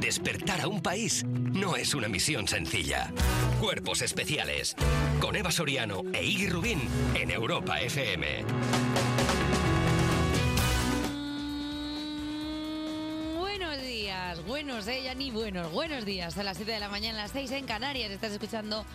Despertar a un país no es una misión sencilla. Cuerpos especiales. Con Eva Soriano e Iggy Rubín en Europa FM. Mm, Buenos días, buenos, eh, ya ni buenos, buenos días. A las 7 de la mañana, a las 6 en Canarias, estás escuchando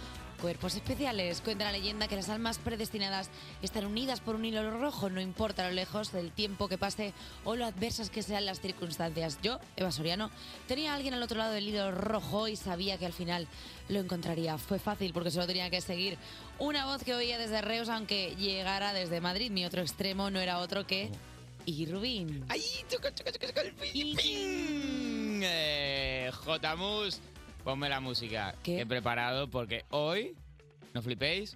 Cuerpos Especiales. Cuenta la leyenda que las almas predestinadas están unidas por un hilo rojo, no importa lo lejos del tiempo que pase o lo adversas que sean las circunstancias. Yo, Eva Soriano, tenía a alguien al otro lado del hilo rojo y sabía que al final lo encontraría. Fue fácil porque solo tenía que seguir una voz que oía desde Reus, aunque llegara desde Madrid. Mi otro extremo no era otro que... Y Rubín. ¡Ay! Choca, choca, choca, choca, el pin, pin. Eh, J Mus, ponme la música. Que he preparado porque hoy, no flipéis,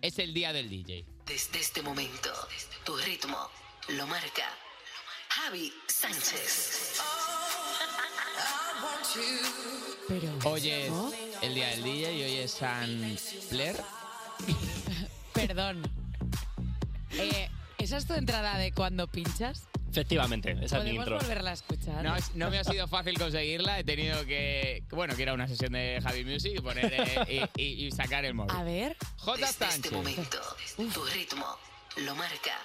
es el día del DJ. Desde este momento, tu ritmo lo marca Javi Sánchez. Hoy es el día del DJ y hoy es San Blair. Perdón. Eh, ¿Esa es tu entrada de cuando pinchas? Efectivamente, esa es mi Podemos intro. volverla a escuchar. No, es- no me ha sido fácil conseguirla, he tenido que, bueno, que ir a una sesión de Javi Music y, poner, eh, y, y- y sacar el móvil. A ver. J Desde este Sánchez. momento, tu ritmo lo marca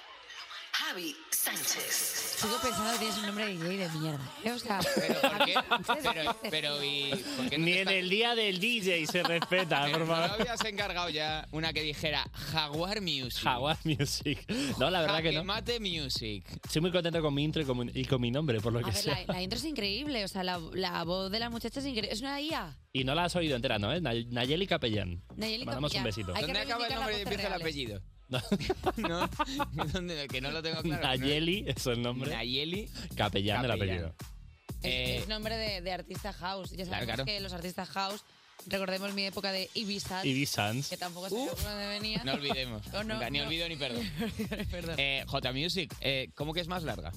Javi Sánchez. Sigo pensando que tienes un nombre de DJ de mierda. ¿eh? O sea, Pero, ¿por qué? Pero, pero, ¿y por qué no Ni te en está- el día del DJ se respeta, Pero por ¿no favor. habías encargado ya una que dijera Jaguar Music? Jaguar Music. No, la verdad que no. Mate Music. Estoy muy contento con mi intro y con mi, y con mi nombre, por lo a que ver, la, sea. la intro es increíble. O sea, la, la voz de la muchacha es increíble. Es una IA. Y no la has oído entera, ¿no? ¿Eh? Nay- Nayeli Capellán. Nayeli Le mandamos Capellán. un besito. Hay que ¿Dónde acaba el reivindicar nombre y las empieza ¿eh? el voces apellido? No. ¿Dónde? que no lo tengo claro. Nayeli es el nombre. Nayeli. Capellán, del Capellán. apellido. Eh, Es, es nombre de, de artista house. Ya sabemos Claro, claro. que los artistas house, recordemos mi época de Ibiza, Y Sanz. que tampoco sabía Uf. por dónde venía. No olvidemos. No, no, Nunca, ni no. olvido ni perdón. Perdón. Eh, J Music, eh, ¿cómo que es más larga?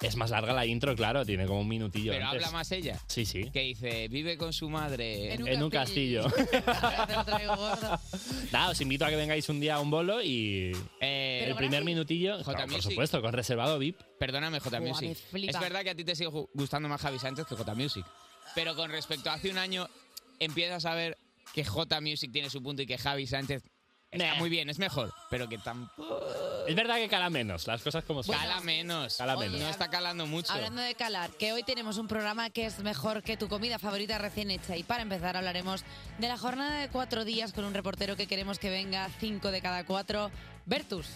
Es más larga la intro, claro, tiene como un minutillo. Pero antes. habla más ella. Sí, sí. Que dice, vive con su madre. Eh, En un En un castillo. castillo. Ahora te lo traigo gordo. Nada, os invito a que vengáis un día a un bolo y Eh, Pero el primer gratis. minutillo, Jota claro, por Music. supuesto, con reservado VIP. Perdóname, J Buah, me Music. flipa. Es verdad que a ti te sigue ju- gustando más Javi Sánchez que J Music. Pero con respecto a hace un año, empiezas a ver que J Music tiene su punto y que Javi Sánchez está Meh. muy bien, es mejor. Pero que tampoco. Es verdad que cala menos, las cosas como son. Cala menos. Cala menos. No está calando mucho. Hablando de calar, que hoy tenemos un programa que es mejor que tu comida favorita recién hecha. Y para empezar hablaremos de la jornada de cuatro días con un reportero que queremos que venga cinco de cada cuatro. Bertus.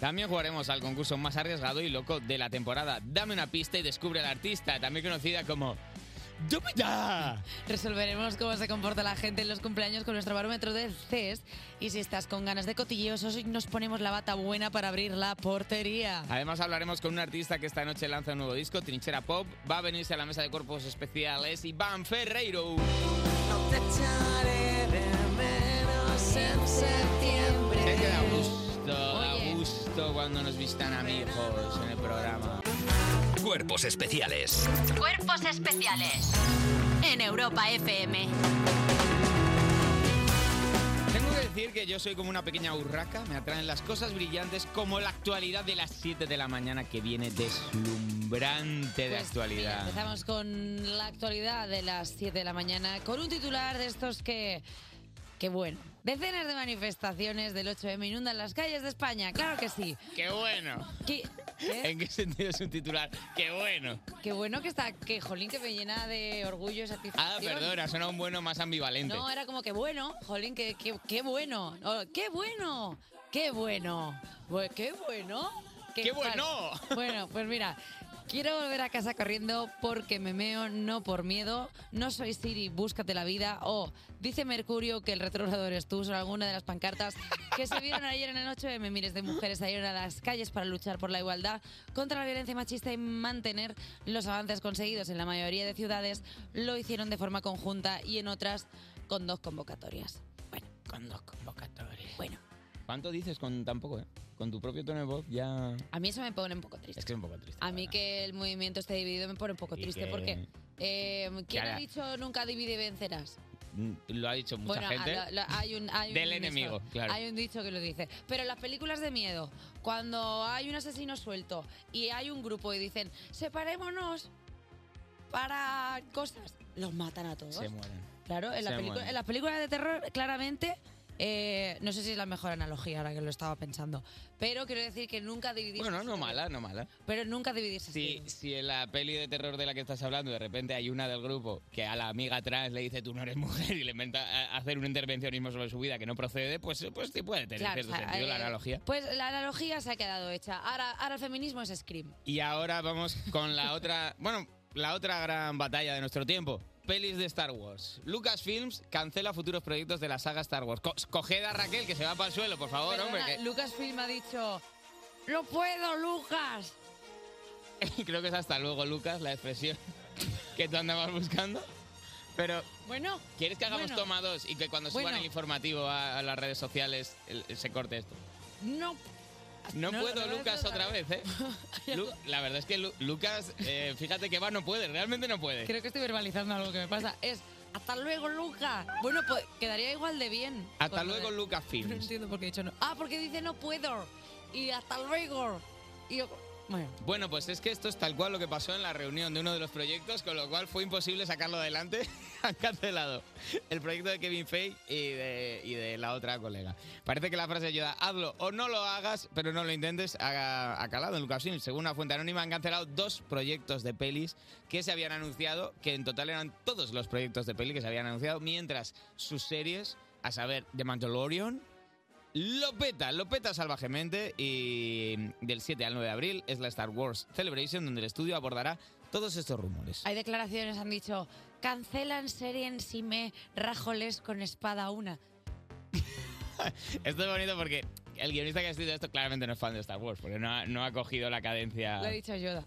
También jugaremos al concurso más arriesgado y loco de la temporada. Dame una pista y descubre al artista, también conocida como. ¡Dúpita! Resolveremos cómo se comporta la gente en los cumpleaños con nuestro barómetro del CES. Y si estás con ganas de cotilleos, hoy nos ponemos la bata buena para abrir la portería. Además hablaremos con un artista que esta noche lanza un nuevo disco, Trinchera Pop, va a venirse a la mesa de cuerpos especiales y Van Ferreiro. Se queda a gusto, a Oye. gusto cuando nos vistan amigos en el programa. Cuerpos especiales. Cuerpos especiales en Europa FM. Tengo que decir que yo soy como una pequeña urraca, me atraen las cosas brillantes como la actualidad de las 7 de la mañana que viene deslumbrante de Pues, mira, actualidad. empezamos con la actualidad de las 7 de la mañana, con un titular de estos que... Que bueno. Decenas de manifestaciones del 8M inundan las calles de España, claro que sí. ¡Qué bueno! Qué, qué- ¿En qué sentido es un titular? ¡Qué bueno! qué bueno que está, que jolín, que me llena de orgullo y Ah, satisfacción. perdona, suena un bueno más ambivalente. No, eh. era como que bueno, jolín, que, que- qué bueno, o, qué bueno, qué bueno, Bu- qué bueno. que- ¡Qué bueno! Bueno, pues mira, quiero volver a casa corriendo porque me meo, no por miedo, no soy Siri, búscate la vida, o dice Mercurio que el retrógrado eres tú, son alguna de las pancartas que se vieron ayer en el 8M. Miles de mujeres salieron a las calles para luchar por la igualdad contra la violencia machista y mantener los avances conseguidos en la mayoría de ciudades, lo hicieron de forma conjunta y en otras con dos convocatorias. Bueno, Con dos convocatorias. bueno, ¿Cuánto dices con tampoco, eh? Con tu propio tono de voz ya... a mí eso me pone un poco triste. Es que es un poco triste. A mí la que el movimiento esté dividido me pone un poco Y triste que- porque eh, ¿quién Cara. ha dicho nunca divide y vencerás? verdad. Mm, Lo ha dicho mucha bueno, gente. a- lo- lo- hay un, hay un Del dicho- enemigo, claro. Hay un dicho que lo dice. Pero en las películas de miedo, cuando hay un asesino suelto y hay un grupo y dicen separémonos, disparan cosas, los matan a todos. Se mueren. Claro, en, la Se pelicu- mueren. en las películas de terror, claramente, eh, no sé si es la mejor analogía ahora que lo estaba pensando, pero quiero decir que nunca dividirse, Bueno, no mala, no mala. pero nunca dividirse. Si, si en la peli de terror de la que estás hablando de repente hay una del grupo que a la amiga trans le dice tú no eres mujer y le inventa a- hacer un intervencionismo sobre su vida que no procede, pues, pues sí puede tener Claro, cierto o sea, sentido la eh, analogía. Pues la analogía se ha quedado hecha. Ahora, ahora el feminismo es Scream. Y ahora vamos con la otra, bueno, la otra gran batalla de nuestro tiempo. Pelis de Star Wars. Lucasfilms cancela futuros proyectos de la saga Star Wars. Co- coged a Raquel, que se va para el suelo, por favor, Perdona, hombre. que- Lucasfilm ha dicho, ¡No puedo, Lucas! creo que es hasta luego, Lucas, la expresión que tú andabas buscando. Pero, Bueno, ¿quieres que hagamos bueno. toma dos y que cuando Bueno. suban el informativo a, a las redes sociales el- se corte esto? no. No, No, puedo, otra vez, Lucas, otra otra vez, ¿eh? Lu- la verdad es que Lu- Lucas, eh, fíjate que va, no puede, realmente no puede. Creo que estoy verbalizando algo que me pasa. Es, ¡Hasta luego, Lucas! Bueno, pues quedaría igual de bien. Hasta Con lo luego, de- No Lucasfilms. entiendo por qué he dicho no. Ah, porque dice no puedo. Y hasta luego. Y yo, bueno. Bueno, pues es que esto es tal cual lo que pasó en la reunión de uno de los proyectos, con lo cual fue imposible sacarlo adelante. Han cancelado el proyecto de Kevin Feige y de, y de la otra colega. Parece que la frase ayuda, hazlo o no lo hagas, pero no lo intentes, ha, ha calado en Lucasfilm. Según una fuente anónima, han cancelado dos proyectos de pelis que se habían anunciado, que en total eran todos los proyectos de peli que se habían anunciado, mientras sus series, a saber, The Mandalorian, lo peta, lo peta salvajemente y del 7 al 9 de abril es la Star Wars Celebration donde el estudio abordará todos estos rumores. Hay declaraciones, han dicho, cancelan serie en si me rajoles con espada una. Esto es bonito porque el guionista que ha escrito esto claramente no es fan de Star Wars porque no ha, no ha cogido la cadencia... Lo ha dicho Yoda.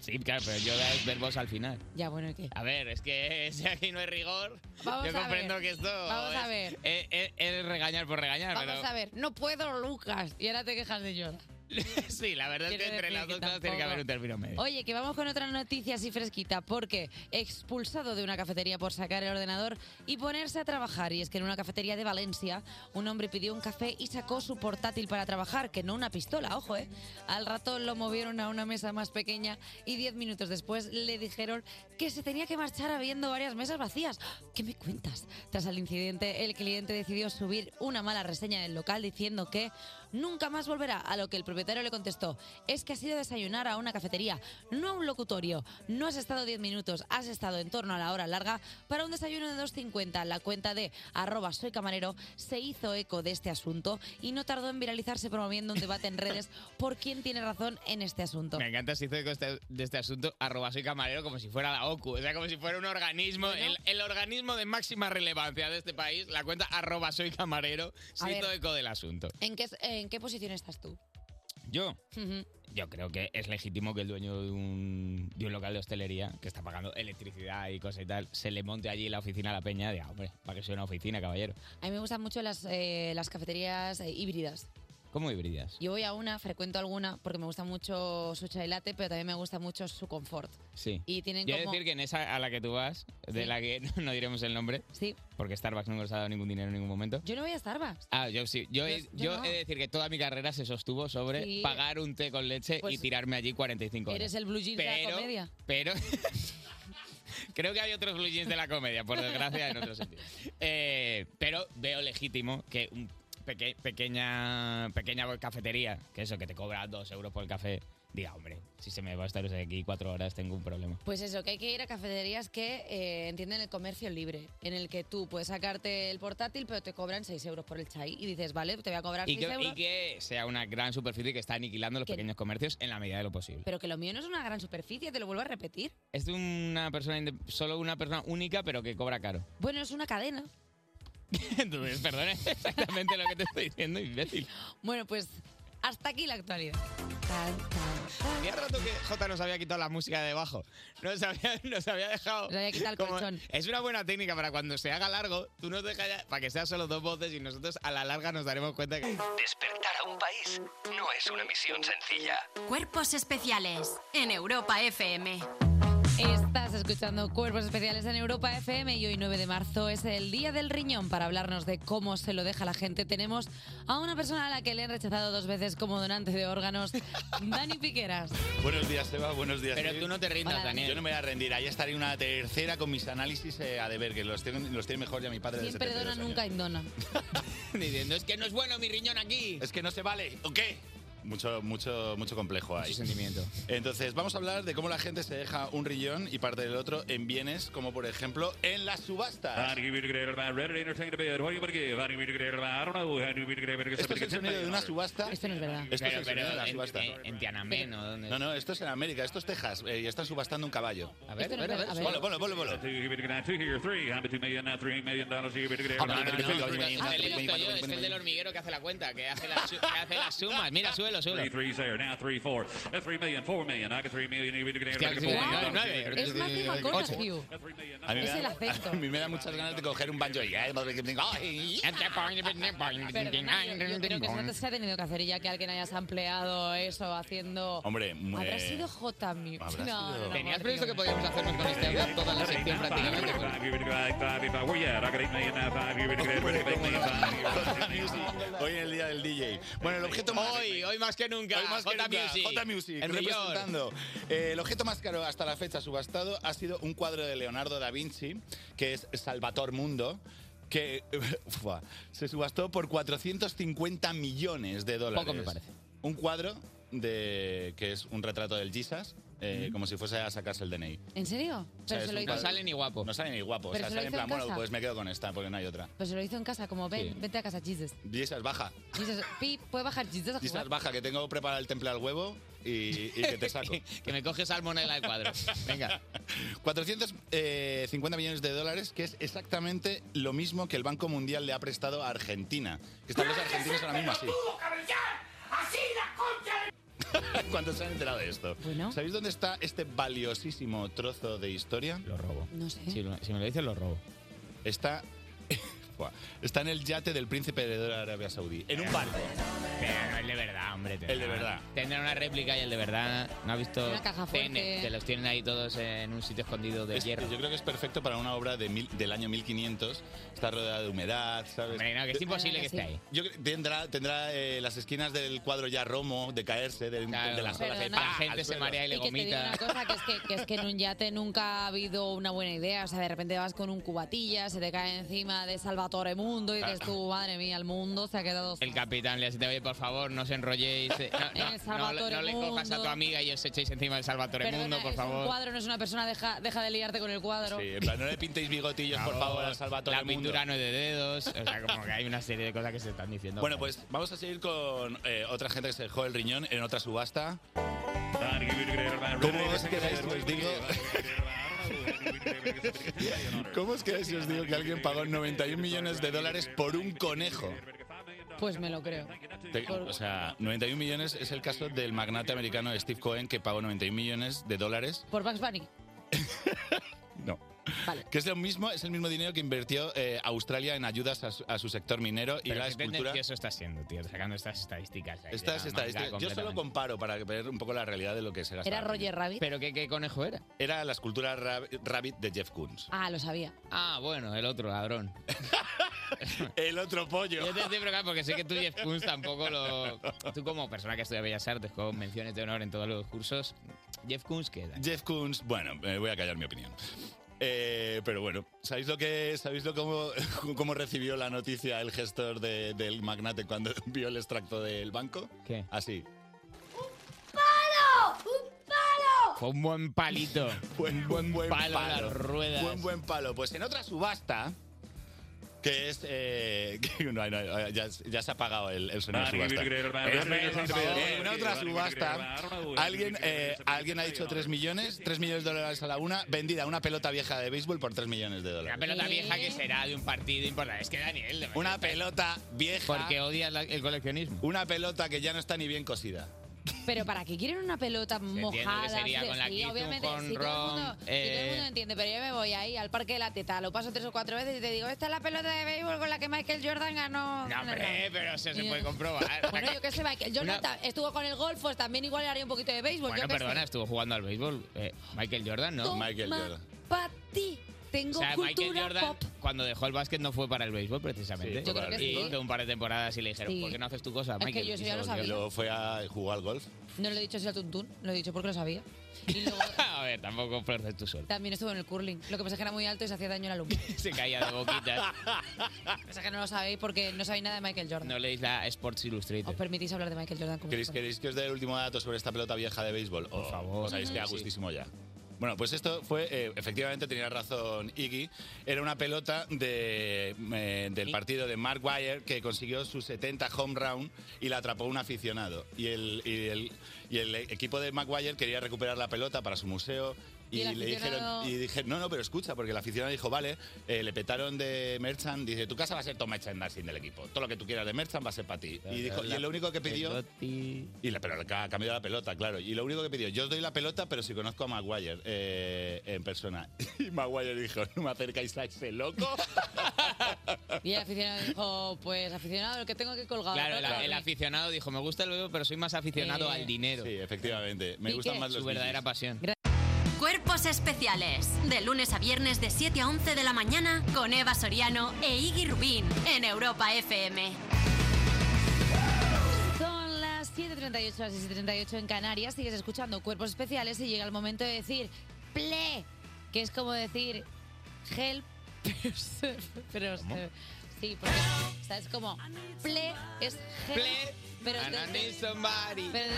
Sí, claro, pero Yoda es verbosa al final. Ya, bueno, ¿y qué? A ver, es que si aquí no hay rigor, Vamos yo a comprendo ver. que esto Vamos a es- ver. Es, es- es regañar por regañar, Vamos pero a ver, no puedo, Lucas. Y ahora te quejas de Yoda. sí, la verdad es Quiero que entre decir las que dos cosas tiene que tampoco- haber un término medio. Oye, que vamos con otra noticia así fresquita, porque expulsado de una cafetería por sacar el ordenador y ponerse a trabajar. Y es que en una cafetería de Valencia, un hombre pidió un café y sacó su portátil para trabajar, que no una pistola, ojo, ¿eh? Al rato lo movieron a una mesa más pequeña y diez minutos después le dijeron que se tenía que marchar habiendo varias mesas vacías. ¿Qué me cuentas? Tras el incidente, el cliente decidió subir una mala reseña del local diciendo que nunca más volverá, a lo que el propietario le contestó, es que has ido a desayunar a una cafetería, no a un locutorio, no has estado 10 minutos, has estado en torno a la hora larga para un desayuno de 2.50. La cuenta de arroba soy camarero se hizo eco de este asunto y no tardó en viralizarse promoviendo un debate en redes por quién tiene razón en este asunto. Me encanta si hizo eco este- de este asunto arroba soy camarero como si fuera la OCU, o sea, como si fuera un organismo, el, el organismo de máxima relevancia de este país, la cuenta arroba soy camarero, A se hizo ver. eco del asunto. ¿En qué, ¿En qué posición estás tú? Yo, Ujú. yo creo que es legítimo que el dueño de un, de un local de hostelería, que está pagando electricidad y cosas y tal, se le monte allí la oficina a la peña de, hombre, para que sea una oficina, caballero. A mí me gustan mucho las, eh, las cafeterías eh, híbridas. ¿Cómo híbridas? Yo voy a una, frecuento alguna, porque me gusta mucho su chai latte, pero también me gusta mucho su confort. Sí. Y tienen Yo he de como... decir que en esa a la que tú vas, de Sí. la que no diremos el nombre, Sí. porque Starbucks no nos ha dado ningún dinero en ningún momento. Yo no voy a Starbucks. Ah, yo sí. Yo, he, Yo- yo yo no. he de decir que toda mi carrera se sostuvo sobre Sí. pagar un té con leche y Pues tirarme allí 45 horas. Eres el blue jeans de la Pero- comedia. Pero creo que hay otros blue jeans de la comedia, por desgracia, en otro sentido. Eh, pero veo legítimo que un peque- pequeña, pequeña cafetería, que eso, que te cobra dos euros por el café, diga, hombre, si se me va a estar aquí cuatro horas tengo un problema. Pues eso, que hay que ir a cafeterías que eh, entienden el comercio libre, en el que tú puedes sacarte el portátil, pero te cobran 6 euros por el chai. Y dices, vale, te voy a cobrar Y 6 que, euros. y que sea una gran superficie que está aniquilando los Que- pequeños comercios en la medida de lo posible. Pero que lo mío no es una gran superficie, te lo vuelvo a repetir. Es de una persona, inde- solo una persona única, pero que cobra caro. Bueno, es una cadena. Entonces, perdón, es exactamente lo que te estoy diciendo, imbécil. Bueno, pues hasta aquí la actualidad. Tan, tan, tan. Había rato que Jota nos había quitado la música de debajo. Nos había, nos había dejado. Nos había quitado el colchón. Es una buena técnica para cuando se haga largo, tú nos dejas ya para que sean solo dos voces y nosotros a la larga nos daremos cuenta que. Despertar a un país no es una misión sencilla. Cuerpos especiales en Europa FM. Estás escuchando Cuerpos Especiales en Europa FM y hoy 9 de marzo es el Día del Riñón. Para hablarnos de cómo se lo deja la gente, tenemos a una persona a la que le han rechazado dos veces como donante de órganos, Dani Piqueras. Buenos días, Eva. Buenos días. Pero tú no te rindas, Hola, Daniel. Yo no me voy a rendir. Ahí estaré una tercera con mis análisis eh, a deber, que los tiene, los tiene mejor ya mi padre. de Siempre 72 dona, años. nunca indona. Diciendo, es que no es bueno mi riñón aquí. Es que no se vale. ¿O qué? Mucho, mucho, mucho complejo ahí. sentimiento. Entonces, vamos a hablar de cómo la gente se deja un riñón y parte del otro en bienes, como por ejemplo en las subastas. Esto es el sonido de una subasta. Esto no es verdad. Esto es Pero, el sonido de pero la en, subasta. en, en Tiananmen, ¿no? ¿Dónde? No, no, esto es en América, esto es Texas, eh, y están subastando un caballo. A ver, Esto a ver, no a es ver. verdad. Bolo, bolo, bolo, bolo. No, no, Pim, pim, no, es el pim, listo pim, este yo, pim, es pim, el pim. del hormiguero que hace la cuenta, que hace las, su- que hace las sumas. Mira, suelo, suelo. Es más que McConaughey, Hugh. A mí me Es da- el acento. A mí me da muchas ganas de coger un banjo y... ay, madre que tengo, ay. Perdona, yo, yo creo que eso antes se ha tenido que hacer y ya que alguien haya sampleado eso haciendo... Hombre, mu- Habrá eh, sido J. Mute. No, habrá sido. no, no, ¿Tenías por previsto que Dios. podíamos hacernos con este audio toda la sección prácticamente? Hoy en el día del DJ. Bueno, el objeto más... Hoy, hoy más que nunca. Hoy más que J nunca, Music. J Music, El mejor. representando. Eh, el objeto más caro hasta la fecha subastado ha sido un cuadro de Leonardo da Vinci, que es Salvator Mundo, que ufua, se subastó por 450 millones de dólares. Poco me parece. Un cuadro de que es un retrato del Jesus, eh, como si fuese a sacarse el DNI. ¿En serio? sea, Pero es se lo un No hizo padre. en- sale ni guapo. No sale ni guapo, Pero o sea, se lo sale en hizo en plan, bueno, casa. pues me quedo con esta, porque no hay otra. Pero se lo hizo en casa, como ven, Sí. vete a casa, Jesus. Jesus, baja. Jesus, Pip, ¿puede bajar Jesus a Jesus, jugar? baja, que tengo preparado el temple al huevo y- y que te saco. Que me coge salmonela del cuadro. Venga. 450 eh, millones de dólares, que es exactamente lo mismo que el Banco Mundial le ha prestado a Argentina. Que están los argentinos ahora mismo así. ¿Cuánto se han enterado de esto? Bueno. ¿Sabéis dónde está este valiosísimo trozo de historia? Lo robo. No sé. Si, lo- si me lo dices, lo robo. Está. Buah. Está en el yate del príncipe heredero de Arabia Saudí. En un barco. Pero no, el de verdad, hombre. tendrá- El de verdad. Tendrá una réplica y el de verdad. ¿No has visto? Una caja fuerte. Tiene- que los tienen ahí todos en un sitio escondido de Es- hierro. yo creo que es perfecto para una obra de mil- del año 1500. Está rodeada de humedad, ¿sabes? Hombre, no, que es imposible Ah, que esté ahí. Yo creo- tendrá, tendrá eh, las esquinas del cuadro ya romo, de caerse, de, Claro. de las olas. de Perdona. ¡pah! La gente al se suelo. marea y le Y que te digo gomita. una cosa, que es que, que es que en un yate nunca ha habido una buena idea. O sea, de repente vas con un cubatilla, se te cae encima de Salvatore Mundo y dices tú, madre mía, el mundo se ha quedado... El capitán le dice, oye, por favor, no os enrolléis. eh, No, El no- no- no Salvatore le cojas a tu Mundo. amiga y os echéis encima del Salvatore Perdona, Mundo, por es un favor. cuadro, no es una persona, deja, deja de liarte con el cuadro. Sí, en plan, no le pintéis bigotillos, por favor, al Salvatore La Mundo. pintura no es de dedos. O sea, como que hay una serie de cosas que se están diciendo. Bueno, pues vamos a seguir con eh, otra gente que se dejó el riñón en otra subasta. ¿Cómo os quedáis si os digo? ¿Cómo os quedáis si os digo que alguien pagó 91 millones de dólares por un conejo? Pues me lo creo. Te- o sea, 91 millones es el caso del magnate americano Steve Cohen que pagó 91 millones de dólares. Por Bugs Bunny. No. Vale. Que es lo mismo, es el mismo dinero que invirtió eh, Australia en ayudas a su, a su sector minero y Pero la qué escultura. tendencioso está siendo, tío, sacando estas estadísticas. ahí de la Estas manga estadísticas. este, Yo solo completamente. comparo para ver un poco la realidad de lo que se gastaba. ¿Era Roger Rabbit? ¿Pero qué, qué conejo era? Era la escultura Rab- Rabbit de Jeff Koons. Ah, lo sabía. Ah, bueno, el otro ladrón. El otro pollo. Yo te estoy preguntando porque sé que tú, Jeff Koons, tampoco lo. Tú, como persona que estudia Bellas Artes con menciones de honor en todos los cursos, Jeff Koons queda. Jeff Koons, bueno, me voy a callar mi opinión. Eh, pero bueno, ¿sabéis lo que sabéis lo cómo, cómo recibió la noticia el gestor de- del magnate cuando vio el extracto del banco? ¿Qué? Así. Fue un buen palito. Buen, buen, buen palo en las ruedas. Buen, buen palo. Pues en otra subasta, que es. eh, que no hay- no hay- ya, ya se ha apagado el, el sonido de subasta. Espera, por favor. En otra subasta, alguien, eh, alguien ha dicho 3 millones, 3 millones de dólares a la una, vendida una pelota vieja de béisbol por 3 millones de Una dólares. pelota ¿Qué? vieja que será de un partido importante. Es que Daniel. de verdad. Una pelota vieja. Porque odias la- el coleccionismo. Una pelota que ya no está ni bien cosida. Pero ¿para qué quieren una pelota entiende que mojada? sería sí, con la sí, Kitu, obviamente, con sí, todo el mundo, Ron, sí, todo el eh. mundo entiende, pero yo me voy ahí al parque de la teta, lo paso tres o cuatro veces y te digo, esta es la pelota de béisbol con la que Michael Jordan ganó. No, hombre, pero eso se puede comprobar. Bueno, yo qué sé, Michael Jordan Una- ta- estuvo con el golf, pues también igual haría un poquito de béisbol. Bueno, yo qué perdona, sé. estuvo jugando al béisbol. eh, Michael Jordan, ¿no? Toma Pa' ti, tengo O sea, Michael cultura Jordan, pop. cuando dejó el básquet, no fue para el béisbol, precisamente. Sí, Yo creo que y sí. hizo un par de temporadas y le dijeron, Sí. ¿por qué no haces tu cosa, Es que Michael? yo eso ya Y se lo volvió. sabía. Luego fue a jugar al golf. No lo he dicho así al tuntún, lo he dicho porque lo sabía. a ver, tampoco pierdes tu sol. También estuvo en el curling. Lo que pasa es que era muy alto y se hacía daño en la lumbar. Se caía de boquita. Lo que pasa es que no lo sabéis porque no sabéis nada de Michael Jordan. No leéis la Sports Illustrated. ¿Os permitís hablar de Michael Jordan? como ¿Queréis, si fuera- queréis que os dé el último dato sobre esta pelota vieja de béisbol? Por favor. Os habéis quedado Sí. gustísimo ya. Bueno, pues esto fue, eh, efectivamente tenía razón Iggy, era una pelota de, eh, del partido de Mark Wire que consiguió su 70 home round y la atrapó un aficionado. Y el, y el, y el equipo de Mark Wire quería recuperar la pelota para su museo. Y Y, el le dijeron, aficionado- y dije, no, no, pero escucha, porque el aficionado dijo, vale, eh, le petaron de Merchant, dice, tu casa va a ser todo merchandising del equipo, todo lo que tú quieras de Merchant va a ser para ti. Y dijo, y es lo único que pidió... Y la, pero ha cambiado la pelota, claro. Y lo único que pidió, yo os doy la pelota, pero si conozco a Maguire eh, en persona. Y Maguire dijo, no me acercáis a ese loco. Y el aficionado dijo, pues aficionado, lo que tengo que colgar. Claro, ¿no? la- el aficionado dijo, me gusta el béisbol, pero soy más aficionado Eh. al dinero. Sí, efectivamente. Me ¿Y gustan qué? más los Su verdadera billys. pasión. Cuerpos especiales. De lunes a viernes de 7 a 11 de la mañana con Eva Soriano e Iggy Rubín en Europa FM. Son las 7.38, las 6.38 en Canarias, sigues escuchando Cuerpos Especiales y llega el momento de decir ple, que es como decir help, pero, se- pero eh, se- sí, porque sabes como ple es help, pero, And I need desde, somebody. pero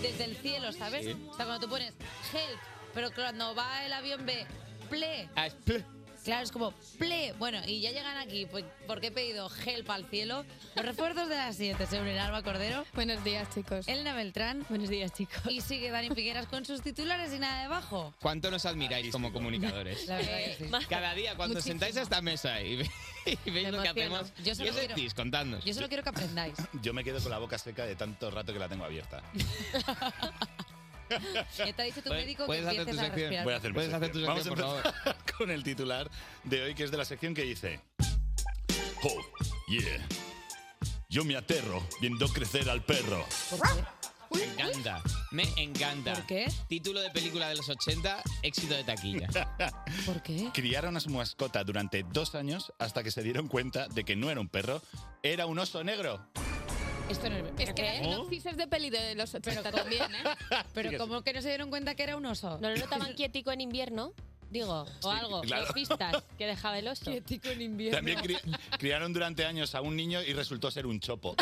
desde- desde el cielo, ¿sabes? Sí. O sea, cuando tú pones help, pero cuando va el avión ve ple, Ah, es ple. Claro, es como ple. Bueno, y ya llegan aquí, pues, porque he pedido help al cielo. Los refuerzos de las 7 se unen Alba Cordero. Buenos días, chicos. Elena Beltrán. Buenos días, chicos. Y sigue Dani Figueras con sus titulares y nada debajo. ¿Cuánto nos admiráis como comunicadores? La verdad que sí. Cada día, cuando os Muchísimo. sentáis a esta mesa y, ve- y veis lo que emociono. hacemos, Yo solo ¿qué quiero- sentís? Contadnos. Yo solo quiero que aprendáis. Yo me quedo con la boca seca de tanto rato que la tengo abierta. Ya te ha dicho tu médico que ¿Puedes hacer empieces tu a sección? respirar. Voy a hacer mi Puedes hacer tu Vamos a sección, por empezar con el titular de hoy, que es de la sección que dice... Oh, yeah. Yo me aterro viendo crecer al perro. Me encanta. Me encanta. ¿Por qué? Título de película de los 80, éxito de taquilla. ¿Por qué? Criaron a su mascota durante dos años hasta que se dieron cuenta de que no era un perro, era un oso negro. Esto no es... ¿Eh? Es que eran ¿Cómo? noticias de peli de los 80 también, ¿eh? Pero como que no se dieron cuenta que era un oso. No lo notaban quietico en invierno, digo, o algo. claro. Los pistas que dejaba el oso. Quietico en invierno. También cri- criaron durante años a un niño y resultó ser un chopo.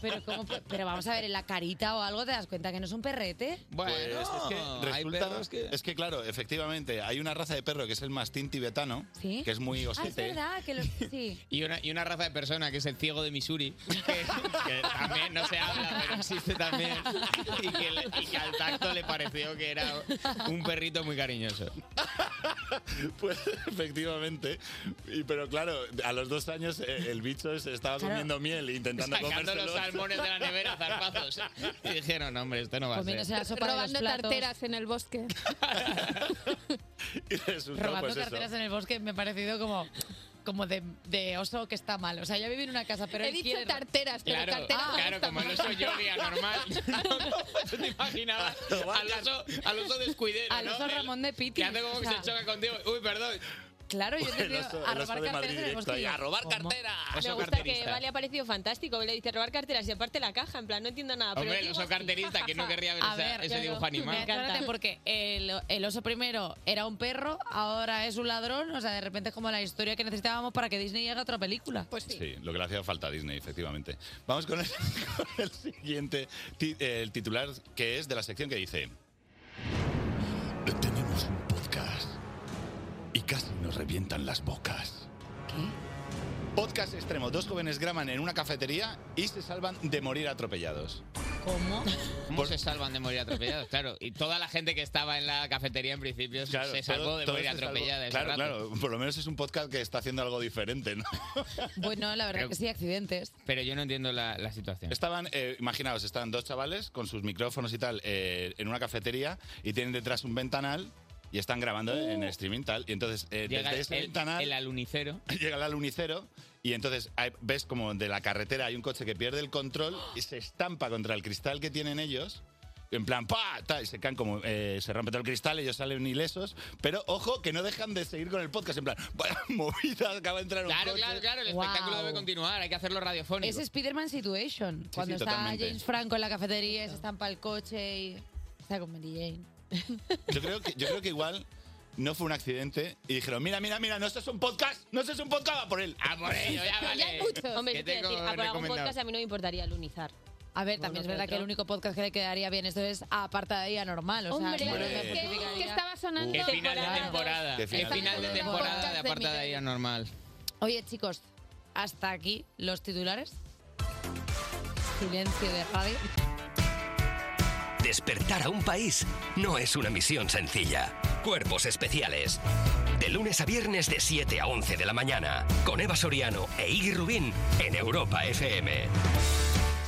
Pero, ¿cómo pu- pues, pero vamos a ver, en la carita o algo te das cuenta que no es un perrete. Bueno, Pues es que hay resulta- perros que- es que, claro, efectivamente, hay una raza de perro que es el mastín tibetano, ¿Sí? que es muy Ah, es osete. verdad que los... Sí. Y una, y una raza de persona que es el ciego de Missouri, que, que también no se habla, pero existe también. Y que, le- y que al tacto le pareció que era un perrito muy cariñoso. pues efectivamente. Y, pero claro, a los dos años eh, el bicho se estaba Claro. comiendo miel e intentando Sacando comérselo. los salmones de la nevera a zarpazos. ¿eh? Y dijeron, no, hombre, esto no va a ser. Comiéndose la sopa Robando tarteras en el bosque. Y resultó, Robando pues, eso. carteras en el bosque me ha parecido como, como de, de oso que está mal. O sea, yo viví en una casa, pero He él dicho quiere- tarteras, pero Claro, tarteras ah, no claro, está como el mal. oso Yogi anormal. ¿Te imaginabas? Al oso, al oso descuidero, Al ¿no? oso El- Ramón de Piti. Que hace como o que sea, se choca contigo. Uy, perdón. Claro, yo he El entendido oso- a el oso robar de carteras Madrid en el directo bosque. ahí, yo, a robar ¿cómo? cartera. Me Oso gusta que carterista. Vale ha parecido fantástico. que Le dice robar carteras y aparte la caja. En plan, no entiendo nada. Hombre, pero el digo oso así, carterista, ja, ¿quién no ja. querría ver esa- ese dibujo animado? Me encanta porque el, el oso primero era un perro, ahora es un ladrón. O sea, de repente es como la historia que necesitábamos para que Disney haga otra película. Pues Sí, lo que le hacía falta a Disney, efectivamente. Vamos con el, con el siguiente ti- el titular, que es de la sección que dice... Tenemos un podcast y casi nos revientan las bocas. ¿Qué? Podcast extremo. Dos jóvenes graban en una cafetería y se salvan de morir atropellados. ¿Cómo? ¿Cómo se salvan de morir atropellados? Claro, y toda la gente que estaba en la cafetería en principio Claro, se salvó todo- de todo morir este salvo- atropellada. ese Claro, rato. claro. Por lo menos es un podcast que está haciendo algo diferente, ¿no? Bueno, la verdad Creo- que sí, accidentes. Pues, Pero yo no entiendo la, la situación. Estaban, eh, imaginaos, estaban dos chavales con sus micrófonos y tal eh, en una cafetería y tienen detrás un ventanal y están grabando en streaming tal. Y entonces, eh, Uh. Llega desde ese el- ventanal. el alunicero. Llega el alunicero y entonces hay- ves como de la carretera hay un coche que pierde el control y se estampa contra el cristal que tienen ellos. En plan, ¡pa! tal, y se caen como. eh, se rompe todo el cristal, ellos salen ilesos. Pero ojo, que no dejan de seguir con el podcast. En plan, ¡vaya movida! Acaba de entrar un Claro, coche. claro, claro. El Wow. espectáculo debe continuar. Hay que hacerlo radiofónico. Es Spider-Man Situation. Cuando sí, está totalmente. James Franco en la cafetería, y se estampa el coche y está con Mary Jane. Yo creo que, yo creo que igual no fue un accidente y dijeron, mira, mira, mira, no, esto es un podcast, no, esto es un podcast, va por él. Ah, por ello, ya vale. Ya hay muchos. Hombre, ¿Qué yo te voy a tengo decir, ah, por algún recomendado? podcast a mí no me importaría lunizar. A ver, también es verdad que el único podcast que le quedaría bien esto es aparte de ahí anormal. O sea, Hombre, claro, Hombre. me ¿Qué- justificaría. qué estaba sonando? Qué final de Temporada temporada. Qué Qué final, de temporada de apartada de ella normal. Oye, chicos, hasta aquí los titulares. Silencio de radio. Despertar a un país no es una misión sencilla. Cuerpos especiales. De lunes a viernes de 7 a 11 de la mañana. Con Eva Soriano e Iggy Rubín en Europa FM.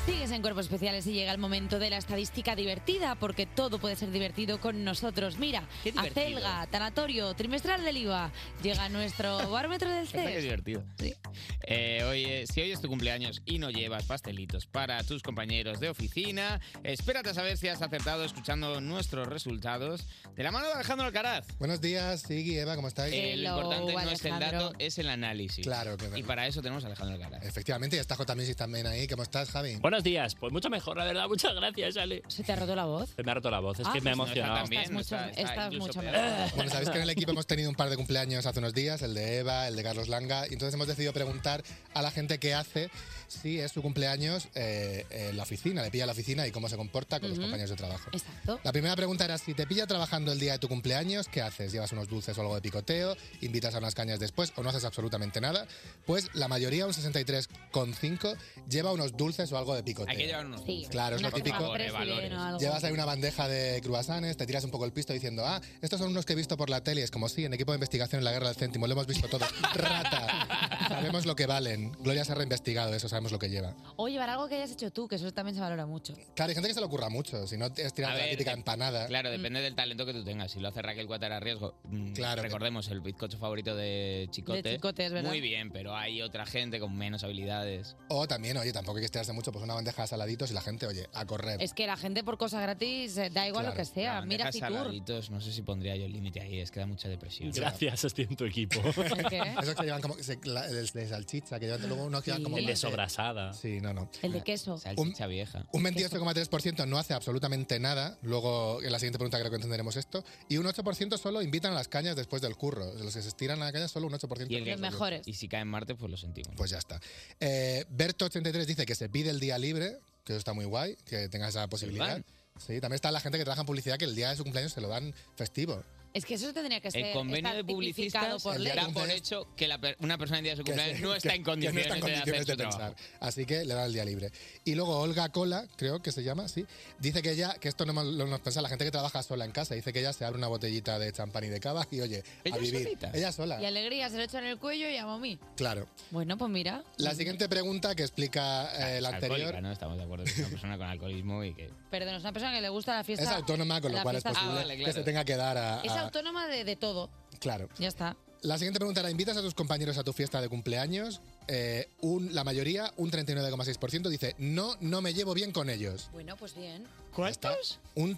Sigues en Cuerpos Especiales y llega el momento de la estadística divertida, porque todo puede ser divertido con nosotros. Mira, Qué divertido. acelga, tanatorio, trimestral del IVA. Llega nuestro barómetro del E Es verdad que es CES. divertido. Eh, oye, si hoy es tu cumpleaños y no llevas pastelitos para tus compañeros de oficina, espérate a saber si has acertado escuchando nuestros resultados de la mano de Alejandro Alcaraz. Buenos días, Iggy, Eva, ¿cómo estáis? Eh, lo importante no es el dato, es el análisis. Claro que Y para eso tenemos a Alejandro Alcaraz. Efectivamente, ya está J Music también ahí. ¿Cómo estás, Javi? Buenos días. Pues mucho mejor, la verdad. Muchas gracias, Ale. ¿Se te ha roto la voz? Se me ha roto la voz. Es Ah, que me ha pues no, está emocionado. tan bien, Estás mucho- está- está estás incluso mucho peor. Eh, Bueno, sabéis que en el equipo hemos tenido un par de cumpleaños hace unos días, el de Eva, el de Carlos Langa, y entonces hemos decidido preguntar a la gente qué hace si es su cumpleaños eh, en la oficina, le pilla a la oficina y cómo se comporta con los Ujú. compañeros de trabajo. Exacto. La primera pregunta era, si te pilla trabajando el día de tu cumpleaños, ¿qué haces? ¿Llevas unos dulces o algo de picoteo? ¿Invitas a unas cañas después o no haces absolutamente nada? Pues la mayoría, un 63,5, lleva unos dulces o algo de picoteo. Hay que llevar unos Sí, dulces. Claro, es una lo típico. cerveza presidente o algo. Llevas ahí una bandeja de cruasanes, te tiras un poco el pisto diciendo, ah, estos son unos que he visto por la tele. Es como, sí, en equipo de investigación en la guerra del céntimo, lo hemos visto todo. Rata. Sabemos lo que valen. Gloria se ha reinvestigado eso, sabemos lo que lleva. O llevar algo que hayas hecho tú, que eso también se valora mucho. Claro, hay gente que se lo ocurra mucho, si no es tirar A la ver, típica eh, empanada. Claro, depende del talento que tú tengas. Si lo hace Raquel Cuatar a riesgo, mm, recordemos el bizcocho favorito de Chicote. De Chicote, es verdad. Muy bien, pero hay otra gente con menos habilidades. O también, oye, tampoco hay que estirarse mucho, pues una bandeja de saladitos y la gente, oye, a correr. Es que la gente por cosas gratis eh, da igual lo que sea. La Mira bandeja Fitur. saladitos, no sé si pondría yo el límite ahí, es que da mucha depresión. Gracias, estoy en tu equipo. Esos que llevan como se- la- el de salchicha, que llevan luego unos que llevan como... El de más de- sobrasada. Sí, no, no. El de queso. Salchicha vieja. Un 28,3% no hace absolutamente nada. Luego, en la siguiente pregunta creo que entenderemos esto. Y un 8% solo invitan a las cañas después del curro. De los que se estiran a la caña, solo un 8%. Y el no que- lo hace. Y si cae en Marte, pues lo sentimos. Pues ya está. Eh, Berto83 dice que se pide el día libre, que eso está muy guay, que tengas esa posibilidad. dan. Sí, también está la gente que trabaja en publicidad que el día de su cumpleaños se lo dan festivo. Es que eso tendría que ser. El convenio estar de tipificado publicistas por ley. da por hecho que la per- una persona en día de su cumpleaños no está en que- que condiciones, no está en de, condiciones hacer de su trabajo. pensar. Así que le dan el día libre. Y luego Olga Cola, creo que se llama, sí, dice que ella, que esto no hemos- lo nos pensado, la gente que trabaja sola en casa, dice que ella se abre una botellita de champán y de cava y oye, ¿Ella a vivir. solita? Ella sola. Y alegría se lo echan en el cuello y llamo a mí. Claro. Bueno, pues mira. La siguiente pregunta que explica eh, la Ah, Es alcohólica, anterior. ¿no? Estamos de acuerdo que es una persona con alcoholismo y que... Perdón, es una persona que le gusta la fiesta. Es autónoma, con lo la cual es fiesta posible sola. que se tenga que dar a- Es a autónoma de, de todo. claro. Ya está. La siguiente pregunta era, ¿invitas a tus compañeros a tu fiesta de cumpleaños? Eh, un- la mayoría, un 39,6%, dice, no, no me llevo bien con ellos. Bueno, pues bien. ¿Cuántos? Un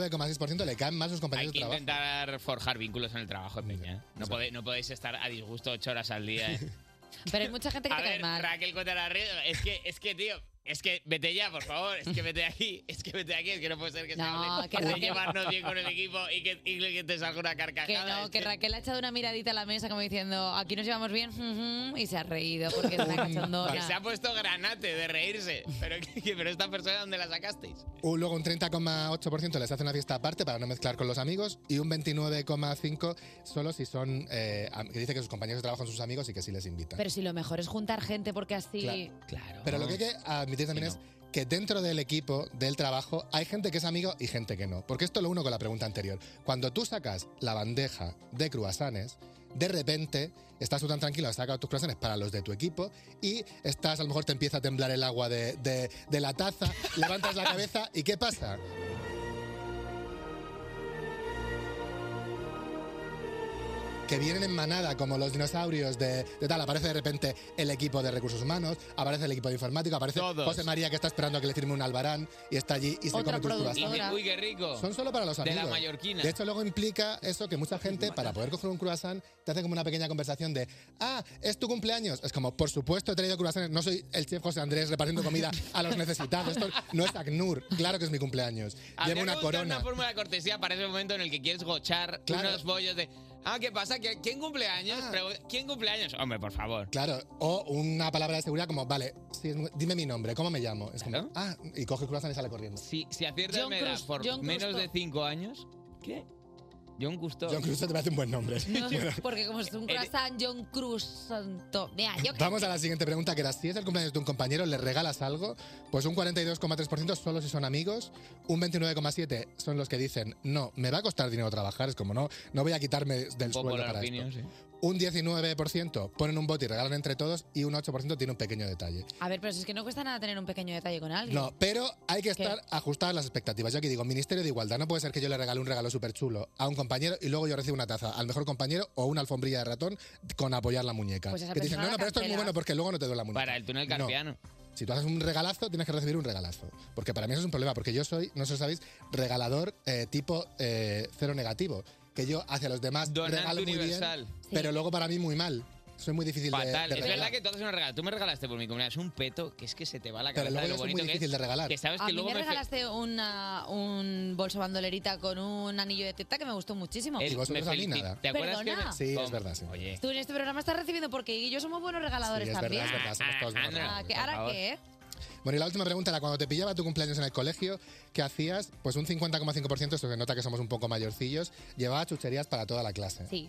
39,6% le caen más sus Hay compañeros que de trabajo. intentar forjar vínculos en el trabajo, es peña, ¿eh? No, pode- no podéis estar a disgusto ocho horas al día. ¿eh? Pero hay mucha gente que a te cae ver, mal. Raquel Cotera es que, es que, tío, es que vete ya, por favor, es que vete de aquí, es que vete de aquí, es que no puede ser que se No, hable que de Raquel- llevarnos bien con el equipo y que, y que te salga una Que carcajada. no, es que Raquel ha echado una miradita a la mesa como diciendo, aquí nos llevamos bien, ujú, y se ha reído porque es una que se cachondona. ha puesto granate de reírse. Pero, que- pero esta persona, ¿dónde la sacasteis? Un- luego un 30,8% les hace una fiesta aparte para no mezclar con los amigos y un 29,5% solo si son... eh, am- que dice que sus compañeros de trabajo son sus amigos y que sí les invitan. Pero si lo mejor es juntar gente porque así... Claro. Pero lo que hay que admitir también es que dentro del equipo, del trabajo, hay gente que es amigo y gente que no. Porque esto lo uno con la pregunta anterior. Cuando tú sacas la bandeja de croissants, de repente estás tú tan tranquilo, has sacado tus croissants para los de tu equipo y estás, a lo mejor te empieza a temblar el agua de, de- de la taza, levantas la cabeza y ¿qué pasa? que vienen en manada, como los dinosaurios de, de tal. Aparece de repente el equipo de recursos humanos, aparece el equipo de informática, aparece Todos. José María que está esperando a que le firme un albarán y está allí y se Otra come tus productora. croissants. Y- uy, qué rico. Son solo para los De la amigos. mallorquina. De hecho, luego implica eso que mucha gente, para poder coger un croissant, te hace como una pequeña conversación de ah, es tu cumpleaños. Es como, por supuesto, he traído croissants. No soy el chef José Andrés repartiendo comida a los necesitados. Esto no es ACNUR. Claro que es mi cumpleaños. Llevo Habría una que buscar corona. Una fórmula de cortesía para ese momento en el que quieres gochar Claro. Ah. unos bollos de. Ah, ¿qué pasa? ¿Qui- ¿Quién cumpleaños? ¿Quién cumpleaños? Hombre, por favor. Claro, o una palabra de seguridad como, vale, si es mu- dime mi nombre, ¿cómo me llamo? Es como, ah, y coge el croissant y sale corriendo. Si, si aciertas John me da Cruz- por John menos Cousteau. de 5 años. ¿Qué? John Cousteau. John Cruz te parece un buen nombre. Bueno, Porque como es un croissant, John Cruz, santo. Mira, yo Vamos a la siguiente pregunta, que era, si es el cumpleaños de un compañero, ¿le regalas algo? Pues un 42,3% solo si son amigos, un 29,7% son los que dicen, no, me va a costar dinero trabajar, es como, no, no voy a quitarme del sueldo Popular para opinion, esto. sí. Un 19% ponen un bote y regalan entre todos y un 8% tiene un pequeño detalle. A ver, pero si es que no cuesta nada tener un pequeño detalle con alguien. No, pero hay que ¿Qué? estar ajustadas las expectativas. Yo aquí digo, Ministerio de Igualdad, no puede ser que yo le regale un regalo súper chulo a un compañero y luego yo reciba una taza al mejor compañero o una alfombrilla de ratón con apoyar la muñeca. Pues esa que te dicen, persona no, la no, pero esto es muy cancelas. bueno porque luego no te duele la muñeca. Para el túnel No. carpiano. Si tú haces un regalazo, tienes que recibir un regalazo. Porque para mí eso es un problema, porque yo soy, no sé si sabéis, regalador eh, tipo eh, cero negativo. Que yo hacia los demás Donante regalo muy universal. bien, pero luego para mí muy mal. Soy muy difícil de- Fatal. de, es regalar. verdad que tú haces una regala. Tú me regalaste por mi comunidad. Es un peto que es que se te va la Pero cabeza luego de yo lo soy muy bonito que difícil es. de regalar. Que sabes a que mí luego me me fe- regalaste una, un bolso bandolerita con un anillo de teta que me gustó muchísimo. El- me felici- ¿Te acuerdas que Perdona. me- Sí, Pom, es verdad, sí. Oye. Tú en este programa estás recibiendo porque Iggy y yo somos buenos regaladores Sí, es también. verdad, es verdad, somos todos buenos Ah, regaladores, ¿qué- por ¿Ahora favor. qué? Bueno, y la última pregunta era cuando te pillaba tu cumpleaños en el colegio, ¿qué hacías? Pues un 50,5%, esto se nota que somos un poco mayorcillos, llevaba chucherías para toda la clase. Sí.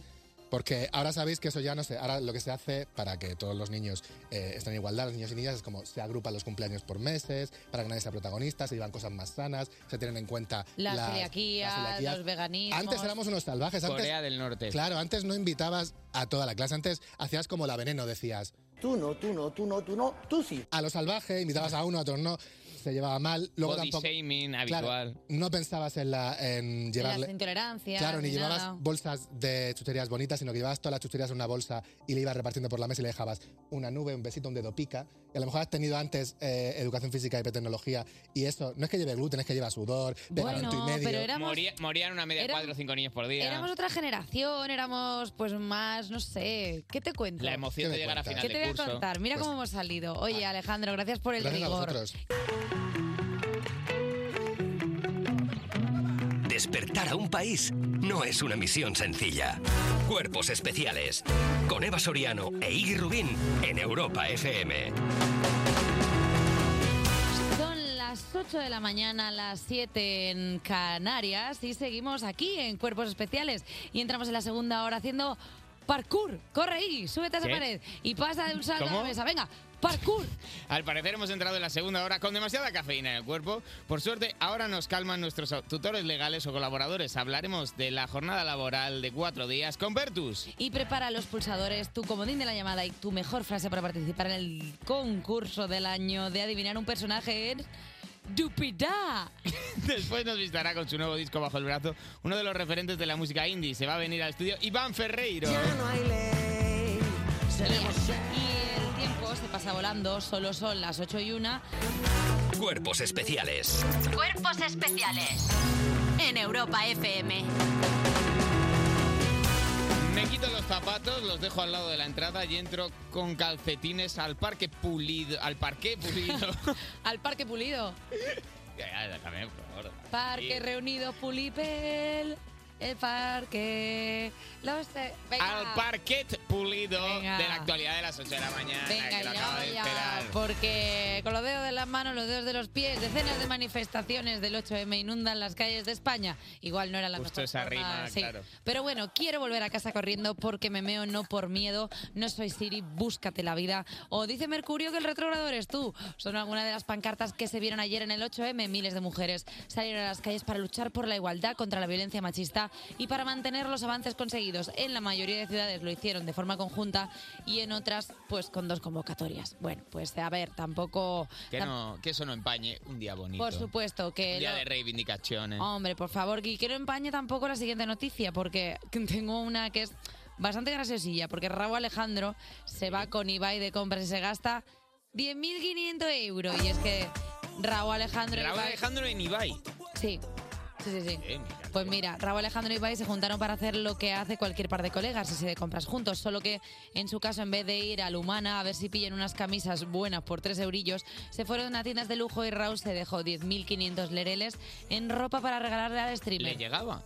Porque ahora sabéis que eso ya no sé, ahora lo que se hace para que todos los niños eh, estén en igualdad, los niños y niñas, es como se agrupan los cumpleaños por meses, para que nadie sea protagonista, se llevan cosas más sanas, se tienen en cuenta Las, las- celiaquías, las celiaquías. los veganismos. Antes éramos unos salvajes. Antes, Corea del Norte. Claro, antes no invitabas a toda la clase. Antes hacías como la veneno, decías. Tú no, tú no, tú no, tú no, tú sí. A lo salvaje, invitabas a uno, a otro no. Se llevaba mal. Luego Body tampoco. shaming Claro, habitual. no pensabas en, la, en llevarle. las intolerancias. Claro, ni llevabas nada. bolsas de chucherías bonitas, sino que llevabas todas las chucherías en una bolsa y le ibas repartiendo por la mesa y le dejabas una nube, un besito, un dedo pica. Y a lo mejor has tenido antes eh, educación física y tecnología y eso no es que lleve gluten, es que lleva sudor, pegamento y medio. Moría- morían una media de cuatro o cinco niños por día. Éramos otra generación, éramos pues más, no sé, ¿qué te cuento? La emoción de llegar a final ¿Qué de te voy a curso? Pues contar? Mira cómo hemos salido. Oye, Alejandro, gracias por el Gracias a rigor. vosotros. Despertar a un país no es una misión sencilla. Cuerpos especiales. Con Eva Soriano e Iggy Rubín en Europa FM. Son las 8 de la mañana, las 7 en Canarias y seguimos aquí en Cuerpos Especiales y entramos en la segunda hora haciendo parkour. Corre ahí, súbete a esa ¿Qué? pared y pasa de un salto a ¿Cómo? la mesa. Venga, parkour. Al parecer hemos entrado en la segunda hora con demasiada cafeína en el cuerpo. Por suerte, ahora nos calman nuestros tutores legales o colaboradores. Hablaremos de la jornada laboral de cuatro días con Bertus. Y prepara los pulsadores, tu comodín de la llamada y tu mejor frase para participar en el concurso del año de adivinar un personaje en Dupidá. Después nos visitará con su nuevo disco bajo el brazo uno de los referentes de la música indie. Se va a venir al estudio Iván Ferreiro. Y el tiempo se pasa volando, solo son las 8 y 1. Cuerpos especiales. Cuerpos especiales en Europa FM. Me quito los zapatos, los dejo al lado de la entrada y entro con calcetines al parque pulido. Al parque pulido. Al Parque Pulido. Ya, ya, déjame, por favor. Parque Reunido Pulipel. el parque. Lo sé. Venga. Al parquet pulido Venga. de la actualidad de las 8 de la mañana. Venga, que lo ya, acabo de ya, esperar. porque con los dedos de las manos, los dedos de los pies, decenas de manifestaciones del 8M inundan las calles de España. Igual no era la Justo mejor esa forma, rima, sí. claro. Pero bueno, quiero volver a casa corriendo porque me meo no por miedo, no soy Siri, búscate la vida. O dice Mercurio que el retrógrado eres tú. Son algunas de las pancartas que se vieron ayer en el 8M. Miles de mujeres salieron a las calles para luchar por la igualdad contra la violencia machista y para mantener los avances conseguidos. En la mayoría de ciudades lo hicieron de forma conjunta y en otras pues con dos convocatorias. Bueno, pues a ver, tampoco... Que, tam- no, que eso no empañe un día bonito. Por supuesto que... Un día lo- de reivindicaciones. Hombre, por favor, que que no empañe tampoco la siguiente noticia, porque tengo una que es bastante graciosilla, porque Raúl Alejandro se va con Ibai de compras y se gasta 10.500 euros. Y es que Raúl Alejandro... y Raúl Ibai- Alejandro en Ibai. Sí, sí, sí. sí. Eh, mira. Pues mira, Raúl Alejandro y Ibai se juntaron para hacer lo que hace cualquier par de colegas, irse de compras juntos, solo que en su caso en vez de ir a la humana a ver si pillan unas camisas buenas por tres eurillos, se fueron a tiendas de lujo y Raúl se dejó 10.500 lereles en ropa para regalarle al ¿Le streamer. llegaba?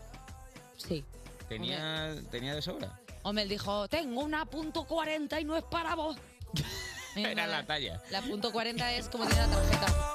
Sí. Tenía, tenía de sobra. Hombre, él dijo, tengo una punto .40 y no es para vos. Era la talla. La punto .40 es como tiene la tarjeta.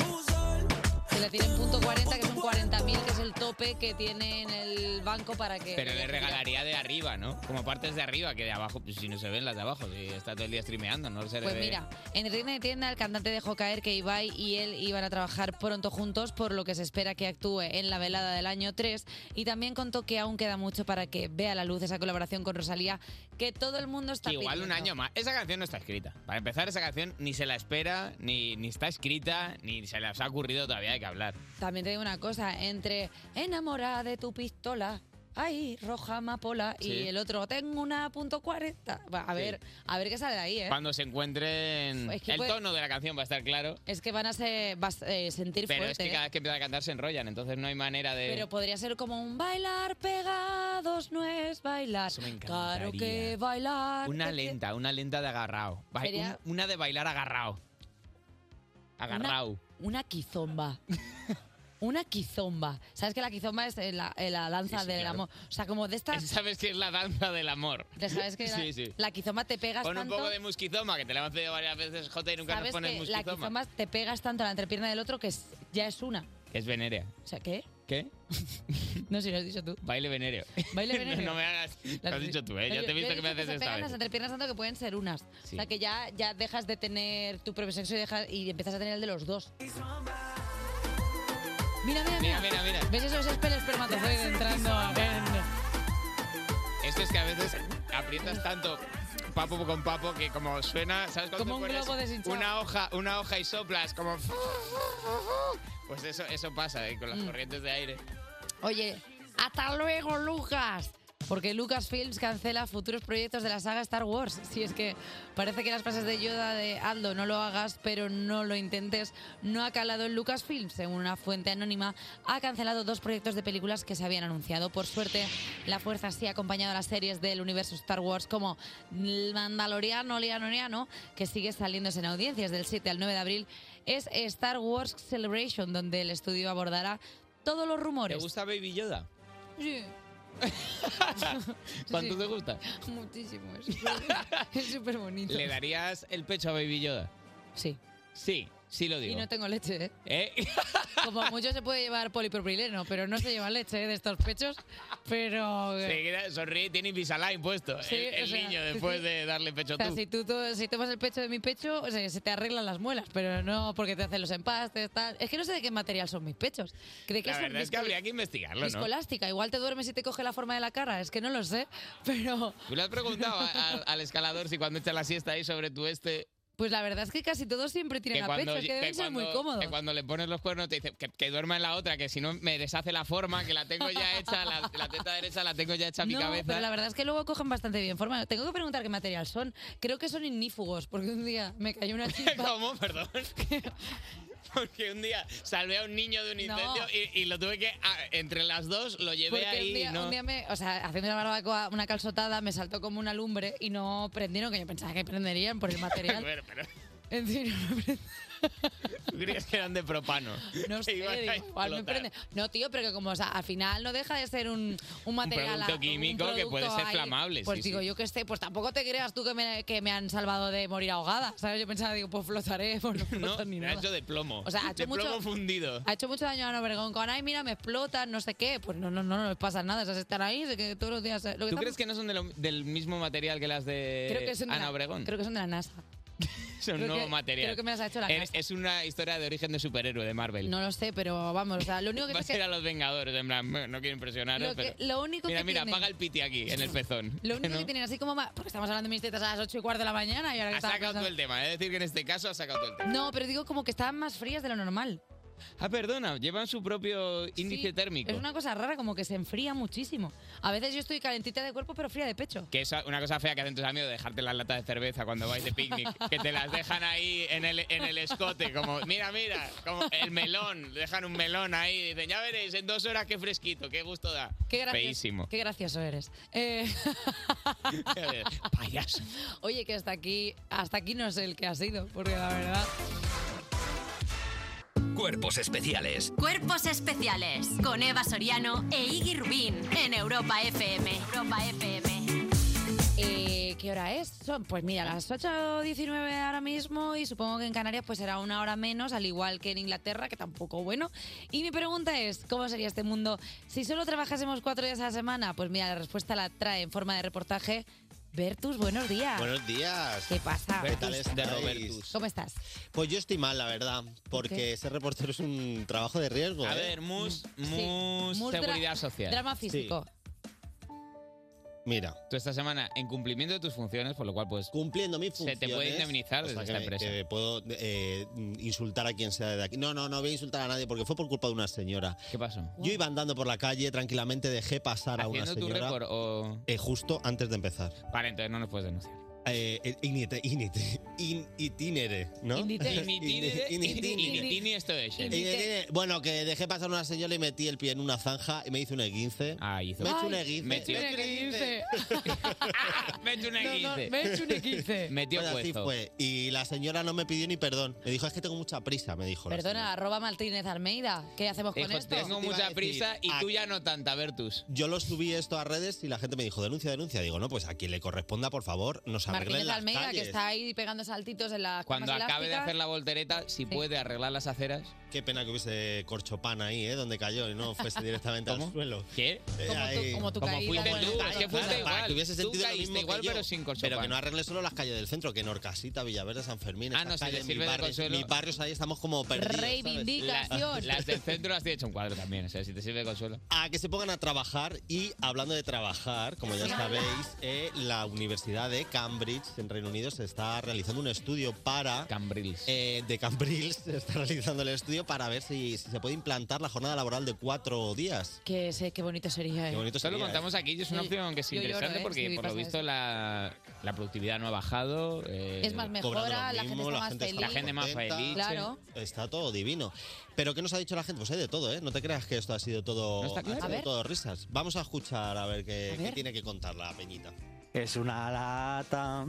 Se la tienen punto .40, que son 40.000, que es el tope que tiene en el banco para que... Pero le regalaría de arriba, ¿no? Como partes de arriba, que de abajo, pues, si no se ven las de abajo, si está todo el día streameando, no se le Pues ve. mira, en Reina de Tienda el cantante dejó caer que Ibai y él iban a trabajar pronto juntos, por lo que se espera que actúe en la velada del año 3 y también contó que aún queda mucho para que vea la luz esa colaboración con Rosalía que todo el mundo está Que igual un pidiendo. año más. Esa canción no está escrita. Para empezar, esa canción ni se la espera, ni, ni está escrita, ni se les ha ocurrido todavía de qué hablar. También te digo una cosa, entre enamorada de tu pistola, ay, roja amapola, Sí. y el otro, tengo una punto .40. Va, A Sí. ver, a ver qué sale de ahí, ¿eh? Cuando se encuentren... Es que el puede- tono de la canción va a estar claro, Es que van a ser, vas, eh, sentir pero fuerte. es que ¿eh? cada vez que empiezan a cantar se enrollan, entonces no hay manera de... Pero podría ser como un bailar pegados no es bailar. Claro que bailar. Eh, Una ah, te- lenta, una lenta de agarrao. Ba- Sería- un- una de bailar agarrao. Agarrao. Una quizomba. Una quizomba. ¿Sabes que la quizomba es eh, la, eh, la danza Sí, sí, del claro. amor? O sea, como de estas. ¿Sabes qué es la danza del amor? te ¿Sabes que la, Sí, sí. la quizomba te pegas Pon un tanto? poco de musquizoma, que te la hemos pedido varias veces, J, y nunca nos ¿Sabes pones que la musquizoma. quizomba te pegas tanto a la entrepierna del otro que es- ya es una? Es venerea. O sea, ¿qué? ¿Qué? No sé si lo has dicho tú. Baile venéreo. Baile No, venéreo. No, me hagas. Lo has dicho tú, ¿eh? Pero Ya yo- te he yo visto que me dicho haces se esta pegan las vez. entrepiernas tanto que pueden ser unas. Sí. O sea, que ya, ya dejas de tener tu propio sexo y, dejas, y empiezas a tener el de los dos. Mira, mira, mira. Mira, mira, mira. ¿Ves esos espe- espermatozoide entrando? en- Esto es que a veces aprietas tanto papo con papo que como suena, ¿sabes cuando Como un pones globo deshinchado. una hoja, una hoja y soplas como pues eso eso pasa ¿eh? con Mm. las corrientes de aire. Oye, hasta luego, Lucas. Porque Lucasfilms cancela futuros proyectos de la saga Star Wars. Si es que parece que las frases de Yoda de Aldo, no lo hagas, pero no lo intentes, no ha calado en Lucasfilms. Según una fuente anónima, ha cancelado dos proyectos de películas que se habían anunciado. Por suerte, la fuerza sí ha acompañado a las series del universo Star Wars como El Mandaloriano, Lianoriano, que sigue saliéndose en audiencias del 7 al 9 de abril. Es Star Wars Celebration, donde el estudio abordará todos los ¿Te rumores. gusta Baby Yoda? Sí. ¿Cuánto Sí. te gusta? Muchísimo. es súper- Es súper bonito. ¿Le darías el pecho a Baby Yoda? Sí. Sí, sí lo Y digo. no tengo leche, ¿eh? ¿Eh? Como mucho se puede llevar polipropileno, pero no se lleva leche ¿eh? de estos pechos. Pero. Se eh, queda- sonríe y tiene Invisalign puesto. Sí, el el o sea, niño sí, después sí. de darle pecho o sea, tú. si tú to- si tomas el pecho de mi pecho, o sea, se te arreglan las muelas, pero no porque te hacen los empastes, tal. Es que no sé de qué material son mis pechos. ¿De qué La son verdad es que disco- habría que investigarlo, ¿no? Discolástica. Igual te duermes y te coge la forma de la cara. Es que no lo sé, pero. ¿Tú le has preguntado a- a- al escalador si cuando echa la siesta ahí sobre tu este Pues la verdad es que casi todos siempre tienen a pecho, es que deben ser muy cómodos. que cuando le pones los cuernos te dice que, que duerma en la otra, que si no me deshace la forma, que la tengo ya hecha, la, la teta derecha la tengo ya hecha a mi no, cabeza. pero la verdad es que luego cogen bastante bien forma. Tengo que preguntar qué material son. Creo que son ignífugos, porque un día me cayó una chispa. ¿Cómo? Perdón. Porque un día salvé a un niño de un No. incendio y, y lo tuve que. ah, entre las dos lo llevé Porque ahí. un día, y no. un día me, o sea, haciendo la barbacoa, una calzotada, me saltó como una lumbre y no prendieron, que yo pensaba que prenderían por el material. Bueno, pero- En fin, Creías que eran de propano. no sé, Iban a digo, igual me explotar. prende. No, tío, pero que como o sea, al final no deja de ser un, un material. producto a- químico que puede producto ser flamable, Pues sí, digo, sí. yo que sé, pues tampoco te creas tú que me, que me han salvado de morir ahogada. ¿Sabes? Yo pensaba, digo, pues flotaré, pues no No, flotas ni era nada. hecho de plomo. O sea, ha hecho de plomo mucho- fundido. Ha hecho mucho daño a Ana Obregón con, ay, mira, me explotan, no sé qué. Pues no, no, no, no les pasa nada. Esas están ahí, sé que todos los días... eh, Lo ¿Tú están- crees que no son de lo- del mismo material que las de creo que son de Ana la- Obregón? Creo que son de la NASA. es un creo nuevo que- material. creo que me las ha hecho la es, es una historia de origen de superhéroe de Marvel. No lo sé, pero vamos, o sea, lo único que Va a sé ser que... a los Vengadores, en plan, "Bueno, no quiero impresionaros, Lo que- pero... lo único mira, que mira, tienen- apaga el piti aquí, en el pezón. Lo único ¿No? que tienen así como... ma- Porque estamos hablando de mis tetas a las 8 y cuarto de la mañana y ahora que Ha estaba sacado tú pensando- el tema, es decir, que en este caso ha sacado tú el tema. No, pero digo como que estaban más frías de lo normal. Ah, perdona, llevan su propio índice Sí, térmico. Es una cosa rara, como que se enfría muchísimo. A veces yo estoy calentita de cuerpo, pero fría de pecho. Que es una cosa fea que hacen tus amigos, dejarte las latas de cerveza cuando vais de picnic. Que te las dejan ahí en el, en el escote, como, mira, mira, como el melón. Dejan un melón ahí y dicen, ya veréis, en dos horas qué fresquito, qué gusto da. Qué gracioso, Feísimo. Qué gracioso eres. Eh, Payaso. oye, que hasta aquí, hasta aquí no sé el que ha sido, porque la verdad... Cuerpos especiales Cuerpos especiales con Eva Soriano e Iggy Rubín en Europa FM. Europa FM. Eh, ¿Qué hora es? Son, pues mira, las 8.19 ahora mismo y supongo que en Canarias pues será una hora menos, al igual que en Inglaterra, que tampoco bueno. Y mi pregunta es, ¿cómo sería este mundo si solo trabajásemos cuatro días a la semana? Pues mira, la respuesta la trae en forma de reportaje Bertus, buenos días. Buenos días. Ah. ¿Qué pasa? ¿Qué tal Bertus estáis? de Robertus. ¿Cómo estás? Pues yo estoy mal, la verdad, porque ser reportero es un trabajo de riesgo. A ¿eh? ver, mus, mus, Mus, dra- seguridad social. Drama Ah, físico. Mira. Tú esta semana, en cumplimiento de tus funciones, por lo cual, pues... Cumpliendo mis Se te puede funciones, indemnizar o sea, desde que esta me- empresa. que puedo eh, insultar a quien sea de aquí. No, no, no voy a insultar a nadie porque fue por culpa de una señora. ¿Qué pasó? Yo iba andando por la calle tranquilamente, dejé pasar a una ¿Haciendo tu señora. récord o...? eh, justo antes de empezar. Vale, entonces no nos puedes denunciar. Eh, eh, inite- inite- in- itinere, ¿no? Initine- Ine- initine. Initine esto es. Eh, el- eh, Bueno, que dejé pasar una señora y metí el pie en una zanja y me hizo un esguince. Me he hecho un esguince. Me he hecho un esguince. Metió Pues así puesto. fue. Y la señora no me pidió ni perdón. Me dijo, es que tengo mucha prisa, me dijo. la Perdona, arroba Martínez Almeida. ¿Qué hacemos con Dijo, esto? tengo Tengo mucha decir, "Ah, prisa y tú ya no tanta, Bertus. Yo lo subí esto a redes y la gente me dijo, denuncia, denuncia. Digo, no, pues a quien le corresponda, por favor, nos Martínez arreglen las Almeida, calles. que está ahí pegando saltitos en las Cuando camas acabe de elásticas. hacer La voltereta, si puede arreglar las aceras. Qué pena que hubiese corchopán ahí, ¿eh? Donde cayó y no fuese directamente al suelo. ¿Qué? como tu Como caída, fuiste bueno, tú, claro, que fuiste igual. Para que hubiese Tú sentido lo caíste mismo que igual, yo. pero sin corchopán. Pero que no arregle solo las calles del centro, que Norcasita, Villaverde, San Fermín, Ah, esas no, si le calles, mis sirve de barrios- consuelo- mis barrios ahí estamos como perdidos. ¿sabes? La- las del centro las tiene hecho un cuadro también, o sea, si te sirve de consuelo. a que se pongan a trabajar y hablando de trabajar, como ya sabéis, eh, la Universidad de Cambridge en Reino Unido se está realizando un estudio para... Eh, de Cambridge se está realizando el estudio para ver si, si se puede implantar la jornada laboral de cuatro días. Que sé, qué bonito sería. ¿eh? Qué bonito Esto lo contamos aquí y es una Sí. opción que es Yo lloro, interesante ¿eh? porque Sí, por lo pasa visto eso. la, la productividad no ha bajado. eh, Es más, mejora, Cobrando lo la gente mismo, está la más gente está feliz. La gente más contenta. feliz. Claro. Está todo divino. Pero ¿qué nos ha dicho la gente? Pues hay de todo, ¿eh? No te creas que esto ha sido todo, No está claro. ha sido A ver. todo risas. Vamos a escuchar a ver qué, A qué ver. tiene que contar la peñita. Es una lata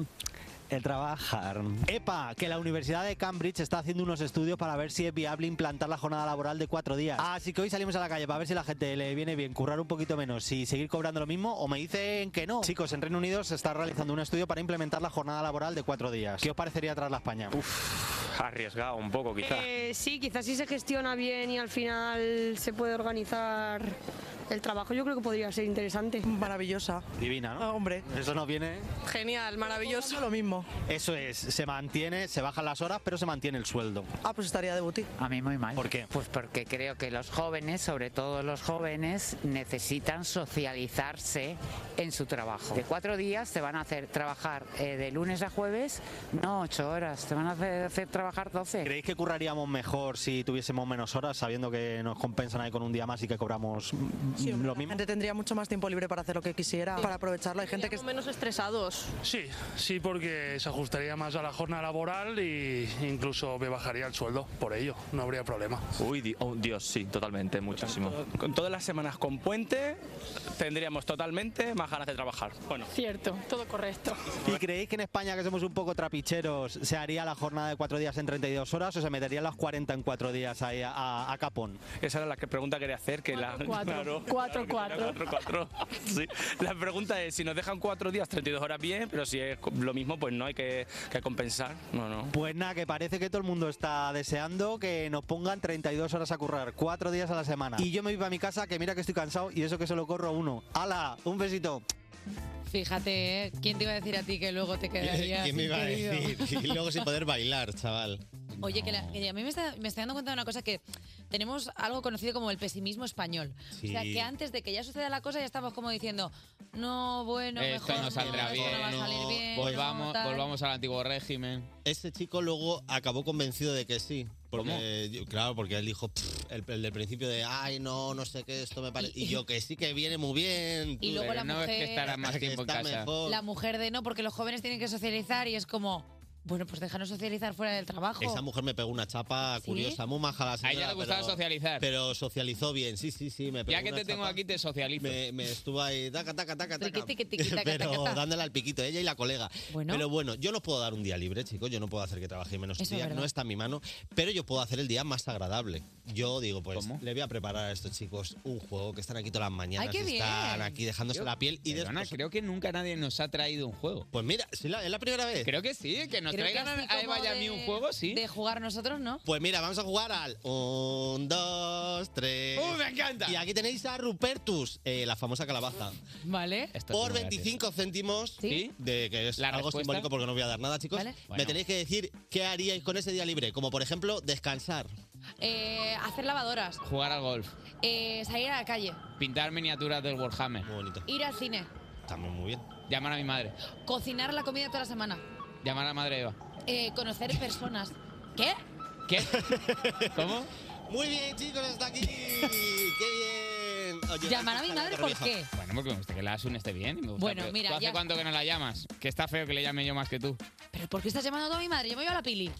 el trabajar. Epa, que la Universidad de Cambridge está haciendo unos estudios para ver si es viable implantar la jornada laboral de cuatro días. Así que hoy salimos a la calle para ver si a la gente le viene bien currar un poquito menos y seguir cobrando lo mismo o me dicen que no. Chicos, en Reino Unido se está realizando un estudio para implementar la jornada laboral de cuatro días. ¿Qué os parecería tras la España? Uf, Arriesgado un poco, quizá. Eh, sí, quizás si se gestiona bien y al final se puede organizar el trabajo, yo creo que podría ser interesante. Maravillosa. Divina, ¿no? hombre. Eso nos viene... Genial, maravilloso. Lo mismo. Eso es, se mantiene, se bajan las horas, pero se mantiene el sueldo. Ah, pues estaría de boutique. A mí muy mal. ¿Por qué? Pues porque creo que los jóvenes, sobre todo los jóvenes, necesitan socializarse en su trabajo. De cuatro días te van a hacer trabajar eh, de lunes a jueves, no ocho horas, te van a hacer, hacer trabajar doce. ¿Creéis que curraríamos mejor si tuviésemos menos horas, sabiendo que nos compensan ahí con un día más y que cobramos lo mismo. La gente tendría mucho más tiempo libre para hacer lo que quisiera, para aprovecharlo. Hay gente que... menos estresados. Sí, sí, porque se ajustaría más a la jornada laboral y incluso me bajaría el sueldo por ello, no habría problema. Uy, di- oh, Dios, sí, totalmente, muchísimo. Con todas las semanas con puente, tendríamos totalmente más ganas de trabajar. Bueno. Cierto, todo correcto. ¿Y creéis que en España, que somos un poco trapicheros, se haría la jornada de cuatro días en 32 horas o se meterían las 40 en cuatro días ahí a, a- a capón? Esa era la que- pregunta que quería hacer, que la... cuatro. Cuatro, claro, cuatro. cuatro, cuatro. Sí. La pregunta es, si nos dejan cuatro días, 32 horas bien, pero si es lo mismo, pues no hay que, que compensar. No, no. Pues nada, que parece que todo el mundo está deseando que nos pongan 32 horas a currar, cuatro días a la semana. Y yo me voy para mi casa, que mira que estoy cansado y eso que solo corro uno. ¡Hala! Un besito. Fíjate, ¿eh? ¿quién te iba a decir a ti que luego te quedarías? ¿Quién me sin iba a querido? decir? Y luego sin poder bailar, chaval. Oye, que, la- que a mí me está, me está dando cuenta de una cosa que tenemos algo conocido como el pesimismo español. O sea, Sí. que antes de que ya suceda la cosa ya estamos como diciendo, no, bueno, Esto mejor no saldrá esto bien. no va a salir no, bien, Oh, volvamos, no, tal". volvamos al antiguo régimen. Ese Este chico luego acabó convencido de que sí. Porque, yo- Claro, porque él dijo, "Pff", el, el del principio de, ay, no, no sé qué, esto me parece. Y, yo que sí que viene muy bien. Y tú- luego la mujer- que está mejor. La mujer de no, porque los jóvenes tienen que socializar y es como, bueno, pues déjanos socializar fuera del trabajo. Esa mujer me pegó una chapa curiosa, muy maja la señora. ella le gustaba socializar. Pero socializó bien, sí, sí, sí. Me pegó Ya que una te tengo chapa. aquí, te socializo. Me, me estuvo ahí, taca, taca, taca, taca. Tiqui, tiqui, taca, pero taca. dándole al piquito ella y la colega. Pero bueno, yo no puedo dar un día libre, chicos. Yo no puedo hacer que trabaje menos Eso es días. verdad. No está en mi mano. Pero yo puedo hacer el día más agradable. Yo digo, pues le voy a preparar a estos chicos un juego que están aquí todas las mañanas. Ay, qué bien. Están aquí dejándose Yo- la piel y Perdona, después. creo que nunca nadie nos ha traído un juego. Pues mira, sí, la- es la primera vez. Creo que sí, que nos Creo que traigan así a Eva como y a mí de- un juego, sí. De jugar nosotros, ¿no? Pues mira, vamos a jugar al 1, 2, 3. ¡Uy, ¡Uh, me encanta! Y aquí tenéis a Rupertus, eh, la famosa calabaza. ¿Vale? Por 25 céntimos, de que es algo respuesta? simbólico porque no voy a dar nada, chicos, Vale. me Bueno. tenéis que decir qué haríais con ese día libre. Como por ejemplo, descansar. Eh, hacer lavadoras, Jugar al golf. eh, salir a la calle, Pintar miniaturas del Warhammer. Muy bonito. ir al cine, También muy bien. Llamar a mi madre. cocinar la comida toda la semana, Llamar a madre Eva. eh, conocer personas. ¿Qué? ¿Qué? ¿Cómo? Muy bien, chicos, hasta aquí. ¡Qué bien! Oye, Llamar a mi madre, ¿por qué? Bueno, porque me gusta que la Asun esté bien. y me gusta, Bueno, pero mira, ¿tú hace ya- cuánto que no la llamas? Que está feo que le llame yo más que tú. ¿Pero por qué estás llamando tú a mi madre? Yo me voy a la pili.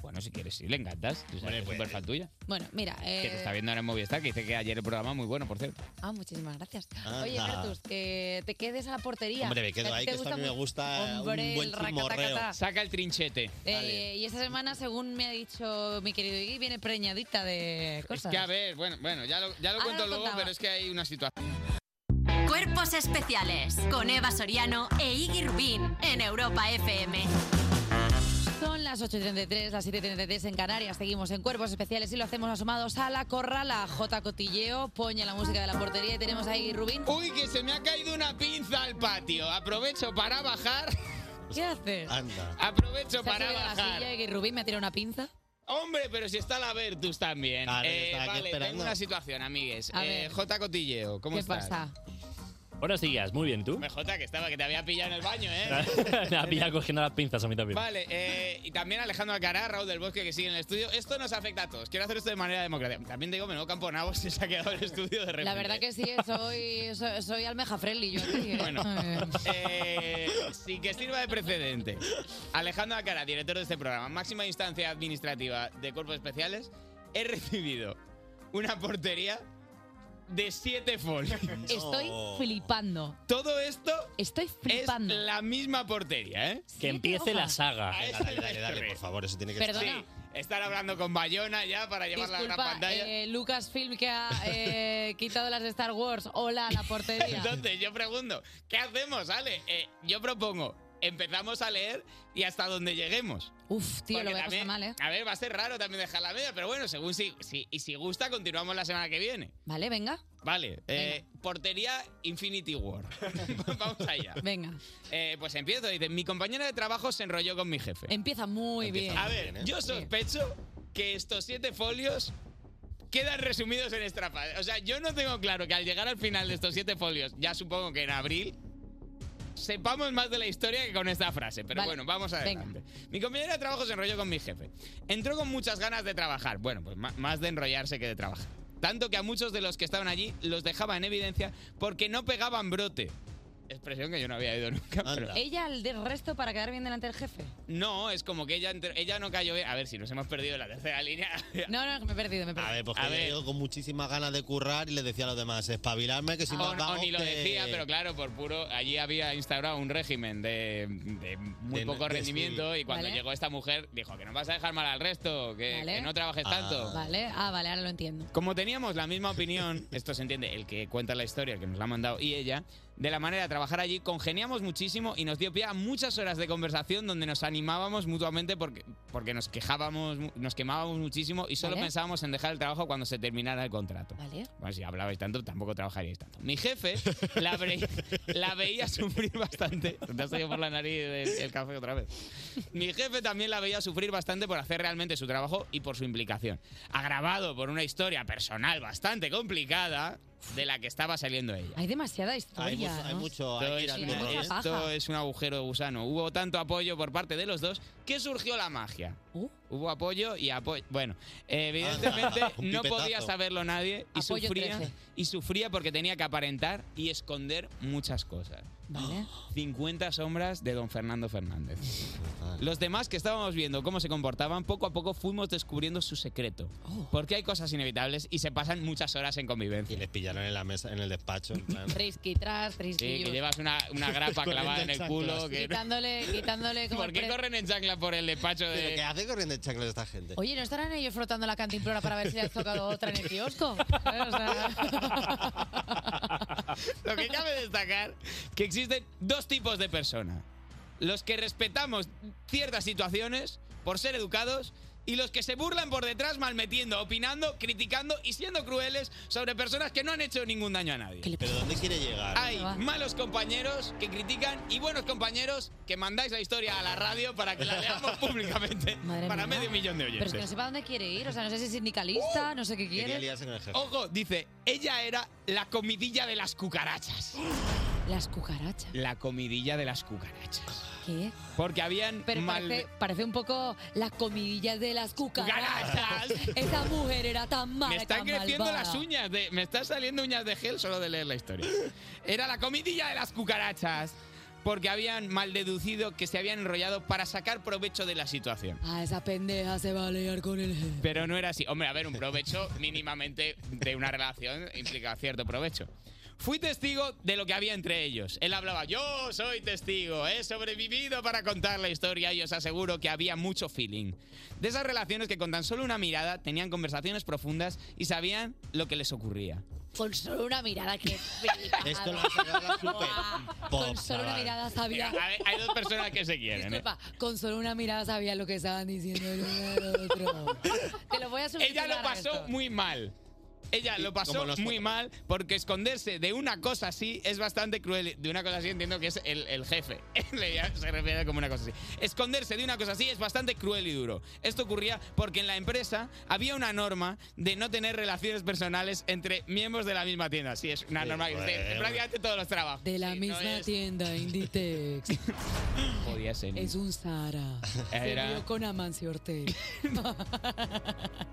Bueno, si quieres, sí, le encantas. Tú sabes que es pues, súper fan tuya. Bueno, mira. Que te Eh... está viendo ahora en Movistar, que dice que ayer el programa muy bueno, por cierto. Ah, muchísimas gracias. Anda. Oye, Bertus, que te quedes a la portería. Hombre, me quedo ¿A ti ahí, te que esto a mí me mu- gusta, eh, Hombre, un buen el racatacatá. Saca el trinchete. Eh, y esta semana, según me ha dicho mi querido Iggy, viene preñadita de cosas. Es que a ver, bueno, bueno, ya lo, ya lo Ahora cuento lo luego, contaba. pero es que hay una situación. Cuerpos especiales con Eva Soriano e Iggy Rubín en Europa FM. Son las 8.33, las 7.33 en Canarias. Seguimos en Cuerpos Especiales y lo hacemos asomados a la corrala. J. Cotilleo, poña la música de la portería y tenemos ahí Rubín. Uy, que se me ha caído una pinza al patio. Aprovecho para bajar. ¿Qué haces? Anda. Aprovecho Se ha para subido a la bajar. silla y Rubín me ha tirado una pinza. Hombre, pero si está la Vertus también. Claro, yo Eh, estaba aquí vale, tengo esperando. una situación, amigues. A Eh, ver. J. Cotilleo, ¿cómo ¿Qué estás? pasa? Buenos días, muy bien, ¿tú? Hombre, J, que estaba, que te había pillado en el baño, ¿eh? Me ha pillado cogiendo las pinzas a mí también. Vale, eh, y también Alejandro Alcaraz, Raúl del Bosque, que sigue en el estudio. Esto nos afecta a todos. Quiero hacer esto de manera democrática. También digo, menudo campo nabo si se ha quedado el estudio de repente. La verdad que sí, soy, soy, soy almeja friendly yo aquí. ¿eh? Bueno, eh, sin que sirva de precedente. Alejandro Alcaraz, director de este programa, máxima instancia administrativa de cuerpos especiales, he recibido una portería de siete folios. Estoy flipando. Todo esto Estoy flipando. es la misma portería, ¿eh? Que empiece la saga. A eso Dale, dale, dale, por favor, eso tiene que Perdona. estar. Sí, estar hablando con Bayona ya para llevarla a la gran Disculpa, pantalla. eh, Lucasfilm que ha eh, quitado las de Star Wars. Hola, la portería. Entonces yo pregunto, ¿qué hacemos, Ale? Eh, yo propongo, empezamos a leer y hasta donde lleguemos. Uf, tío, lo voy a pasar mal, ¿eh? A ver, va a ser raro también dejar la media, pero bueno, según si, si- y si gusta, continuamos la semana que viene. Vale, venga, Vale, eh, portería Infinity War. Vamos allá. venga. Eh, pues empiezo, dice, mi compañera de trabajo se enrolló con mi jefe. Empieza muy bien. ¿eh? A ver, yo Sí. sospecho que estos siete folios quedan resumidos en esta frase. O sea, yo no tengo claro que al llegar al final de estos siete folios, ya supongo que en abril, sepamos más de la historia que con esta frase. Pero Vale, bueno, vamos adelante. Mi compañera de trabajo se enrolló con mi jefe. Entró con muchas ganas de trabajar. Bueno, pues ma- más de enrollarse que de trabajar. Tanto que a muchos de los que estaban allí los dejaba en evidencia porque no pegaban brote. Expresión que yo no había ido nunca. pero- Ella al del resto para quedar bien delante del jefe. No, es como que ella, entre- ella no cayó bien. A ver, si nos hemos perdido la tercera línea. No, no, me he perdido, me he perdido. A ver, pues que yo he ido con muchísimas ganas de currar y le decía a los demás, espabilarme que si O, no o vamos ni lo que- decía, pero claro, por puro. Allí había instaurado un régimen de, de muy De- poco de- rendimiento sí. y cuando Vale. llegó esta mujer dijo que no vas a dejar mal al resto, que, Vale. Eh, que no trabajes tanto. Vale, ah, vale, ahora lo entiendo. Como teníamos la misma opinión, esto se entiende, el que cuenta la historia, el que nos la ha mandado y ella, de la manera de trabajar allí, congeniamos muchísimo y nos dio pie a muchas horas de conversación donde nos animábamos mutuamente porque, porque nos quejábamos, mu- nos quemábamos muchísimo y solo Vale. pensábamos en dejar el trabajo cuando se terminara el contrato. Vale. Bueno, Pues, si hablabais tanto, tampoco trabajaríais tanto. Mi jefe la, ve- la veía sufrir bastante. Te has salido por la nariz el, el café otra vez. Mi jefe también la veía sufrir bastante por hacer realmente su trabajo y por su implicación. Agravado por una historia personal bastante complicada de la que estaba saliendo ella. Hay demasiada historia. mucho- hay ¿no? mucho, hay que ir Sí, al mucha meollo. Esto paja. es un agujero de gusano. Hubo tanto apoyo por parte de los dos que surgió la magia. Uh. Hubo apoyo y apoyo. Bueno, evidentemente Anda, un no pipetazo. podía saberlo nadie y Apoyo sufría 13. y sufría porque tenía que aparentar y esconder muchas cosas. Vale. 50 sombras de don Fernando Fernández. Los demás que estábamos viendo cómo se comportaban, poco a poco fuimos descubriendo su secreto. Oh. Porque hay cosas inevitables y se pasan muchas horas en convivencia. Y les pillaron en la mesa, en el despacho. Frisky tras, frisky Sí, que yus. llevas una, una grapa Corriendo clavada en en el chanclas. culo. Que... Quitándole, quitándole como ¿Por el qué pre- corren en chanclas por el despacho de.? ¿Pero qué hace corriendo en chanclas esta gente? Oye, ¿no estarán ellos frotando la cantimplora para ver si le has tocado otra en el kiosco? O sea, Lo que cabe destacar que existen dos tipos de personas. Los que respetamos ciertas situaciones por ser educados y los que se burlan por detrás malmetiendo, opinando, criticando y siendo crueles sobre personas que no han hecho ningún daño a nadie. ¿Pero dónde quiere llegar? Hay malos compañeros que critican y buenos compañeros que mandáis la historia a la radio para que la leamos públicamente para mía. medio millón de Pero oyentes. es que no sé para dónde quiere ir. O sea, no sé si es ¡Uh! sindicalista, no sé qué quiere. Oh, Ojo, dice, ella era la comidilla de las cucarachas. Las cucarachas. La comidilla de las cucarachas. ¿Qué? Porque habían Pero mal- parece, parece un poco las comidillas de las cucarachas. Cucarachas. Esa mujer era tan mala. Me están tan creciendo malvada. las uñas, de- me están saliendo uñas de gel solo de leer la historia. Era la comidilla de las cucarachas. Porque habían mal deducido que se habían enrollado para sacar provecho de la situación. A Ah, esa pendeja se va a liar con el jefe. Pero no era así. Hombre, a ver, un provecho mínimamente de una relación implica cierto provecho. Fui testigo de lo que había entre ellos. Él hablaba, yo soy testigo, he sobrevivido para contar la historia y os aseguro que había mucho feeling. De esas relaciones que con tan solo una mirada tenían conversaciones profundas y sabían lo que les ocurría. Con solo una mirada que flipa. Esto lo va ha sacado la super. Con Pop, solo una chaval. mirada sabía. Mira, hay, hay dos personas que se quieren. ¿eh? Disculpa, con solo una mirada sabía lo que estaban diciendo el uno del otro. Te lo voy a Ella solucionar lo pasó esto. muy mal. Ella lo pasó como nosotros. muy mal porque esconderse de una cosa así es bastante cruel. De una cosa así entiendo que es el, el jefe. Le- ya Se refiere como una cosa así. Esconderse de una cosa así es bastante cruel y duro. Esto ocurría porque en la empresa había una norma de no tener relaciones personales entre miembros de la misma tienda. Sí, pues, es una norma que bueno. existe en prácticamente todos los trabajos. De la Sí, no misma es- tienda, Inditex. Podía ser. es un Sara. Era- Se vio con Amancio Ortega.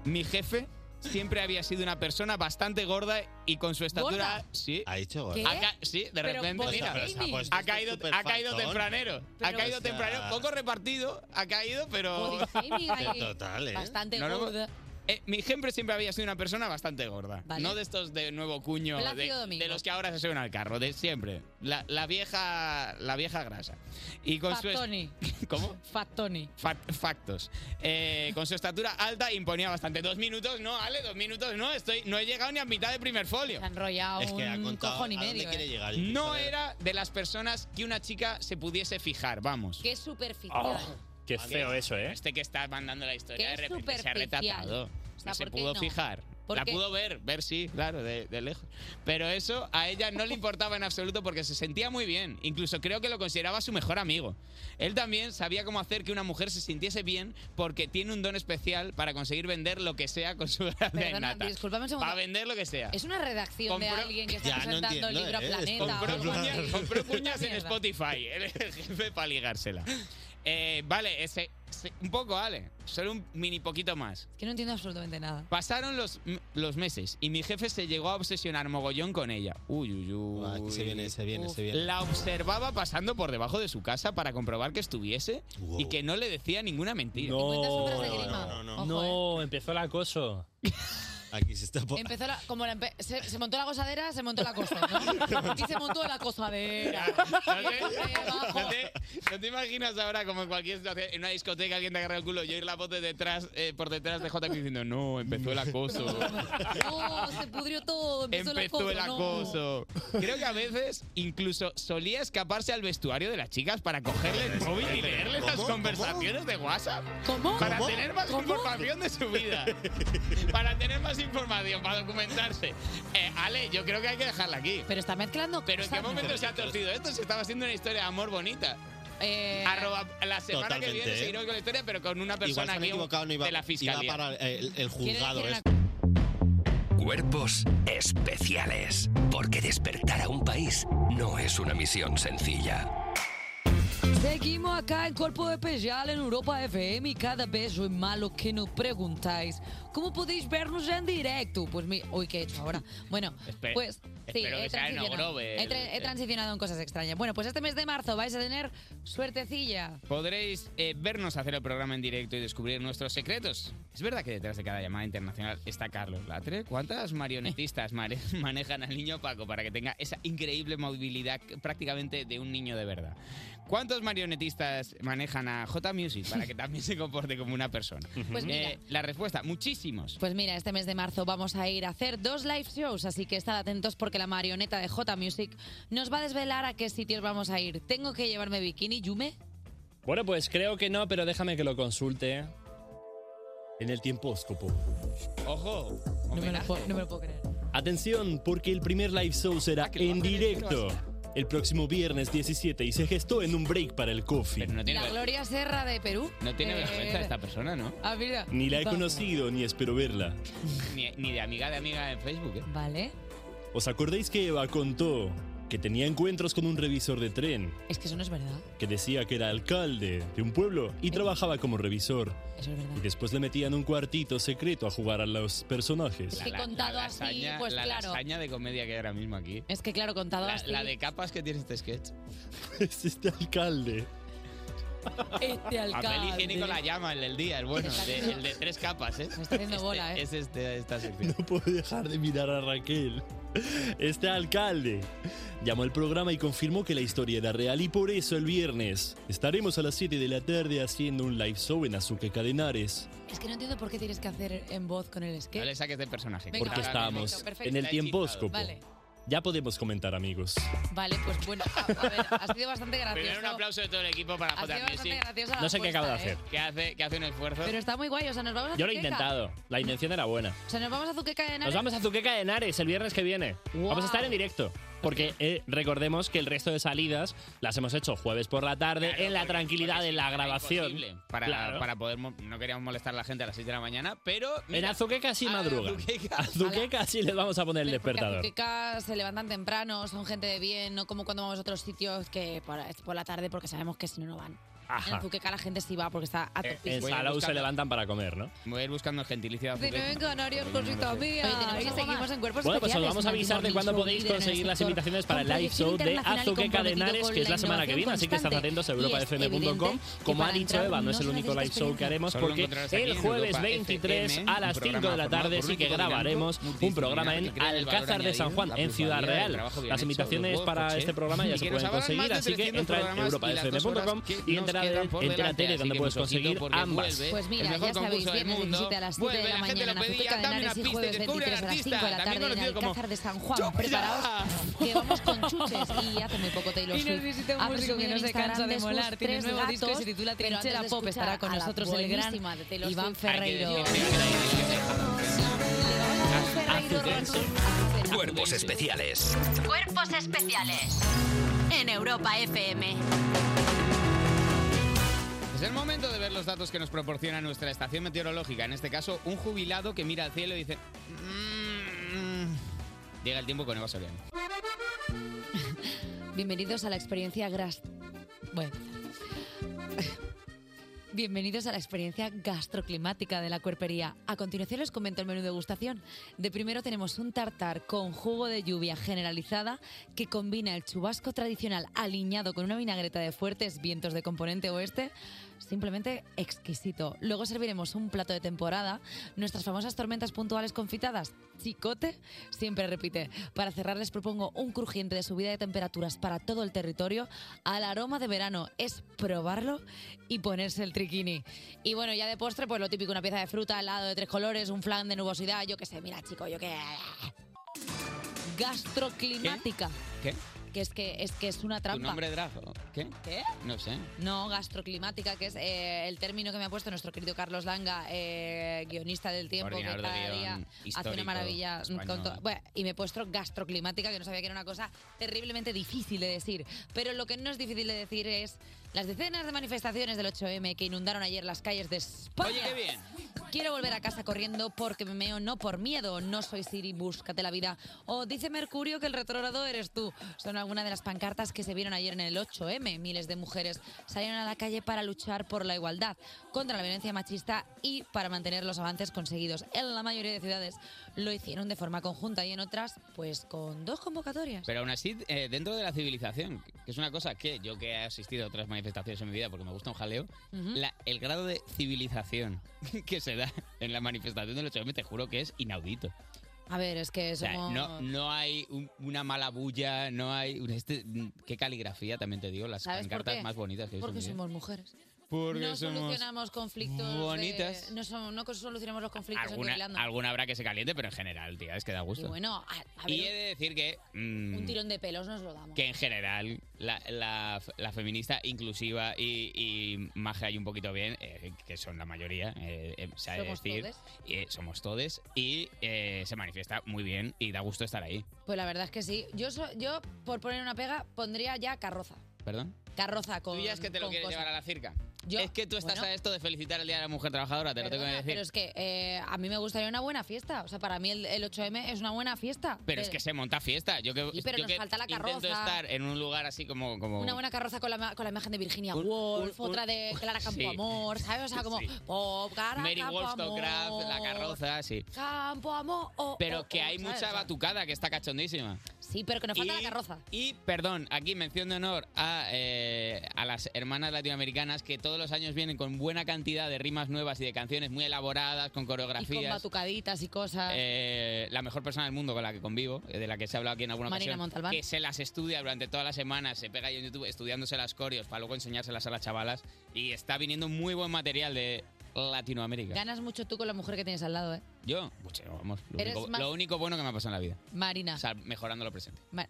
Mi jefe siempre había sido una persona bastante gorda y con su estatura. ¿Gorda? Sí. ¿Ha dicho gorda? Ha ca- sí, de Pero, repente, ¿por qué, mira, Pero se ha puesto este ha caído, súper ha caído faltón. tempranero. Ha Pero, caído o sea- temprano, poco repartido, ha caído, pero. Body shaming ahí. Pero total, ¿eh? Bastante lo- gorda. Eh, mi jefe siempre había sido una persona bastante gorda. Vale. No de estos de nuevo cuño, de, Plácido Domingo. de los que ahora se suben al carro, de siempre. La, la vieja la vieja grasa. Y con su est- Fatoni. ¿Cómo? Fatoni. Fac- factos. Eh, con su estatura alta imponía bastante. Dos minutos, no, Ale, dos minutos, no. Estoy, no he llegado ni a mitad de primer folio. Se ha enrollado Es que ha un contado cojón y a dónde medio. quiere ¿eh? llegar. Yo quiero No saber. era de las personas que una chica se pudiese fijar, vamos. Qué superficial. Oh. Qué feo eso, ¿eh? Este que está mandando la historia Qué de repente se ha superficial. retratado. O sea, no se ¿por qué pudo no? fijar. ¿Por La qué? pudo ver, ver sí, claro, de, de lejos. Pero eso a ella no le importaba en absoluto porque se sentía muy bien. Incluso creo que lo consideraba su mejor amigo. Él también sabía cómo hacer que una mujer se sintiese bien porque tiene un don especial para conseguir vender lo que sea con su gracia Perdona, innata. discúlpame un segundo. Para vender lo que sea. Es una redacción de Compró- alguien que está presentando el eh, ¿eh? libro a Planeta. o Compró algo así. cuñas, compró cuñas en Spotify. Él es el jefe para ligársela. Eh, vale, ese, se- un poco, Ale. Solo un mini poquito más. Que no entiendo absolutamente nada. Pasaron los, m- los meses y mi jefe se llegó a obsesionar mogollón con ella. Uy, uy, uy. Ah, aquí se viene, se viene, se viene. La observaba pasando por debajo de su casa para comprobar que estuviese y que no le decía ninguna mentira. no, no, eh. No, empezó el acoso. Aquí se está Empezó la, como la empe- se, se montó la gozadera, se montó la cosa. ¿no? Aquí se montó la gozadera. Eh, ¿No te, no te imaginas ahora como en cualquier situación, en una discoteca alguien te agarra el culo y yo ir la voz de detrás, eh, por detrás de J diciendo, no, empezó el acoso. No, se pudrió todo. Empezó, la Empezó el cosa, no. acoso. Creo que a veces incluso solía escaparse al vestuario de las chicas para cogerle el móvil y leerle las ¿Cómo? conversaciones de WhatsApp. ¿Cómo? Para ¿Cómo? tener más ¿Cómo? información de su vida. para tener más información, para documentarse. Eh, Ale, yo creo que hay que dejarla aquí. Pero está mezclando ¿Pero en qué cosas, ¿no? momento se ha torcido esto? Se estaba haciendo una historia de amor bonita. Eh, Arroba, la semana Totalmente, que viene ¿eh? seguiremos con la historia, pero con una Igual se persona han aquí equivocado, no iba, de la iba fiscalía. para el, el juzgado. Quiere este. decir Cuerpos especiales. Porque despertar a un país no es una misión sencilla. Seguimos acá en Corpo Especial en Europa FM y cada vez es malo que nos preguntáis ¿Cómo podéis vernos en directo? Pues mi... Uy, ¿qué he hecho ahora? Bueno, Espe- pues... Sí, espero he que sea en eh, transicionado. Ogrove, He, tra- el- he transicionado en cosas extrañas. Bueno, pues este mes de marzo vais a tener suertecilla. Podréis eh, vernos hacer el programa en directo y descubrir nuestros secretos. Es verdad que detrás de cada llamada internacional está Carlos Latre. ¿Cuántas marionetistas mare- manejan al niño Paco para que tenga esa increíble movilidad que- prácticamente de un niño de verdad? ¿Cuántos marionetistas manejan a J Music para que también se comporte como una persona? Eh, Pues mira. la respuesta, muchísimos. Pues mira, este mes de marzo vamos a ir a hacer dos live shows, así que estad atentos porque la marioneta de J Music nos va a desvelar a qué sitios vamos a ir. ¿Tengo que llevarme bikini, Yume? Bueno, pues creo que no, pero déjame que lo consulte. En el tiempo horóscopo. Ojo. No me, lo puedo, no me lo puedo creer. Atención, porque el primer live show Ah, será en directo el próximo viernes 17 y se gestó en un break para el coffee. La Gloria Serra de Perú. No tiene Eh, vergüenza esta persona, ¿no? Ah, mira. Ni la he Va. conocido ni espero verla. Ni, ni de amiga de amiga en Facebook, ¿eh? Vale. ¿Os acordáis que Eva contó que tenía encuentros con un revisor de tren Es que eso no es verdad. que decía que era alcalde de un pueblo y trabajaba como revisor? Eso es verdad. Y después le metían un cuartito secreto a jugar a los personajes. Es que contado así, lasaña- pues la claro. lasaña de comedia que hay ahora mismo aquí. Es que claro, contado La, así. la de capas que tiene este sketch. Es este alcalde. Este alcalde. Papel higiénico la llama, el del día, el bueno, el de, haciendo- el de tres capas, ¿eh? está haciendo Este- bola, ¿eh? Es este, esta sección. No puedo dejar de mirar a Raquel. Este alcalde llamó al programa y confirmó que la historia era real y por eso el viernes estaremos a las 7 de la tarde haciendo un live show en Azuque Cadenares. Es que no entiendo por qué tienes que hacer en voz con el sketch. No le saques de personaje. Venga, Porque vale, estábamos perfecto, perfecto. en el Está tiempóscopo. Vale, Ya podemos comentar, amigos. vale, pues bueno. A, a ver, ha sido bastante Primero un gracioso. aplauso de todo el equipo para Ha sido J bastante Music. graciosa la No sé qué acabo de apuesta, ¿eh? Que hace, que hace un esfuerzo. Pero está muy guay, o sea, nos vamos a Yo lo he Zuqueca. intentado. La intención era buena. O sea, nos vamos a Zuqueca de Henares. Nos vamos a Zuqueca de Henares el viernes que viene. Vamos a estar en directo. Porque eh, recordemos que el resto de salidas las hemos hecho jueves por la tarde en la tranquilidad de la grabación. Imposible Para, Claro. para poder. mo- No queríamos molestar a la gente a las 6 de la mañana, pero. En mira, Azuqueca sí a la madruga. Azuqueca. Azuqueca sí les vamos a poner el Porque a despertador. Zuqueca se levantan temprano, son gente de bien, no como cuando vamos a otros sitios que por, es por la tarde porque sabemos que si no, no van. Ajá. Eh, En Zuqueca la gente sí va porque está Eh, a topísimo. En Salau se levantan para comer, ¿no? Voy a ir buscando el gentilicio de De Azuqueca. nuevo en Canarias, cosita mía. Oye, tenemos Y algo seguimos en cuerpos Bueno, pues os especiales, vamos a avisar de Maldito cuándo Show podéis líder en el conseguir las sector invitaciones para el con live show de proyección internacional Azuque y Cadenares, comprometido que es la con semana que viene, así que estad innovación atentos a constante. Y es europafm.com. evidente que Como ha para dicho entrar Eva, no no es el se único necesita live show que experiencia. haremos Solo porque encontrarás aquí el en jueves Europa 23 FM, a las un 5 de programa la tarde formado por un sí que equipo dinámico, grabaremos un multidisciplinar programa que en crea el valor Alcázar de añadido, San Juan, la en Ciudad puntualidad, el Real. trabajo Las bien invitaciones hecho, los para huevos, este programa y ya se que nos pueden abran conseguir, más de así que 300 entra en programas y las dos europafm.com horas que y nos entra quedan por entera delante, tele así donde que puedes mucho ojito conseguir porque ambas. vuelve. Pues El mira, mejor ya sabéis, concurso del viernes mundo. 17 a las 7 Vuelve, de la, la gente mañana en lo pedía, Azuqueca de dame una Henares y pista y jueves descubre al 23 a las 5 de la artista, también tarde en conocido como Alcázar de San Chupa. Juan. Preparaos, que vamos con chuches. Y hace muy poco Taylor Y nos Swift visita un ha este músico que presumido no en se Instagram cansa de sus molar. Tiene tres nuevo disco que se gatos, titula pero antes Trinchera de Pop. escuchar Estará con a la nosotros el gran buenísima de Taylor Iván Swift. Ferreiro. Hay que decir- Cuerpos especiales. Cuerpos especiales en Europa FM. Es el momento de ver los datos que nos proporciona nuestra estación meteorológica. En este caso, un jubilado que mira al cielo y dice. "Mm". Llega el tiempo con Eva Soriano. Bienvenidos a la experiencia Gras. Bueno. Bienvenidos a la experiencia gastroclimática de la cuerpería. A continuación les comento el menú degustación. De primero tenemos un tartar con jugo de lluvia generalizada que combina el chubasco tradicional aliñado con una vinagreta de fuertes vientos de componente oeste. Simplemente exquisito. Luego serviremos un plato de temporada, nuestras famosas tormentas puntuales confitadas, chicote, siempre repite. Para cerrar les propongo un crujiente de subida de temperaturas para todo el territorio al aroma de verano. Es probarlo y ponerse el triquini. Y bueno, ya de postre, pues lo típico, una pieza de fruta, helado de tres colores, un flan de nubosidad, yo qué sé, mira chico, yo qué... Gastroclimática. ¿Qué? Que es que es que es una ¿Tu trampa. nombre drag? ¿Qué? ¿Qué? No sé. No, gastroclimática, que es eh, el término que me ha puesto nuestro querido Carlos Langa, eh, guionista del tiempo, que Coordinador de guión cada día hace una histórico maravilla. español. con to- Bueno, y me he puesto gastroclimática, que no sabía que era una cosa terriblemente difícil de decir. Pero lo que no es difícil de decir es las decenas de manifestaciones del 8M que inundaron ayer las calles de España. Oye, qué bien. Quiero volver a casa corriendo porque me meo, no por miedo. No soy Siri, búscate la vida. O dice Mercurio que el retrógrado eres tú. Son algunas de las pancartas que se vieron ayer en el 8M. Miles de mujeres salieron a la calle para luchar por la igualdad, contra la violencia machista y para mantener los avances conseguidos. En la mayoría de ciudades lo hicieron de forma conjunta y en otras, pues con dos convocatorias. Pero aún así, eh, dentro de la civilización, que es una cosa que yo que he asistido a otras manifestaciones en mi vida porque me gusta un jaleo, Ujú. la- el grado de civilización que se da en la manifestación del 8M, te juro que es inaudito. A ver, es que O sea, somos... no, no hay un- una mala bulla, no hay... un- Este, qué caligrafía, también te digo, las ¿Sabes por pancartas qué? más bonitas que he visto Porque en mi vida. somos mujeres. Porque no somos... solucionamos conflictos. de- bonitas. no, somos- no solucionamos los conflictos Alguna, encurilando. alguna habrá que se caliente, pero en general, tía, es que da Y gusto. bueno, a, a Y he ver, de decir que... mm, un tirón de pelos nos lo damos. que en general la, la- la feminista inclusiva y, y maja y un poquito bien, eh, que son la mayoría, eh, eh, se ha de Somos decir, todes. eh, somos todes y eh, se manifiesta muy bien y da gusto estar ahí. Pues la verdad es que sí. Yo, so- yo por poner una pega, pondría ya carroza. ¿Perdón? Carroza con. Tú ya es que te lo con quieres cosas. llevar a la circa. Yo- es que tú estás bueno. a esto de felicitar el Día de la Mujer Trabajadora, te lo tengo que Perdona, decir. Pero es que eh, a mí me gustaría una buena fiesta. O sea, para mí el, el 8M es una buena fiesta. Eh, Pero De- es que se monta fiesta. Yo que, Sí, pero yo nos que falta la intento carroza. estar en un lugar así como... como Una buena carroza con la, ma- con la imagen de Virginia Un- Woolf, un- un- otra de Clara Sí. Campoamor, ¿sabes? O sea, como. Sí. Pop, cara, Mary Campoamor, Wollstonecraft, la carroza, sí. Campoamor, oh, Pero oh, que oh, hay ¿sabes? mucha O sea, batucada que está cachondísima. Sí, pero que nos falta Y- la carroza. Y, perdón, aquí mención de honor a, eh, a las hermanas latinoamericanas que todos los años vienen con buena cantidad de rimas nuevas y de canciones muy elaboradas, con Y con coreografías. batucaditas y cosas. Eh, la mejor persona del mundo con la que convivo, eh, de la que se ha hablado aquí en alguna Marina ocasión, Montalbán. que se las estudia durante todas las semanas, se pega ahí en YouTube estudiándose las coreos para luego enseñárselas a las chavalas y está viniendo muy buen material de Latinoamérica. Ganas mucho tú con la mujer que tienes al lado, ¿eh? Yo, pucha, vamos, lo Eres único, más- lo único bueno que me ha pasado en la vida, Marina. o sea, mejorando lo presente. Ma-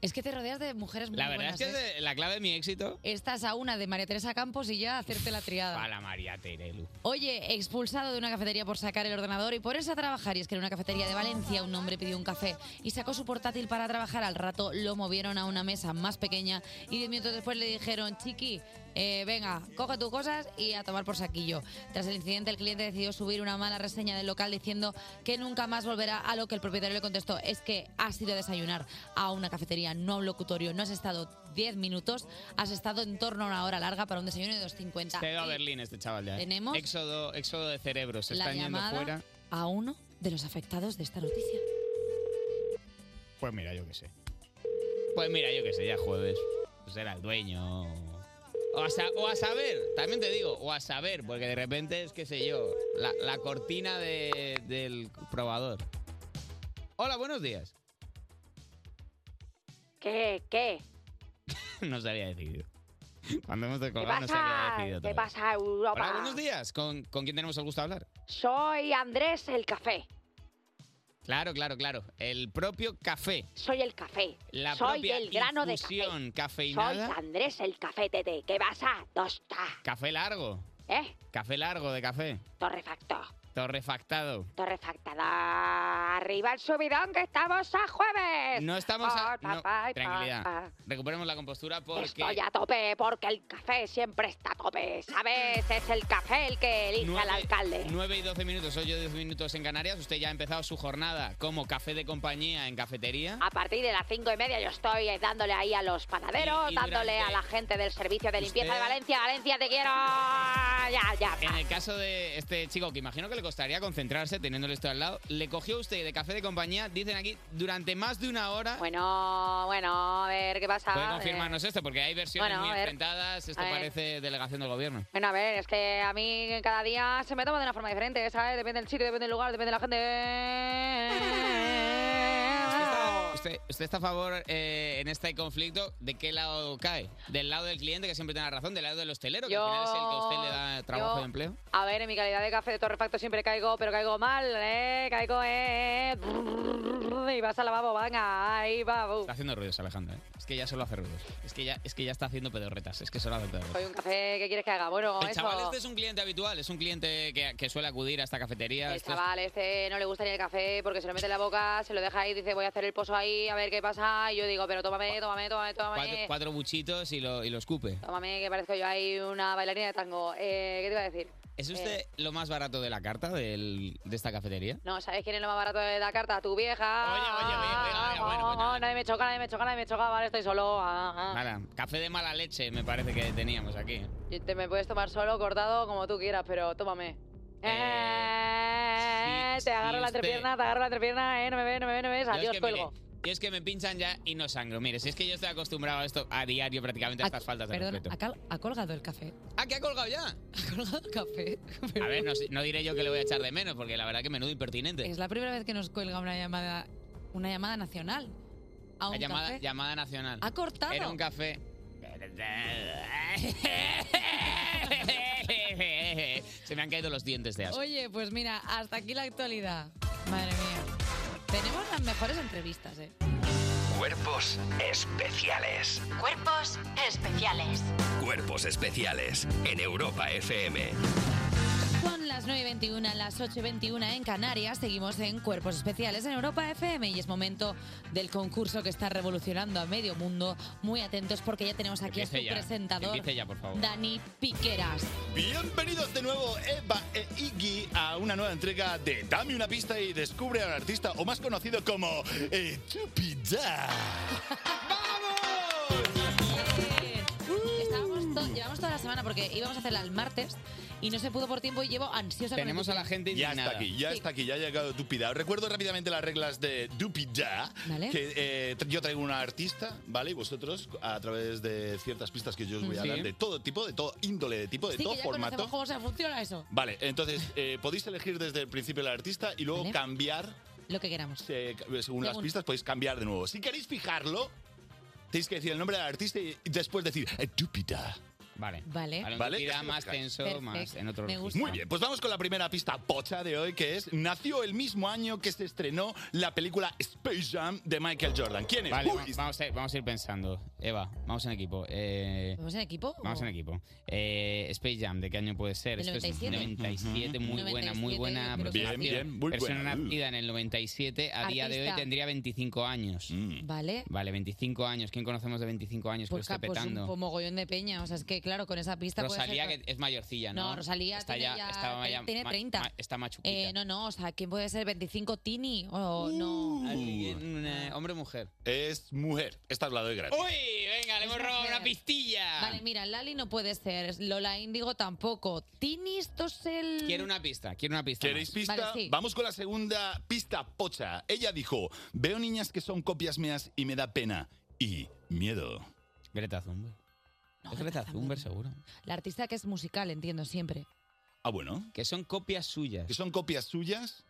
es que te rodeas de mujeres muy La verdad buenas. es que ¿eh? es de- la clave de mi éxito Estás a una de María Teresa Campos y ya hacerte la triada. a la María Terelu. Oye, expulsado de una cafetería por sacar el ordenador y ponerse a trabajar. Y es que en una cafetería de Valencia un hombre pidió un café y sacó su portátil para trabajar. Al rato lo movieron a una mesa más pequeña y diez minutos después le dijeron, chiqui, eh, venga, coge tus cosas y a tomar por saquillo. Tras el incidente, el cliente decidió subir una mala reseña del local diciendo que nunca más volverá a lo que el propietario le contestó. Es que has ido a desayunar a una cafetería, no a un locutorio. No has estado 10 minutos, has estado en torno a una hora larga para un desayuno de 2.50. Se va a Y- Berlín este chaval ya. ¿eh? tenemos Éxodo, éxodo de cerebros. Se la están yendo llamada fuera. a uno de los afectados de esta noticia. Pues mira, yo qué sé. Pues mira, yo qué sé, ya jueves. Pues era el dueño. O a, sa- o a saber, también te digo, o a saber, porque de repente es, qué sé yo, la, la cortina de- del probador. Hola, buenos días. ¿Qué? ¿Qué? No se había decidido. Cuando hemos ¿Qué descolgado no se había pasa? decidido ¿Qué todavía. pasa, Europa? Hola, buenos días. ¿Con, ¿Con quién tenemos el gusto de hablar? Soy Andrés el Café. Claro, claro, claro. El propio café. Soy el café. La Soy propia el grano de café. infusión Soy cafeinada. Andrés el Café Tete. ¿Qué pasa? Dos, Café largo. ¿eh? Café largo de café. Torrefacto. Torrefactado. Torrefactada. Arriba el subidón que estamos a jueves. No estamos a- Por no, papá y tranquilidad. papá. Recuperemos la compostura porque Estoy a tope porque el café siempre está a tope. ¿Sabes? Es el café el que elige al Nueve- alcalde. 9 y 12 minutos, 8 y 10 minutos en Canarias. Usted ya ha empezado su jornada como café de compañía en cafetería. A partir de las cinco y media yo estoy eh, dándole ahí a los panaderos, Y- y dándole durante- a la gente del servicio de limpieza de Usted- Valencia. Valencia, te quiero. Ah, Ya, ya. En el caso de este chico, que imagino que le costaría concentrarse teniéndole esto al lado, le cogió usted de café de compañía, dicen aquí, durante más de una hora. Bueno, bueno, a ver qué pasa. Puede Eh, confirmarnos esto, porque hay versiones bueno, a muy ver. enfrentadas. Esto A ver. parece delegación del gobierno. Bueno, a ver, es que a mí cada día se me toma de una forma diferente, ¿sabes? Depende del sitio, depende del lugar, depende de la gente. ¿Usted, usted está a favor eh, en este conflicto? ¿De qué lado cae? ¿Del lado del cliente, que siempre tiene la razón? ¿Del lado del hostelero, que al final es el que a usted le da trabajo yo- de empleo? A ver, en mi calidad de café de torrefacto siempre caigo, pero caigo mal, ¿eh? Caigo, ¿eh? Y vas al lavabo, venga, ahí va. uh. bu. Está haciendo ruidos, Alejandra. ¿eh? Es que ya solo hace ruidos. Es que ya, es que ya está haciendo pedorretas. Es que solo hace Soy pedorretas. un café, ¿qué quieres que haga? Bueno, El eso... chaval este es un cliente habitual, es un cliente que, que suele acudir a esta cafetería. El Esto es- chaval este no le gusta ni el café porque se lo mete en la boca, se lo deja ahí, dice voy a hacer el pozo ahí, a ver qué pasa. Y yo digo, pero tómame, tómame, tómame, cuatro, tómame. cuatro buchitos y lo, y lo escupe. Tómame, que parezco yo ahí una bailarina de tango. Eh, ¿Qué te iba a decir? ¿Es Eh, usted lo más barato de la carta del- de esta cafetería? no, ¿sabes quién es lo más barato de la carta? Tu vieja. Oye, oye, Nadie me choca, nadie me choca, nadie me choca, vale, estoy solo. ah, ah. Nada, café de mala leche me parece que teníamos aquí. Y Te me puedes tomar solo, cortado, como tú quieras, pero tómame. Eh, te agarro si la usted- entrepierna, te agarro la entrepierna, eh, no me ve, no me ve, no me ves, Yo es adiós, que, mire, cuelgo. yo es que me pinchan ya y no sangro. Mire, si es que yo estoy acostumbrado a esto a diario prácticamente a estas faltas de Perdón, respeto. ha, cal- ha colgado el café. ¿Ah, que ha colgado ya? Ha colgado el café. A ver, no, sé- no diré yo que le voy a echar de menos, porque la verdad que menudo impertinente. Es la primera vez que nos cuelga una llamada, una llamada nacional. A un La llamada, café. llamada nacional. Ha cortado. Era un café. Se me han caído los dientes de asco. Oye, pues mira, hasta aquí la actualidad. Madre mía. Tenemos las mejores entrevistas, ¿eh? Cuerpos especiales. Cuerpos especiales. Cuerpos especiales en Europa FM. Son las 9.21, las 8.21 en Canarias. Seguimos en Cuerpos Especiales en Europa FM y es momento del concurso que está revolucionando a medio mundo. Muy atentos porque ya tenemos aquí a su Empiece ya. presentador, Empiece ya, por favor. Dani Piqueras. Bienvenidos de nuevo Eva e Iggy a una nueva entrega de Dame una pista y descubre al artista o más conocido como eh, Chupidá. Estábamos to- llevamos toda la semana porque íbamos a hacerla el martes y no se pudo por tiempo y llevo ansiosa. con el Piqueras. Ya está aquí, ya está aquí, ya ha llegado Dupida. Os Recuerdo rápidamente las reglas de Dupida. Vale. Que eh, tr- yo traigo una artista, ¿vale? Y vosotros, a través de ciertas pistas que yo os voy a Sí. dar, de todo tipo, de todo índole, de tipo, de Sí, todo que ya formato. conocemos cómo se funciona eso. Vale, entonces eh, podéis elegir desde el principio el artista y luego cambiar Lo que queramos. eh, ca- según, las pistas, podéis cambiar de nuevo. Si queréis fijarlo, tenéis que decir el nombre del artista y y después decir eh, Dupida. Vale. Vale. Vale, un pues Dupida más tenso, ¿Eh? Perfecto. más en otro Me registro. gusta. Muy bien, pues vamos con la primera pista pocha de hoy, que es nació el mismo año que se estrenó la película Space Jam de Michael Jordan. ¿Quién es? Vale, Uy, va- vamos a, ir, vamos a ir pensando. Eva, vamos en equipo. Eh, ¿Vamos en equipo? Vamos en equipo. Eh, Space Jam, ¿de qué año puede ser? Del Esto es 97. 97, muy buena, muy 97, buena. yo creo que aproximación. Bien, bien, muy Persona buena. nacida en el 97, a día de hoy Artista. tendría 25 años. Vale. Vale, 25 años. ¿Quién conocemos de 25 años que lo Pues, esté ca- pues petando? un po- mogollón de peña. O sea, es que claro, con esa pista Rosalía, puede ser... que es mayorcilla, ¿no? No, Rosalía está tiene ya, ya- estaba tre- ya tiene ma- 30. ma- está machuquita. Eh, no, no, o sea, ¿quién puede ser? ¿25 Tini? O Uh. no. Alguien, eh, hombre o mujer. uh. Es mujer. Esta os la doy gratis. ¡Uy! Venga, le hemos robado una pistilla. Vale, mira, Lali no puede ser, Lola Índigo tampoco. Tini, esto es el. Quiero una pista, quiero una pista. ¿Queréis más. pista? Vamos con la segunda pista pocha. Ella dijo, veo niñas que son copias mías y me da pena y miedo. Greta Thunberg. es Greta Thunberg, seguro. La artista que es musical, entiendo, siempre. Ah, bueno. Que son copias suyas. Que son copias suyas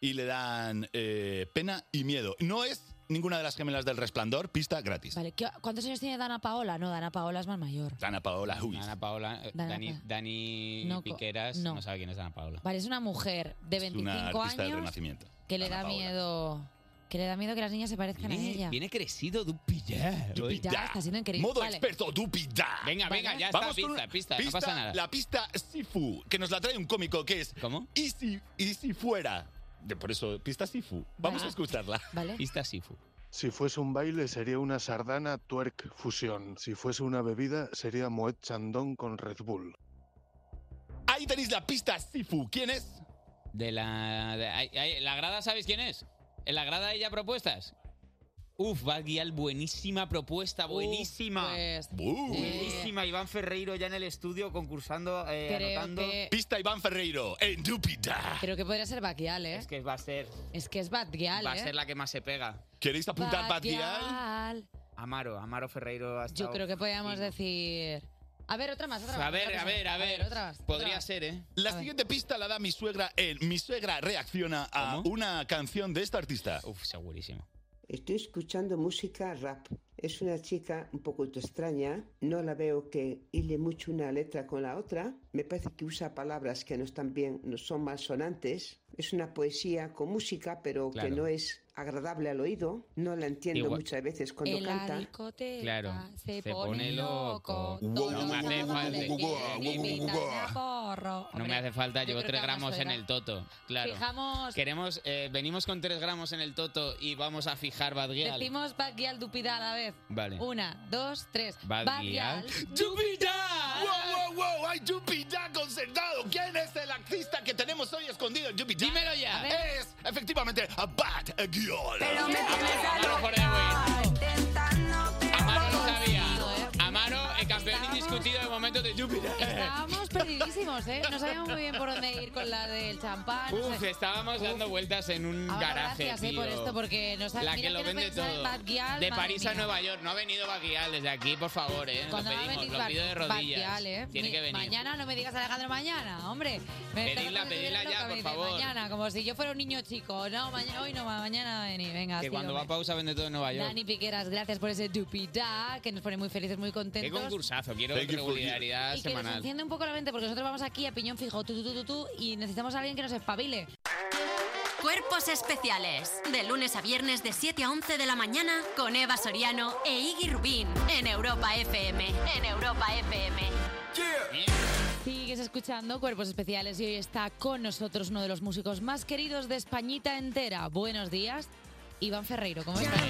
y le dan eh, pena y miedo. No es ninguna de las gemelas del resplandor, pista gratis. Vale, ¿qué- ¿cuántos años tiene Dana Paola? No, Dana Paola es más mayor. Dana Paola, uy. Dana Paola, eh, Dana Dani, Paola. Dani No, co- Piqueras, no. no. sabe quién es Dana Paola. Vale, es una mujer de una 25 artista del años Renacimiento. que le da miedo. Que le da miedo que las niñas se parezcan a ella. Viene crecido Dupillá. Ya, está siendo increíble. Modo Vale. experto, Dupida. Venga, venga, ya está, Vamos con pista, una- pista, no pasa nada. La pista Sifu, que nos la trae un cómico que es. ¿Cómo? Y si, y si fuera. De- por eso, pista Sifu. Vamos a escucharla. Ah. Vale. Pista Sifu. Si fuese un baile sería una sardana twerk fusión. Si fuese una bebida sería Moet Chandon con Red Bull. Ahí tenéis la pista Sifu. ¿Quién es? De la. de- ay, ay, ¿La grada sabéis quién es? ¿En la grada ella propuestas? Uf, va guiar buenísima propuesta, buenísima. pues, Uh. Buenísima, Iván Ferreiro ya en el estudio concursando, eh, Creo anotando. que- Pista Iván Ferreiro en Dupida. Creo que podría ser Batial, ¿eh? Es que va a ser, Es que es Batial, va a ¿eh? ser la que más se pega. ¿Queréis apuntar Batial? Batial. Amaro, Amaro Ferreiro ha Yo estado- creo que podríamos decir... A ver, otra más, otra más. A ver, otra a cosa. ver, a ver. otra más. Podría otra más. ser, ¿eh? La siguiente pista la da mi suegra en Mi suegra reacciona a una canción de esta artista. Uf, segurísimo. Estoy escuchando música rap. Es una chica un poco extraña. No la veo que hile mucho una letra con la otra. Me parece que usa palabras que no están bien, no son malsonantes. Es una poesía con música, pero que Claro. no es agradable al oído. No la entiendo Igual- muchas veces cuando En la canta. discoteca Claro, se, se pone, pone loco. loco. No me hace falta. No me hace falta, llevo creo que 3 gramos vamos, en suegra. el toto. Claro. Fijamos- Queremos, eh, venimos con 3 gramos en el toto y vamos a fijar Bad Gyal. Decimos Badgial Dupida a la vez. Vale. Una, dos, tres. Bad Badgial. Gyal. ¡Wow, wow, wow! ¡Hay Jupiter concertado! ¿Quién es el artista que tenemos hoy escondido en Jupiter? ¡Dímelo ya! Es, efectivamente, a Bad Girl. Pero me tienes a Amaro forever. Amaro lo sabía. Amaro, el campeón indiscutido de momento de Júpiter. Estábamos perdidísimos, ¿eh? No sabíamos muy bien por dónde ir con la del champán. Ah, no Uf, eh, sé. estábamos dando vueltas en un Ahora, garaje, gracias, eh, tío. por esto, porque nos ha- La mira que lo que no vende pensaba en todo. Bad Gyal, de madre París a mía. Nueva York. No ha venido Baguial desde aquí, por favor, ¿eh? Cuando lo va a pedimos, venir lo pido de Bad- Bad rodillas. Gyal, ¿eh? Tiene Mi- que venir. Mañana no me digas Alejandro mañana, hombre. Me estás Pedidla, haciendo sentir pedidla ya, loca, me por dices, favor. Mañana, como si yo fuera un niño chico. No, mañana, hoy no, ma- mañana vení, venga. Que sí, cuando va a hombre. pausa vende todo en Nueva York. Dani Piqueras, gracias por ese dupida que nos pone muy felices, muy Qué contentos. concursazo, quiero Thank you for you. regularidad y que nos semanal. enciende un poco la mente porque nosotros vamos aquí a piñón fijo, tú, tú, tú, tú, tú, y necesitamos a alguien que nos espabile. Cuerpos especiales. De lunes a viernes de 7 a 11 de la mañana con Eva Soriano e Iggy Rubín en Europa FM. En Europa FM. Sigues escuchando Cuerpos Especiales y hoy está con nosotros uno de los músicos más queridos de Españita entera. Buenos días, Iván Ferreiro, ¿cómo estás?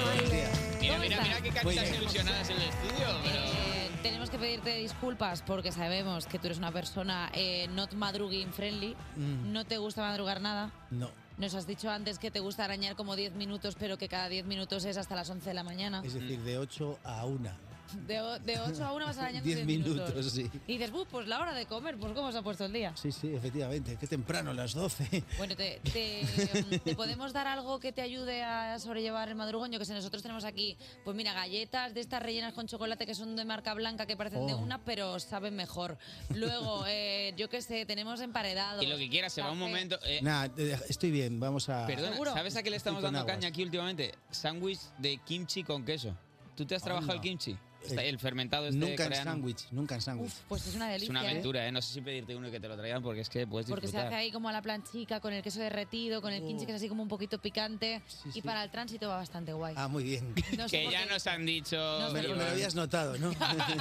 Mira, mira, mira qué caritas ilusionadas en el estudio, pero... Eh, tenemos que pedirte disculpas porque sabemos que tú eres una persona eh, not madruguing friendly, Mm. no te gusta madrugar nada. No, Nos has dicho antes que te gusta arañar como 10 minutos, pero que cada 10 minutos es hasta las 11 de la mañana. es decir, de 8 a 1. De, o- de 8 a 1 vas arañando 10 minutos, sí. Y dices, "Bu, pues la hora de comer, pues cómo se ha puesto el día. Sí, sí, efectivamente. Qué temprano, las 12. Bueno, te, te- te podemos dar algo que te ayude a sobrellevar el madrugoño, que si nosotros tenemos aquí, pues mira, galletas de estas rellenas con chocolate que son de marca blanca, que parecen de Oh. una, pero saben mejor. Luego, eh, yo qué sé, tenemos emparedados. Y lo que quieras, se va un café. momento... eh, Nada, estoy bien, vamos a. Perdona, ¿sabes a qué le estamos Estoy con dando aguas. caña aquí últimamente? Sándwich de kimchi con queso. ¿Tú te has Anda. Eh, trabajado el kimchi? Está- El fermentado este Nunca en coreano. sándwich, nunca en sándwich. Pues es una Es delicia. una ¿eh? aventura, ¿eh? No sé si pedirte uno y que te lo traigan porque es que puedes Porque se disfrutar. hace ahí como a la planchica, con el queso derretido, con el kimchi que es así como un poquito picante. Y para el tránsito va bastante guay. Ah, muy bien. No sé que por ya qué. nos han dicho... me, lo- me lo habías notado, ¿no?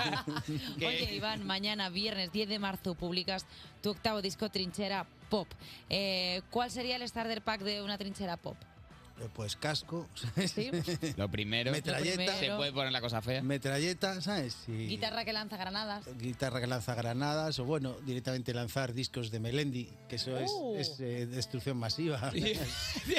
que- Oye, Iván, mañana, viernes 10 de marzo, publicas tu octavo disco Trinchera Pop. Eh, ¿Cuál sería el starter pack de una trinchera pop? Eh, Pues casco, Lo primero... Metralleta. Lo primero. Se puede poner la cosa fea. metralleta, ¿sabes? Y Guitarra que lanza granadas. guitarra que lanza granadas o, bueno, directamente lanzar discos de Melendi, que eso es- Oh. es, eh, destrucción masiva.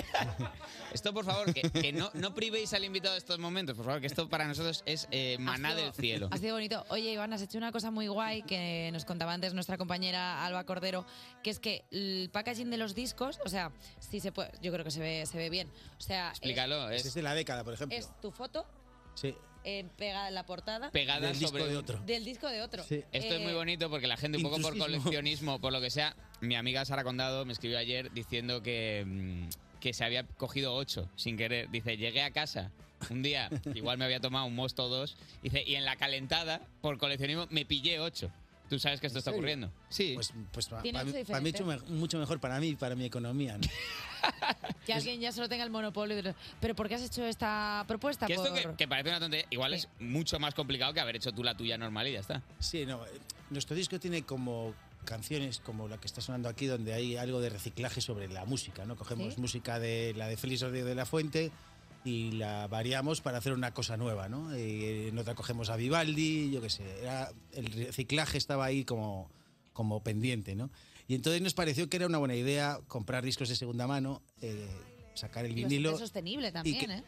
Esto, por favor, que, que no, no privéis al invitado de estos momentos, por favor, que esto para nosotros es eh, maná del cielo. Ha sido bonito. Oye, Iván, has hecho una cosa muy guay que nos contaba antes nuestra compañera Alba Cordero, que es que el packaging de los discos, o sea, sí se puede, yo creo que se ve, se ve bien. O sea, es- Es, de la década, por ejemplo. es tu foto Sí. eh, pegada en la portada. Pegada Del disco sobre de otro. Del disco de otro. Sí. Esto es Eh, muy bonito porque la gente, un poco por Intrusismo. coleccionismo, por lo que sea, mi amiga Sara Condado me escribió ayer diciendo que, mm, que se había cogido ocho sin querer. Dice, llegué a casa. Un día, igual me había tomado un mosto o dos, dice, y en la calentada, por coleccionismo, me pillé ocho. Tú sabes que esto está serio? ocurriendo. Sí. Pues, pues para, Tiene uso mí diferente. mucho, me- mucho mejor para mí y para mi economía. ¿no? Que alguien ya solo tenga el monopolio. de- Pero ¿por qué has hecho esta propuesta? Que esto Por- que, que parece una tontería, igual es mucho más complicado que haber hecho tú la tuya normal y ya está. Sí, no. eh, Nuestro disco tiene como canciones como la que está sonando aquí, donde hay algo de reciclaje sobre la música, ¿no? Cogemos Sí. música de la de Félix Rodríguez de la Fuente y la variamos para hacer una cosa nueva, ¿no? Y eh, en otra cogemos a Vivaldi, yo qué sé. Era- el reciclaje estaba ahí como, como pendiente, ¿no? Y entonces nos pareció que era una buena idea comprar discos de segunda mano, eh, sacar el y bastante vinilo. sostenible también, que- ¿eh?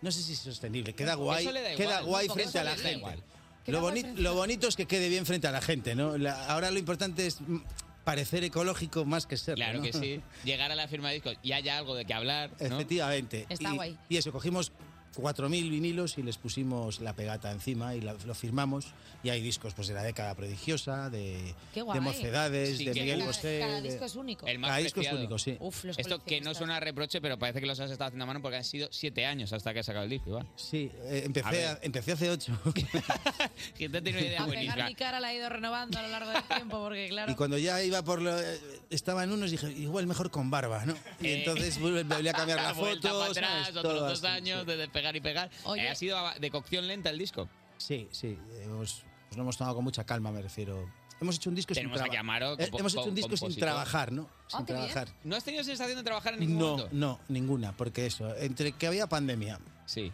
No sé si es sostenible, queda guay, Eso le da igual, queda ¿no? guay Como frente eso a la les da gente. igual. Queda Lo, guay boni- frente lo bonito es que quede bien frente a la gente, ¿no? La- ahora lo importante es mm, parecer ecológico más que serlo. Claro ¿no? que sí. Llegar a la firma de discos y haya algo de que hablar. ¿no? Efectivamente. Está y, guay. y eso, cogimos 4.000 vinilos y les pusimos la pegata encima y la- lo firmamos. Y hay discos pues de la década prodigiosa, de, Qué guay. de Mocedades, Sí, de que Miguel cada- Bosé. cada de- disco es único. El más Cada disco es preciado. único, sí. los Esto que no suena a reproche, pero parece que los has estado haciendo a mano porque han sido siete años hasta que has sacado el disco, igual. Sí, eh, empecé, A a- empecé hace 8. Gente tiene una idea A pegar buenísima. mi cara la he ido renovando a lo largo del tiempo, porque claro. Y cuando ya iba por lo, eh, estaba en unos dije, igual mejor con barba, ¿no? Y Eh. entonces vuelve- volví a cambiar la Vuelta foto, para atrás, ¿sabes? otros Todo dos así, años de despegar y pegar. Eh, ha sido de cocción lenta el disco. Sí, sí, hemos, nos lo hemos tomado con mucha calma, me refiero. Hemos hecho un disco Tenemos sin aquí a Amaro, trabajar. compo- hemos hecho un disco sin compositor. Ah, trabajar, ¿no? Ah, Sin qué bien. trabajar. ¿No has tenido sensación de trabajar en ningún No, momento? no, ninguna, porque eso, entre que había pandemia,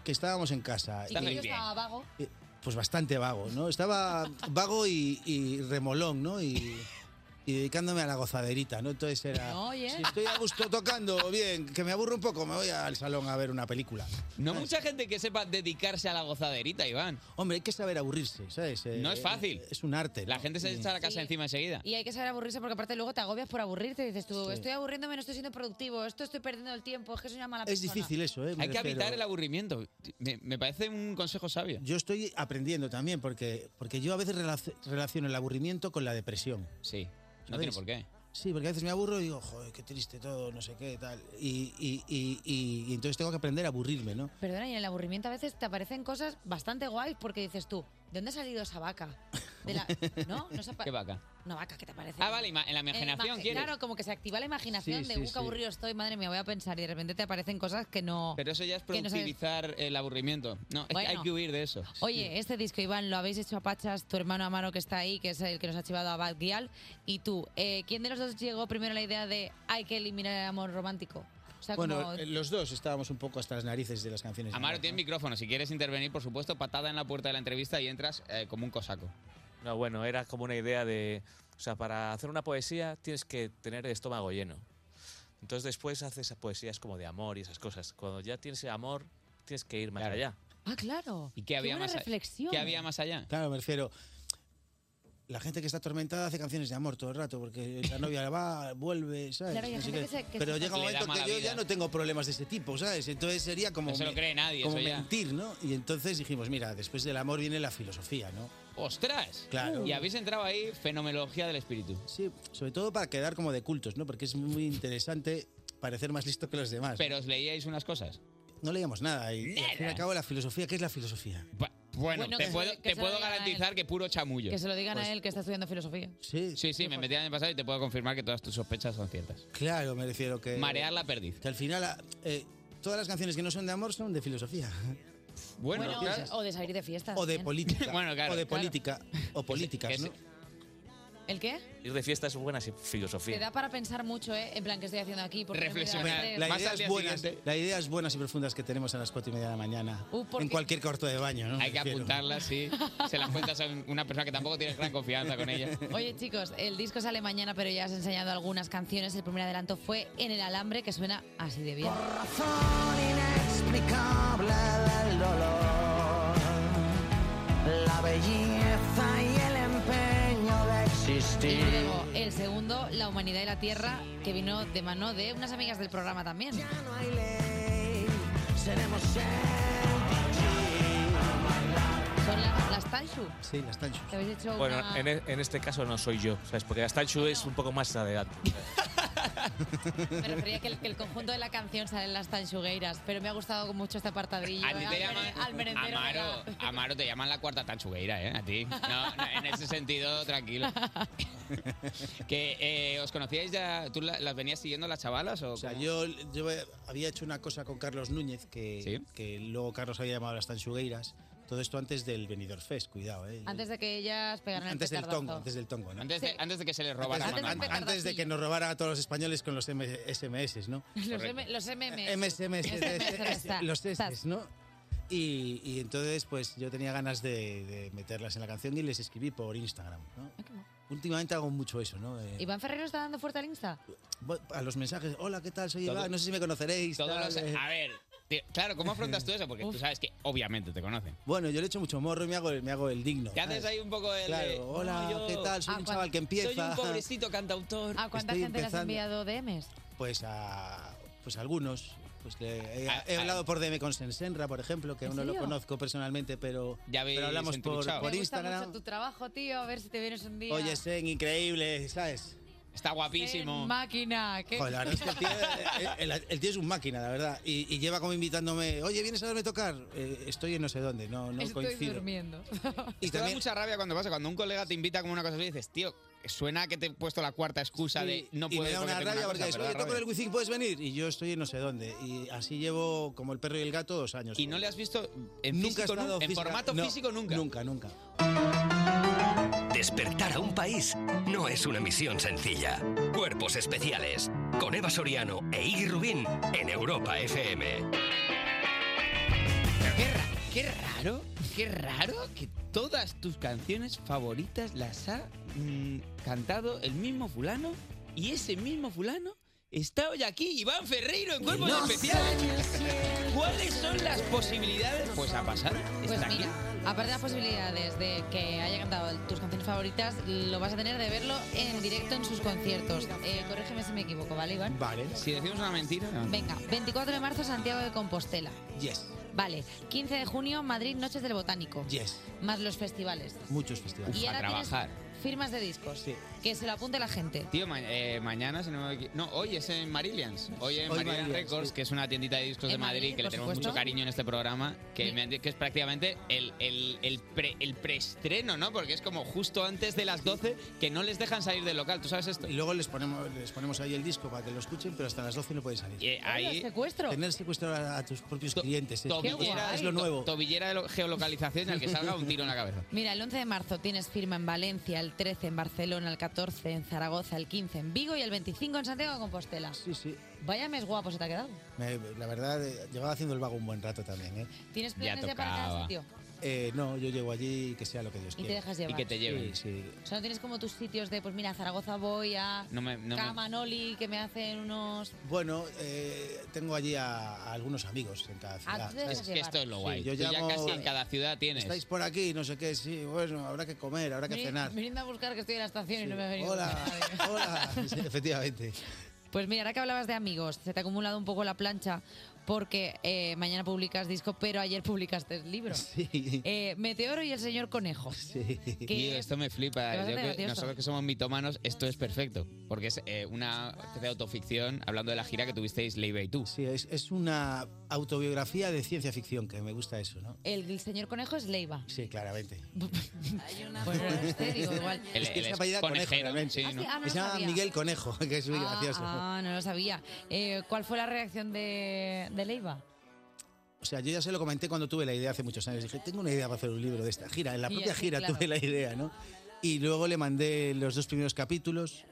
que estábamos en casa, Y que yo estaba vago. eh, pues bastante vago, ¿no? Estaba vago y, y remolón, ¿no? Y, y dedicándome a la gozaderita, ¿no? Entonces era, Oye. si estoy a gusto tocando, bien, que me aburro un poco, me voy al salón a ver una película. No mucha gente que sepa dedicarse a la gozaderita, Iván. Hombre, hay que saber aburrirse, ¿sabes? Eh, No es fácil. Es un arte. La gente se echa la casa encima enseguida. Y hay que saber aburrirse porque aparte luego te agobias por aburrirte. Dices tú, Sí. estoy aburriéndome, no estoy siendo productivo, esto estoy perdiendo el tiempo, es que soy una mala Es persona. difícil eso, ¿eh? Me Hay que refiero- evitar el aburrimiento. Me, me parece un consejo sabio. Yo estoy aprendiendo también, porque, porque yo a veces relac- relaciono el aburrimiento con la depresión. Sí, No ¿Sabéis? tiene por qué. Sí, porque a veces me aburro y digo, joder, qué triste todo, no sé qué, tal. Y, y- y- y- y entonces tengo que aprender a aburrirme, ¿no? Perdona, y en el aburrimiento a veces te aparecen cosas bastante guays porque dices tú, ¿de dónde ha salido esa vaca? De la... ¿No? no se apa- ¿Qué vaca? Una vaca que te aparece. Ah, vale, ima- en la imaginación, imagen- ¿quieres? Claro, como que se activa la imaginación Sí, de, sí, uh, qué sí. aburrido estoy, madre mía, voy a pensar y de repente te aparecen cosas que no... Pero eso ya es Que no sabes- productivizar el aburrimiento. No, es que Bueno. hay que huir de eso. Oye, este disco, Iván, lo habéis hecho a Pachas, tu hermano Amaro que está ahí, que es el que nos ha chivado a Bad Gyal, y tú. Eh, ¿Quién de los dos llegó primero a la idea de hay que eliminar el amor romántico? O sea, Bueno, como... eh, los dos estábamos un poco hasta las narices de las canciones. de Amaro, amor, tienes micrófono. Si quieres intervenir, por supuesto, patada en la puerta de la entrevista y entras eh, como un cosaco. No, bueno, era como una idea de... O sea, para hacer una poesía tienes que tener el estómago lleno. Entonces después haces poesías como de amor y esas cosas. Cuando ya tienes el amor, tienes que ir más allá. Ah, claro. ¿Y qué había buena más a- reflexión. qué había más allá? Claro, me refiero. La gente que está atormentada hace canciones de amor todo el rato, porque la novia va, vuelve, ¿sabes? Claro, y hay No sé gente qué. que se- que Pero se- llega un Le da momento mala que yo vida. ya no tengo problemas de ese tipo, ¿sabes? Entonces sería como. No se lo me- cree nadie, Como eso ya. mentir, ¿no? Y entonces dijimos, mira, después del amor viene la filosofía, ¿no? ¡Ostras! Claro. Oh. Y habéis entrado ahí, fenomenología del espíritu. Sí, sobre todo para quedar como de cultos, ¿no? Porque es muy interesante parecer más listo que los demás. Pero os leíais unas cosas. No leíamos nada. Y, y al fin y al cabo, la filosofía, ¿qué es la filosofía? Bueno, Bueno, te que se- puedo, que te se lo puedo digan a él. garantizar que puro chamullo. Que se lo digan pues a él que está estudiando filosofía. Sí, sí, me metí el año pasado y te puedo confirmar que todas tus sospechas son ciertas. Claro, me refiero que. Marear la perdiz. Que al final, ah, eh, todas las canciones que no son de amor son de filosofía. Bueno, Bueno, claro. o de salir de ¿eh? fiesta. O de también. política. Bueno, claro, O de claro. política. O políticas, ¿no? ¿El qué? Ir de fiesta es buena Te filosofía. da para pensar mucho, ¿eh? En plan, ¿qué estoy haciendo aquí? Porque Hombre, La idea, es buenas, la idea es buenas y profundas que tenemos a las cuatro y media de la mañana. Uh, ¿por en qué? cualquier corto de baño, ¿no? Hay que apuntarlas, sí. Se las cuentas a un- una persona que tampoco tienes gran confianza con ella. Oye, chicos, el disco sale mañana, pero ya has enseñado algunas canciones. El primer adelanto fue En el alambre, que suena así de bien. inexplicable del dolor, la belleza y el empeño de Y existir. luego, el segundo, La humanidad y la tierra, que vino de mano de unas amigas del programa también. Seremos Son las, las Tanshu. Sí, las Tanshu. Que habéis hecho Bueno, una- en, e- en este caso no soy yo, ¿sabes? Porque la statue es un poco más adelante. Me refería que el, que el conjunto de la canción salen las tanchugueiras, pero me ha gustado mucho este apartadillo. A ti te eh, al- llaman- al merendero. Amaro, Amaro, te llaman la cuarta tanchugueira, ¿eh? A ti. No, no, en ese sentido, tranquilo. que eh, os conocíais ya, ¿tú la- las venías siguiendo las chavalas? O, O sea, cómo? yo, yo había hecho una cosa con Carlos Núñez, que, que luego Carlos había llamado a las Tanchugueiras. Todo esto antes del Benidorm Fest, cuidado, ¿eh? Antes de que ellas pegaran Antes el del petardazo. tongo, antes del tongo, ¿no? Antes, de, antes de que se les robara antes, Manolo. an- antes de que nos robara a todos los españoles con los M- SMS, ¿no? Los, M, los MMS. MSMS, está. los S, ¿no? Y, y entonces, pues yo tenía ganas de, de meterlas en la canción y les escribí por Instagram, ¿no? Últimamente hago mucho eso, ¿no? Eh, Iván Ferrero está dando fuerte al Insta. voy a los mensajes, hola, ¿qué tal? Soy Todo- Iván, no sé si me conoceréis. Todos tal, los- eh. a ver, tío, claro, ¿cómo afrontas tú eso? Porque tú sabes que obviamente te conocen. Bueno, yo le echo mucho morro y me hago, el- me hago el digno. ¿Qué haces ¿sabes? ahí un poco de... Claro, de, hola, "No, yo ¿qué tal? Soy Ah, un cuando- chaval que empieza. Ah, Soy un pobrecito cantautor. ¿A cuánta Estoy gente les has empezando. enviado DMs? Pues a pues a algunos. Pues le- he, A- he a- hablado por DM con Sensenra, por ejemplo, que ¿En aún no lo serio? conozco personalmente, pero, Ya habéis pero hablamos por, entruchado. por Me gusta mucho Instagram. tu trabajo, tío. A ver si te vienes un día. Oye, Sen, increíble, ¿sabes? Está Ven, Máquina. ¿qué? Joder, la verdad es que el tío, el- el- el tío es un máquina, la verdad. Y, y lleva como invitándome, oye, ¿vienes a verme tocar? Eh, estoy en no sé dónde, no, no Estoy coincido. durmiendo. Y te da mucha rabia cuando pasa, cuando un colega te invita como una cosa así y dices, tío, suena que te he puesto la cuarta excusa de no y puedo me da porque una tengo rabia cosa", cosa, porque es, pero oye, da toco en rabia. el Wizzing, ¿puedes venir? Y yo estoy en no sé dónde. Y así llevo como el perro y el gato dos años. Y no le has visto en, nunca he físico, estado nu- en física- formato no, físico nunca. Nunca, nunca. Despertar a un país no es una misión sencilla. Cuerpos especiales con Eva Soriano e Iggy Rubín en Europa FM. Qué raro, qué raro que todas tus canciones favoritas las ha mm, cantado el mismo fulano y ese mismo fulano está hoy aquí, Iván Ferreiro en Cuerpos No Especiales. sé si ¿Cuáles son las posibilidades? Pues a pasar, Pues está aquí. mira, aparte de las posibilidades de que haya cantado tus canciones favoritas, lo vas a tener de verlo en directo en sus conciertos. Eh, corrígeme si me equivoco, ¿vale, Iván? Vale. Si decimos una mentira... Venga, 24 de marzo, Santiago de Compostela. Yes, Vale, 15 de junio, Madrid, Noches del Botánico. yes. Más los festivales. Muchos festivales. Y a ahora tienes- trabajar. Firmas de discos. Que se lo apunte la gente. Tío, ma- eh, mañana, si no me equivoco. No, hoy es en Marillions. Hoy en Hoy Marillions Marillions, Records, sí. que es una tiendita de discos En de Madrid, Madrid, que le por tenemos supuesto. mucho cariño en este programa, que, me han dicho que es prácticamente el, el, el, pre- el preestreno, ¿no? Porque es como justo antes de las 12 que no les dejan salir del local. ¿Tú sabes esto? Y luego les ponemos, les ponemos ahí el disco para que lo escuchen, pero hasta las 12 no pueden salir. Y, eh, ahí- secuestro. Tener secuestrado a, a tus propios clientes. Es, es- Tobillera, es lo nuevo. to- Tobillera de lo- geolocalización al que salga un tiro en la cabeza. Mira, el 11 de marzo tienes firma en Valencia, el 13 en Barcelona, el 14 en Zaragoza, el 15 en Vigo y el 25 en Santiago de Compostela. Sí, sí. Vaya mes guapo se te ha quedado. Me- la verdad, eh, llevaba haciendo el vago un buen rato también. ¿eh? ¿Tienes planes ya, para cada sitio? Eh, no, yo llego allí y que sea lo que Dios Y te quiera. dejas llevar. Y que te lleven. Sí, sí. O sea, no tienes como tus sitios de, pues mira, a Zaragoza voy a No me- no me- Camanoli, que me hacen unos... Bueno, eh, tengo allí a, a algunos amigos en cada ciudad. Ah, tú te dejas ¿sabes? Es que esto es lo Sí, guay. yo Tú ya llamo- casi en cada ciudad tienes. Estáis por aquí, no sé qué, sí, bueno, habrá que comer, habrá que Veni- cenar. Veniendo a buscar que estoy en la estación y no me ha venido. Hola, hola. Sí, efectivamente. Pues mira, ahora que hablabas de amigos, se te ha acumulado un poco la plancha porque eh, mañana publicas disco, pero ayer publicaste el libro. Sí. Eh, Meteoro y el señor conejo. Que Tío, es- esto me flipa. Te vas a Yo hacer que- gracioso. nosotros que somos mitómanos, esto es perfecto. Porque es eh, una especie de autoficción hablando de la gira que tuvisteis Leiva y tú. Sí, es, es una autobiografía de ciencia ficción, que me gusta eso, ¿no? el, el señor conejo es Leiva. Sí, claramente. Bueno, este digo igual. Es que se llama ya Conejo, realmente. Ah, sí, ¿no? ah, no Que se lo llama sabía. Miguel Conejo, que es muy Ah, gracioso. ah, no lo sabía. Eh, ¿Cuál fue la reacción de, de Leiva? O sea, yo ya se lo comenté cuando tuve la idea hace muchos años. Dije, tengo una idea para hacer un libro de esta gira. En la Y propia así, gira claro. tuve la idea, ¿no? Y luego le mandé los dos primeros capítulos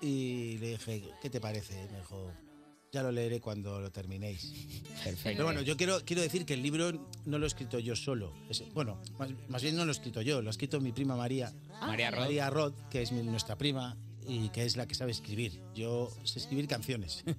y le dije, ¿qué te parece? Y Me dijo, ya lo leeré cuando lo terminéis. Perfecto. Pero bueno, yo quiero, quiero decir que el libro no lo he escrito yo solo. Es- bueno, más, más bien no lo he escrito yo, lo ha escrito mi prima María. Ah, María Roth. María Roth, que es mi- nuestra prima y que es la que sabe escribir. Yo sé escribir canciones.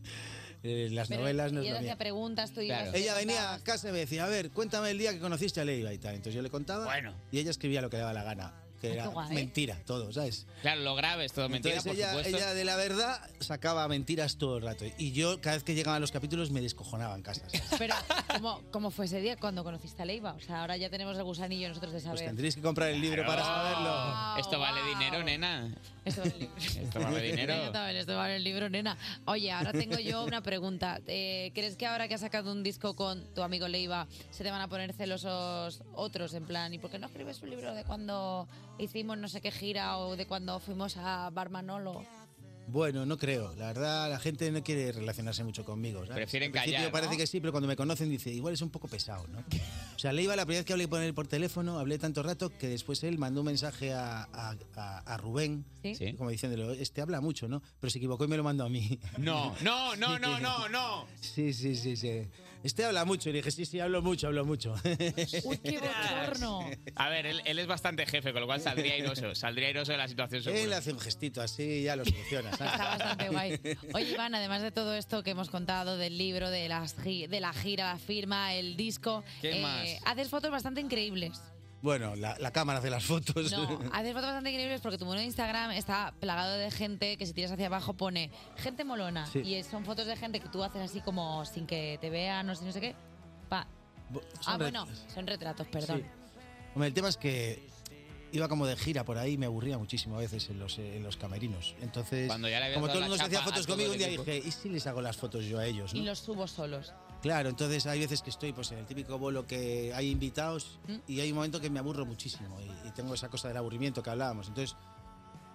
Eh, Las Pero- novelas no y es él lo mío. hacía preguntas, tú ibas Claro. y Ella venía a preguntabas. casa y me decía, a ver, cuéntame el día que conociste a Leiva y tal. Entonces yo le contaba y ella escribía lo que le daba la gana, que Ay, qué era guay. mentira, todo, ¿sabes? Claro, lo grave es todo mentira, Entonces por ella, supuesto. ella de la verdad sacaba mentiras todo el rato. Y yo cada vez que llegaban los capítulos me descojonaba en casa. ¿sabes? Pero, ¿cómo, ¿cómo fue ese día cuando conociste a Leiva? O sea, ahora ya tenemos el gusanillo nosotros de saber. Pues tendréis que comprar el libro para Claro. saberlo. Esto vale dinero, nena. Esto vale, Esto vale dinero. Esto vale- esto vale el libro, nena. Oye, ahora tengo yo una pregunta. Eh, ¿Crees que ahora que has sacado un disco con tu amigo Leiva, se te van a poner celosos otros en plan? ¿Y por qué no escribes un libro de cuando hicimos no sé qué gira o de cuando fuimos a Barmanolo? Bueno, no creo. La verdad, la gente no quiere relacionarse mucho conmigo. ¿sabes? Prefieren Al principio callar, ¿no? parece que sí, pero cuando me conocen dice, igual es un poco pesado, ¿no? O sea, le iba la primera vez que hablé con él por teléfono, hablé tanto rato que después él mandó un mensaje a, a- a- a Rubén, como diciéndole, este habla mucho, ¿no? Pero se equivocó y me lo mandó a mí. No, no, no, Sí. no, no, no. Sí, sí, sí, sí. Este habla mucho. Y le dije, sí, sí, hablo mucho, hablo mucho. Uy, qué bochorno. A ver, él, él es bastante jefe, con lo cual saldría airoso. Saldría airoso de la situación segura. Él hace un gestito así y ya lo soluciona. Qué guay. Oye, Iván, además de todo esto que hemos contado, del libro, de, las gi- de la gira, la firma, el disco, eh, ¿Qué más? haces fotos bastante increíbles. Bueno, la, la cámara hace las fotos. No, haces fotos bastante increíbles porque tu muro de Instagram está plagado de gente que si tiras hacia abajo pone gente molona. Sí. Y son fotos de gente que tú haces así como sin que te vean o sin no sé qué. Pa. Ah, son re- bueno, son retratos, perdón. Hombre, el tema es que iba como de gira por ahí y me aburría muchísimo a veces en los, eh, en los camerinos. Entonces, Cuando ya le habías como dado todo el la mundo se hacía chapa a fotos todo conmigo, el un día equipo. dije, ¿y si les hago las fotos yo a ellos? Y no?". los subo solos. Claro, entonces hay veces que estoy pues, en el típico bolo que hay invitados ¿Mm? y hay un momento que me aburro muchísimo y, y tengo esa cosa del aburrimiento que hablábamos. Entonces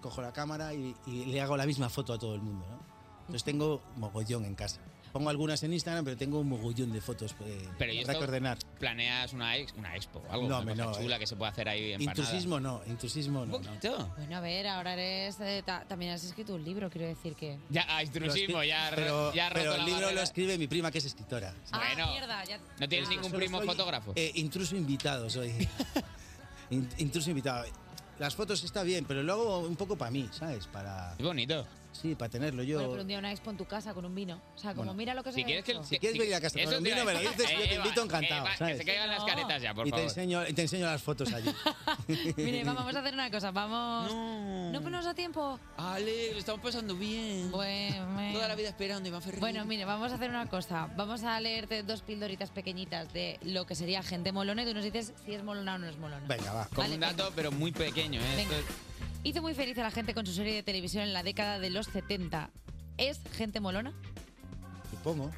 cojo la cámara y, y le hago la misma foto a todo el mundo. ¿no? Entonces tengo mogollón en casa. Pongo algunas en Instagram, pero tengo un mogollón de fotos eh, Pero ¿y habrá esto que ordenar. ¿Planeas una, ex- una expo o algo? No, una hombre, cosa no, eh. chula que se puede hacer ahí en Intrusismo no, intrusismo no. no. Bueno, a ver, ahora eres. eh, ta- también has escrito un libro, quiero decir que. Ya, ah, intrusismo, Lo escri- ya, ha ro- pero, ya ha roto pero la el libro lo barrera. escribe mi prima, que es escritora. Ah, Bueno, mierda, ya- ¿No tienes Ah, ningún solo primo soy, fotógrafo? eh, intruso invitado soy. In- intruso invitado. Las fotos está bien, pero lo hago un poco para mí, ¿sabes? Para... Es bonito. Sí, para tenerlo yo. Bueno, pero un día una expo en tu casa con un vino. O sea, como Bueno. mira lo que se ha hecho. si quieres venir a casa con eso un te vino, iba a me lo decir. dices y yo te Eva, invito Eva, encantado, que ¿sabes? se caigan las caretas ya, por y favor. Te enseño, y te enseño las fotos allí. Mire, vamos, vamos a hacer una cosa, vamos. No, pero nos da tiempo. Ale, lo estamos pasando bien. Toda la vida esperando, Iván Ferrer. Bueno, mire, vamos a hacer una cosa. Vamos a leerte dos pildoritas pequeñitas de lo que sería gente molona y tú nos dices si es molona o no es molona. Venga, va. Con Vale, un dato, pero muy pequeño, ¿eh? Venga. Esto Hizo muy feliz a la gente con su serie de televisión en la década de los 70. ¿Es gente molona? Supongo.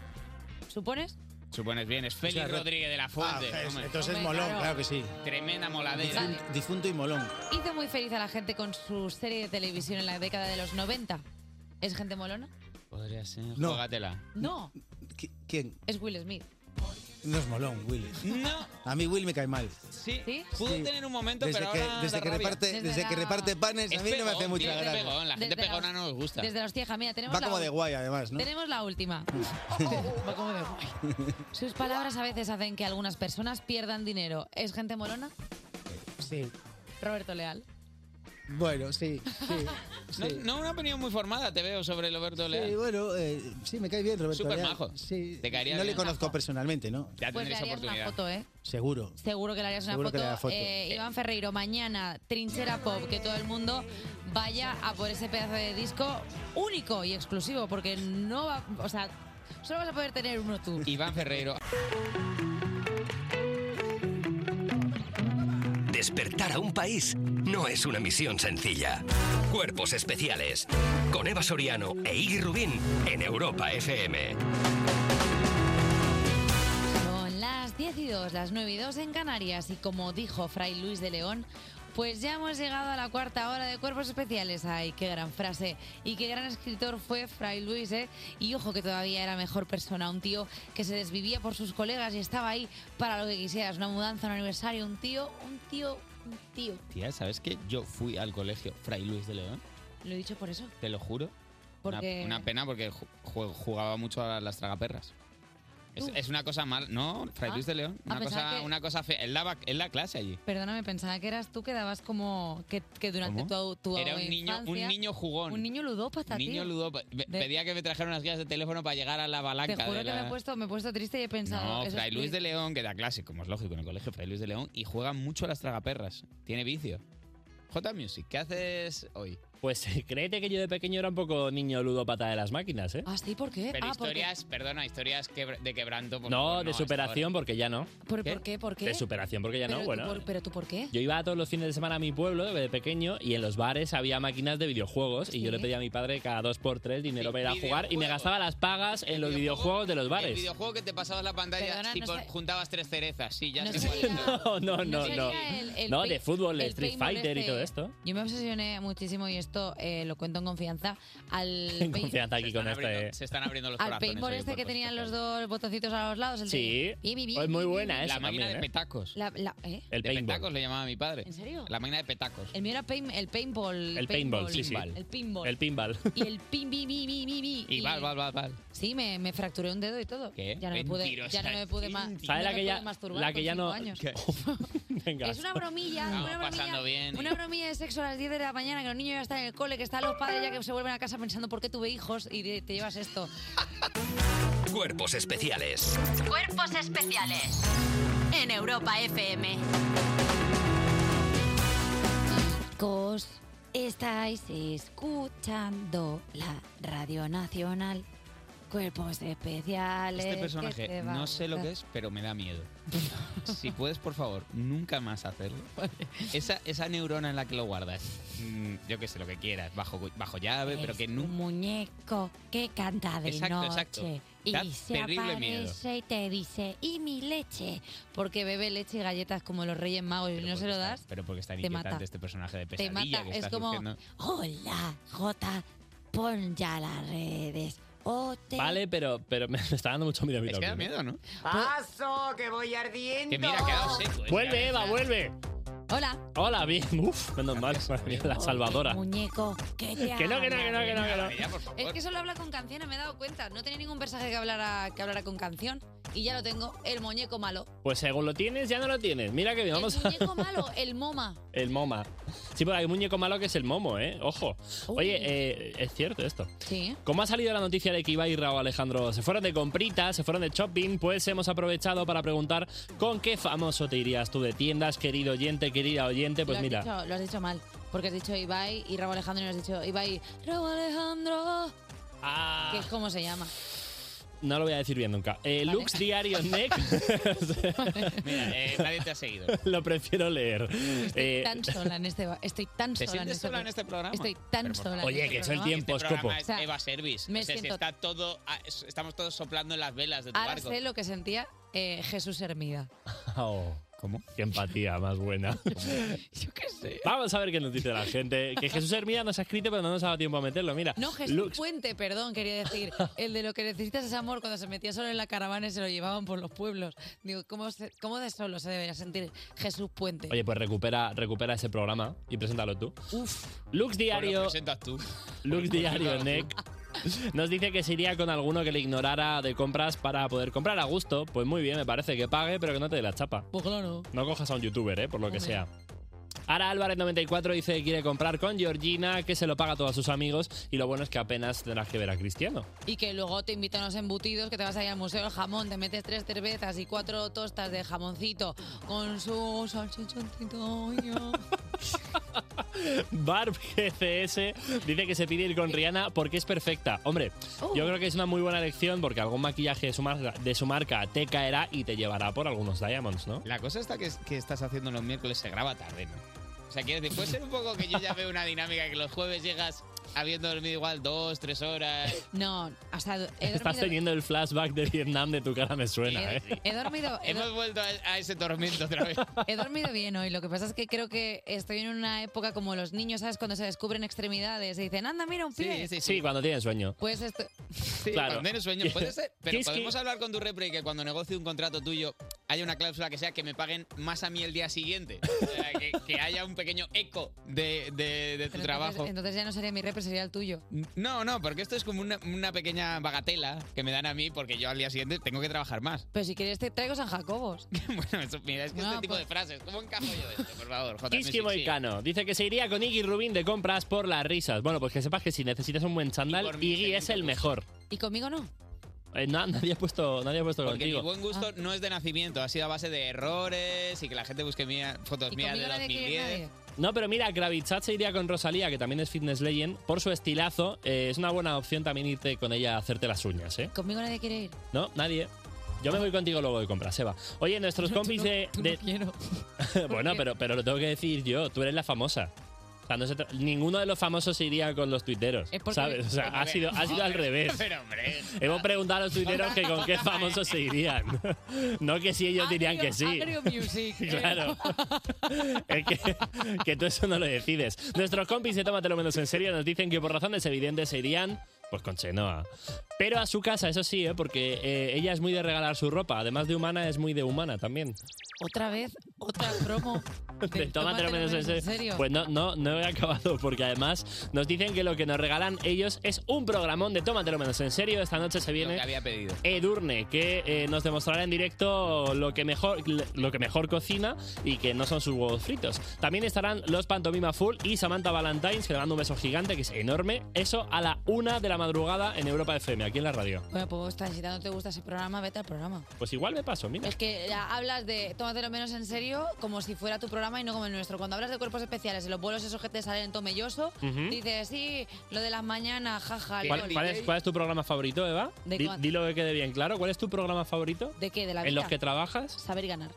¿Supones? es- Supones bien, es Félix O sea, re- Rodríguez de la Fuente. Ah, es- hombre. entonces es molón, claro que sí. Tremenda moladera. Difun- Difunto y molón. Hizo muy feliz a la gente con su serie de televisión en la década de los 90. ¿Es gente molona? Podría ser. No. Juégatela. No, ¿Quién? es Will Smith. No es molón, Will. No. A mí Will me cae mal. Sí. Pudo Sí. tener un momento, Desde pero que, ahora desde da que rabia. reparte, desde que reparte panes, Es a mí no me hace pegón, mucha tío, es gracia. pegón, La gente Desde pegona los- no nos gusta. Desde los tieja, mira, tenemos Va la como ul- de guay, además, ¿no? Tenemos la última. oh. Va como de guay. Sus palabras a veces hacen que algunas personas pierdan dinero. ¿Es gente molona? Sí. Roberto Leal. Bueno, sí. sí. No, no una opinión muy formada te veo sobre Roberto Leal. Sí, bueno, eh, sí, me cae bien Roberto Súper Leal. majo. Sí. Te caería no le bien. conozco personalmente, ¿no? Ya Pues le tendréis harías una oportunidad. foto, ¿eh? Seguro. Seguro que le harías una Seguro que foto. le haría foto. Eh, Iván Ferreiro, mañana, Trinchera Pop, que todo el mundo vaya a por ese pedazo de disco único y exclusivo, porque no va. O sea, solo vas a poder tener uno tú. Iván Ferreiro. Despertar a un país no es una misión sencilla. Cuerpos especiales. Con Eva Soriano e Iggy Rubín en Europa FM. Son las 10 y 2, las 9 y 2 en Canarias, y como dijo Fray Luis de León. Pues ya hemos llegado a la cuarta hora de Cuerpos Especiales. Ay, qué gran frase. Y qué gran escritor fue Fray Luis, ¿eh? Y ojo que todavía era mejor persona. Un tío que se desvivía por sus colegas y estaba ahí para lo que quisieras. Una mudanza, un aniversario, un tío, un tío, un tío. Tía, ¿sabes qué? Yo fui al colegio Fray Luis de León, Lo he dicho por eso. te lo juro. Una- Porque- Una, pena porque ju- ju- jugaba mucho a las tragaperras. Es, es una cosa mal, ¿no? Fray Ah. Luis de León. Ah, Una pensaba cosa, que- una cosa fea. Él daba, él da clase allí. Perdóname, pensaba que eras tú que dabas como que, que durante tu, tu Era un niño, un infancia- niño jugón. Un niño ludópata, tío. Niño ludó. Pe- Pedía que me trajeran unas guías de teléfono para llegar a la Te balanca. juro de que me la- he puesto, me he puesto triste y he pensado. No, eso Fray es- Luis de León, que da clase, como es lógico en el colegio, Fray Luis de León, y juega mucho a las tragaperras. Tiene vicio. J Music, ¿qué haces hoy? Ah, Pues créete que yo de pequeño era un poco niño ludópata de las máquinas, ¿eh? ¿Ah, sí? ¿Por qué? Pero ah, porque- historias, perdona, historias quebr- de quebranto. por favor, No, de por superación, porque ya no. ¿Por, ¿Por qué? ¿Por qué? De superación, porque ya pero no, tú bueno. por- ¿Pero tú por qué? Yo iba todos los fines de semana a mi pueblo de pequeño y en los bares había máquinas de videojuegos y yo le pedía a mi padre cada dos por tres dinero para ir a jugar y me gastaba las pagas en los videojuegos de los favor. El bares. videojuego que te pasabas la pantalla Perdona, si no pon- sé- juntabas tres cerezas, sí, ya No sé sé. cuál es. No, no, no, sería no. el- el No, pay- de fútbol, el Street paintball Fighter y este. todo esto. Yo me obsesioné muchísimo, y esto eh, lo cuento en confianza, al, En pay- confianza aquí con este. Se están abriendo los al corazones. paintball este que tenían los dos botoncitos a los lados. El Sí. de- Bi, bi, bi, Pues Es muy bi, bi, buena bi. esa La máquina también, de ¿eh? petacos. La- la- ¿eh? El de petacos le llamaba mi padre. ¿En serio? La máquina de petacos. El mío era pain- el paintball. El paintball, sí, sí. El pinball. El pinball. y el pin, bi, bi, bi, bi, bi. Y val, val, val, val. Sí, me, me fracturé un dedo y todo. ¿Qué? Ya no me pude, Mentirosa, ya no me pude más. ¿Sabes no la me que ya, pude masturbar la que con ya cinco no? años. Venga. Es una bromilla, Vamos una bromilla, pasando bien y- una bromilla de sexo a las 10 de la mañana, que los niños ya están en el cole, que están los padres ya que se vuelven a casa pensando por qué tuve hijos y de- te llevas esto. Cuerpos especiales. Cuerpos especiales en Europa FM. Cos, estáis escuchando la Radio Nacional. Cuerpos especiales. Este que personaje, se va no sé lo a- que es, pero me da miedo. si puedes, por favor, nunca más hacerlo. Esa, esa neurona en la que lo guardas, mm, yo qué sé, lo que quieras, bajo, bajo llave, pero que Es nunca... Un muñeco que canta de Exacto, noche. exacto. Y Da se terrible miedo. aparece y te dice, ¿y mi leche? Porque bebe leche y galletas como los Reyes Magos y no se lo das. Pero porque está Te mata. inquietante este personaje de te pesadilla mata. que Es estás como, diciendo. hola, Jota, pon ya las redes. O te... Vale, pero, pero me está dando mucho miedo a mí Es que da también, ¿eh? miedo, ¿no? Pues, ¡Paso, que voy ardiendo! Que mira, ha quedado seco, eh. Vuelve, Eva, vuelve. Hola. Hola, bien. Uf, menos mal. madre mía, la salvadora. Muñeco, que te Que no, que no, habla. que no, que no, que no. Es que solo habla con canciones, me he dado cuenta. No tenía ningún personaje que hablara, que hablara con canción. Y ya lo tengo, el muñeco malo. Pues según lo tienes, ya no lo tienes. Mira que bien, vamos a... Muñeco malo, el MoMA. El MoMA. Sí, pero hay un muñeco malo que es el Momo, ¿eh? Ojo. Oye, eh, es cierto esto. Sí. Como ha salido la noticia de que Ibai y Raúl Alejandro se fueron de compritas, se fueron de shopping, pues hemos aprovechado para preguntar con qué famoso te irías tú de tiendas, querido oyente, querida oyente. Pues lo, has mira, dicho, lo has dicho mal. Porque has dicho Ibai y Raúl Alejandro y nos has dicho Ibai, Raúl Alejandro. Ah. Que es como se llama. no lo voy a decir bien nunca. Eh, Lux Diario Neck. Mira, eh, nadie te ha seguido. lo prefiero leer. Eh, Tan sola en este. Estoy tan ¿Te sola en sientes este, sola en este programa? Estoy tan Pero por sola. en favor. Oye, este que es el programa. tiempo. Este Poscopo. programa es O sea, Eva Service. me O sea, si siento- está todo, ah, es- estamos todos soplando en las velas de tu Ahora barco. sé lo que sentía eh, Jesús Hermida. ¿Cómo? Qué empatía más buena. Vamos a ver qué nos dice la gente. Que Jesús Hermida nos ha escrito, pero no nos ha dado tiempo a meterlo. Mira, No, Jesús Lux, Puente, perdón, quería decir. El de lo que necesitas es amor cuando se metía solo en la caravana y se lo llevaban por los pueblos. Digo, ¿cómo, se- cómo de solo se debería sentir Jesús Puente? Oye, pues recupera, recupera ese programa y preséntalo tú. Uf. Lux Lo Diario, presentas tú. Lux Diario Neck nos dice que se iría con alguno que le ignorara de compras para poder comprar a gusto. Pues muy bien, me parece que pague, pero que no te dé la chapa. Pues claro. No cojas a un youtuber, ¿eh? por lo que Hombre. sea. Ara Álvarez 94 dice que quiere comprar con Georgina, que se lo paga a todos sus amigos y lo bueno es que apenas tendrás que ver a Cristiano. Y que luego te invitan a los embutidos, que te vas a ir al Museo del Jamón, te metes tres cervezas y cuatro tostas de jamoncito con su salchichoncito. Barb GCS dice que se pide ir con Rihanna porque es perfecta. Hombre, Oh. yo creo que es una muy buena elección porque algún maquillaje de su marca, de su marca te caerá y te llevará por algunos diamonds, ¿no? La cosa está que, que estás haciendo los miércoles se graba tarde, ¿no? O sea, quieres decir, puede ser un poco que yo ya veo una dinámica que los jueves llegas habiendo dormido igual dos, tres horas. No, o sea, he Estás dormido, teniendo el flashback de Vietnam de tu cara, me suena, ¿eh? he dormido, he Hemos vuelto a, a ese tormento otra vez. He dormido bien hoy, lo que pasa es que creo que estoy en una época como los niños, ¿sabes? Cuando se descubren extremidades y dicen, anda, mira un pie. Sí, cuando tienes sueño. Pues esto... claro. Cuando tienes sueño, puede ser. Pero Es que- podemos hablar con tu repre y que cuando negocie un contrato tuyo haya una cláusula que sea que me paguen más a mí el día siguiente. O sea, que, que haya un pequeño eco de, de- de tu Pero trabajo. Entonces, entonces ya no sería mi rep, sería el tuyo. No, no, porque esto es como una, una pequeña bagatela que me dan a mí porque yo al día siguiente tengo que trabajar más. Pero si quieres te traigo San Jacobos. Bueno, eso- mira, es que No, este tipo pues- de frases, ¿cómo encajo yo de esto? Por favor, J. Music, Kiski sí. Moicano dice que se iría con Iggy Rubin de compras por las risas. Bueno, pues que sepas que si necesitas un buen chándal, Iggy es el mejor. ¿Y conmigo no? Eh, na- nadie ha puesto, nadie ha puesto Porque mi contigo. buen gusto ah. no es de nacimiento, ha sido a base de errores y que la gente busque mía- fotos mías de 2010. No, pero mira, Gravichat se iría con Rosalía, que también es fitness legend, por su estilazo. eh, es una buena opción también irte con ella a hacerte las uñas, ¿eh? Conmigo nadie quiere ir. ¿No? Nadie. Yo me voy contigo luego de compras, Eva. Oye, nuestros compis de... de- bueno, pero, pero lo tengo que decir yo. Tú eres la famosa. O sea, no se tra- ninguno de los famosos se iría con los tuiteros, porque- ¿sabes? O sea, ha sido, ha sido al revés. Pero, hombre. Hemos preguntado a los tuiteros que con qué famosos se irían. No que si Ah, ellos dirían que sí. Agrio Music. Claro. Es que, que tú eso no lo decides. Nuestros compis de Tómatelo Menos en Serio nos dicen que por razones evidentes se irían pues con Chenoa. Pero a su casa, eso sí, ¿eh? porque eh, ella es muy de regalar su ropa. Además de humana, es muy de humana también. Otra vez, otra promo. De Tómatelo Menos en Serio. Pues no, no, no he acabado, porque además nos dicen que lo que nos regalan ellos es un programón de Tómatelo Menos en Serio. Esta noche se viene... Que había pedido. Edurne, que eh, nos demostrará en directo lo que, mejor, lo que mejor cocina y que no son sus huevos fritos. También estarán los Pantomima Full y Samantha Valentines, que le mando un beso gigante, que es enorme. Eso a la una de la madrugada en Europa FM, aquí en la radio. Bueno, pues está, si no te gusta ese programa, vete al programa. Pues igual me paso, mira. Es que ya hablas de tómatelo menos en serio como si fuera tu programa y no como el nuestro. Cuando hablas de cuerpos especiales y los vuelos esos que te salen en Tomelloso, Ujú. dices, sí, lo de las mañanas, jaja. ¿Cuál, lol". cuál es, cuál es tu programa favorito, Eva? ¿De Di- cuál? dilo que quede bien claro. ¿Cuál es tu programa favorito? ¿De qué? ¿De la vida? ¿En los que trabajas? Saber ganar.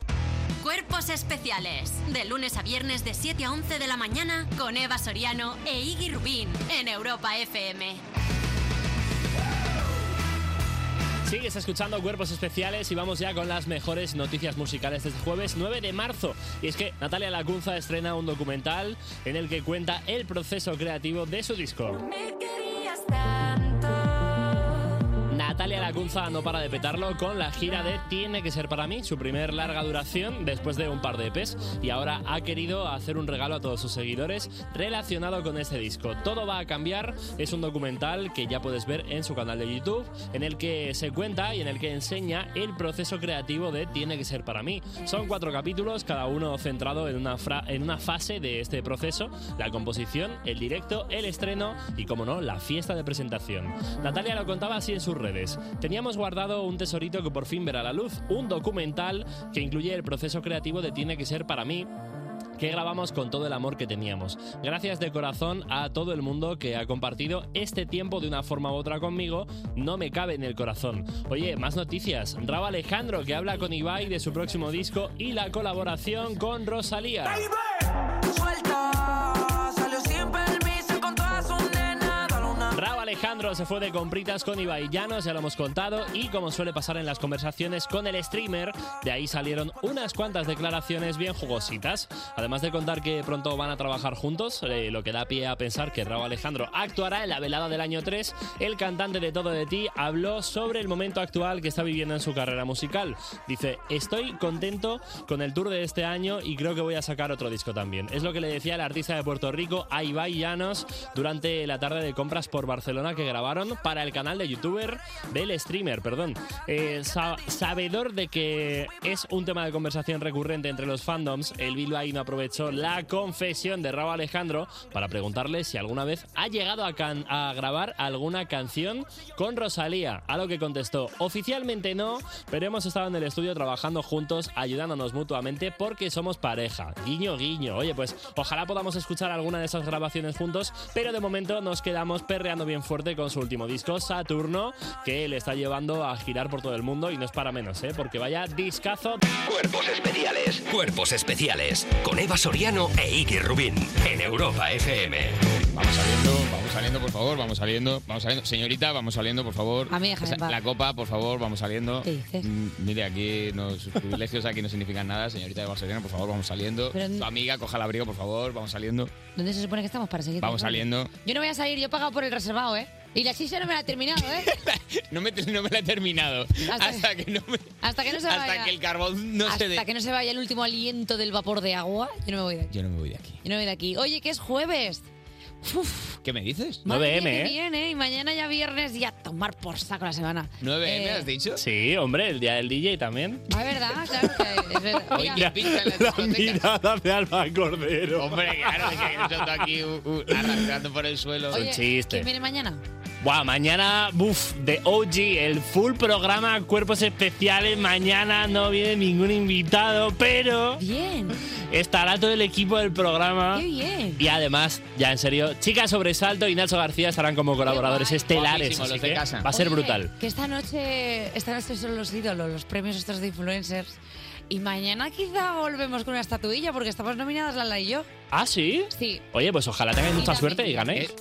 Cuerpos especiales. De lunes a viernes de 7 a 11 de la mañana con Eva Soriano e Iggy Rubín en Europa FM. Sigues escuchando Cuerpos Especiales y vamos ya con las mejores noticias musicales de este jueves 9 de marzo. Y es que Natalia Lacunza estrena un documental en el que cuenta el proceso creativo de su disco. Natalia Lacunza no para de petarlo con la gira de Tiene que ser para mí, su primer larga duración después de un par de EPs y ahora ha querido hacer un regalo a todos sus seguidores relacionado con este disco. Todo va a cambiar es un documental que ya puedes ver en su canal de YouTube en el que se cuenta y en el que enseña el proceso creativo de Tiene que ser para mí. Son cuatro capítulos, cada uno centrado en una, fra- en una fase de este proceso, la composición, el directo, el estreno y, como no, la fiesta de presentación. Natalia lo contaba así en sus redes. Teníamos guardado un tesorito que por fin verá la luz, un documental que incluye el proceso creativo de Tiene que ser para mí que grabamos con todo el amor que teníamos. Gracias de corazón a todo el mundo que ha compartido este tiempo de una forma u otra conmigo, no me cabe en el corazón. Oye, más noticias. Raba Alejandro que habla con Ibai de su próximo disco y la colaboración con Rosalía. Suelta, salió sin permiso con todas sus nenas. Dale una Rao Alejandro se fue de compritas con Ibai Llanos, ya lo hemos contado, y como suele pasar en las conversaciones con el streamer, de ahí salieron unas cuantas declaraciones bien jugositas. Además de contar que pronto van a trabajar juntos, eh, lo que da pie a pensar que Rao Alejandro actuará en la velada del año 3, el cantante de Todo de Ti habló sobre el momento actual que está viviendo en su carrera musical. Dice, estoy contento con el tour de este año y creo que voy a sacar otro disco también. Es lo que le decía el artista de Puerto Rico a Ibai Llanos durante la tarde de compras por Barcelona que grabaron para el canal de youtuber del streamer, perdón. Eh, sa- sabedor de que es un tema de conversación recurrente entre los fandoms, el bilbaíno aprovechó la confesión de Raúl Alejandro para preguntarle si alguna vez ha llegado a, can- a grabar alguna canción con Rosalía, a lo que contestó, oficialmente no, pero hemos estado en el estudio trabajando juntos, ayudándonos mutuamente porque somos pareja. Guiño, guiño. Oye, pues ojalá podamos escuchar alguna de esas grabaciones juntos, pero de momento nos quedamos perreando bien fuerte con su último disco, Saturno, que le está llevando a girar por todo el mundo y no es para menos, ¿eh? Porque vaya discazo. Cuerpos especiales. Cuerpos especiales. Con Eva Soriano e Iggy Rubín. En Europa FM. Vamos saliendo, vamos saliendo, por favor, vamos saliendo, vamos saliendo. Señorita, vamos saliendo, por favor. A mí déjame en paz. la copa, por favor, vamos saliendo. ¿Qué dices? Mm, Mire, aquí no, sus privilegios aquí no significan nada. Señorita de Barcelona, por favor, vamos saliendo. Pero- Tu amiga, coja el abrigo, por favor, vamos saliendo. ¿Dónde se supone que estamos para seguir? Vamos saliendo. Yo no voy a salir, yo he pagado por el reservado, ¿eh? Y la chicha no me la he terminado, ¿eh? No me, no me la he terminado. Hasta, Hasta- que no me- Hasta que no se hasta vaya. que el carbón no se hasta dé. que no se vaya el último aliento del vapor de agua, yo no me voy de aquí. Yo no me voy de aquí. Yo no me voy de aquí. Oye, que es jueves. Uf, ¿Qué me dices? madre mía, ¿eh? que viene, ¿eh? y mañana ya viernes y a tomar por saco la semana. Eh, dicho? Sí, hombre, el día del DJ también. Ah, verdad, claro que es verdad. Mira, la mirada de Alba Cordero. Hombre, claro, que yo estoy aquí uh, uh, arrastrando por el suelo. oye, ¿Quién viene mañana? Buah, mañana, buf, de OG, el full programa Cuerpos Especiales. Mañana no viene ningún invitado, pero. Bien. Estará todo el equipo del programa. Qué bien. Y además, ya en serio, Chicas Sobresalto y Nacho García estarán como colaboradores estelares. Guapísimo, así los de que casa. Va a ser Oye, brutal. Que esta noche, esta noche son los ídolos, los premios estos de influencers. Y mañana quizá volvemos con una estatuilla porque estamos nominadas Lala y yo. ¿Ah, sí? Sí. Oye, pues ojalá tengáis mucha suerte y ganéis. Eh,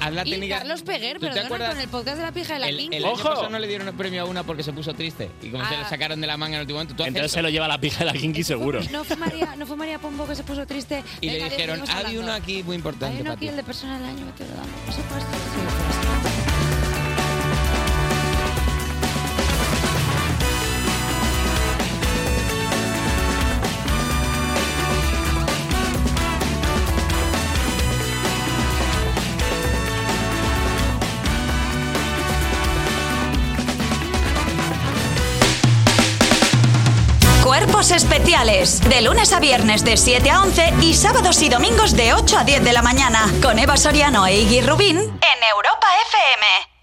haz la y técnica- Carlos Peguer, ¿Tú te perdona, acuerdas? con el podcast de la pija de la El, King. el año pasado no le dieron el premio a una porque se puso triste. Y como se Ah. lo sacaron de la manga en el último momento, tú haces Entonces eso. se lo lleva la pija de la Kinky seguro. No fue María, no fue María Pombo que se puso triste. Y le Venga, adiós, dijeron, seguimos hay hablando". uno aquí muy importante. Hay uno para ti". aquí, el de persona del año, te lo damos. Cuerpos especiales, de lunes a viernes de 7 a 11 y sábados y domingos de 8 a 10 de la mañana, con Eva Soriano e Iggy Rubín en Europa FM.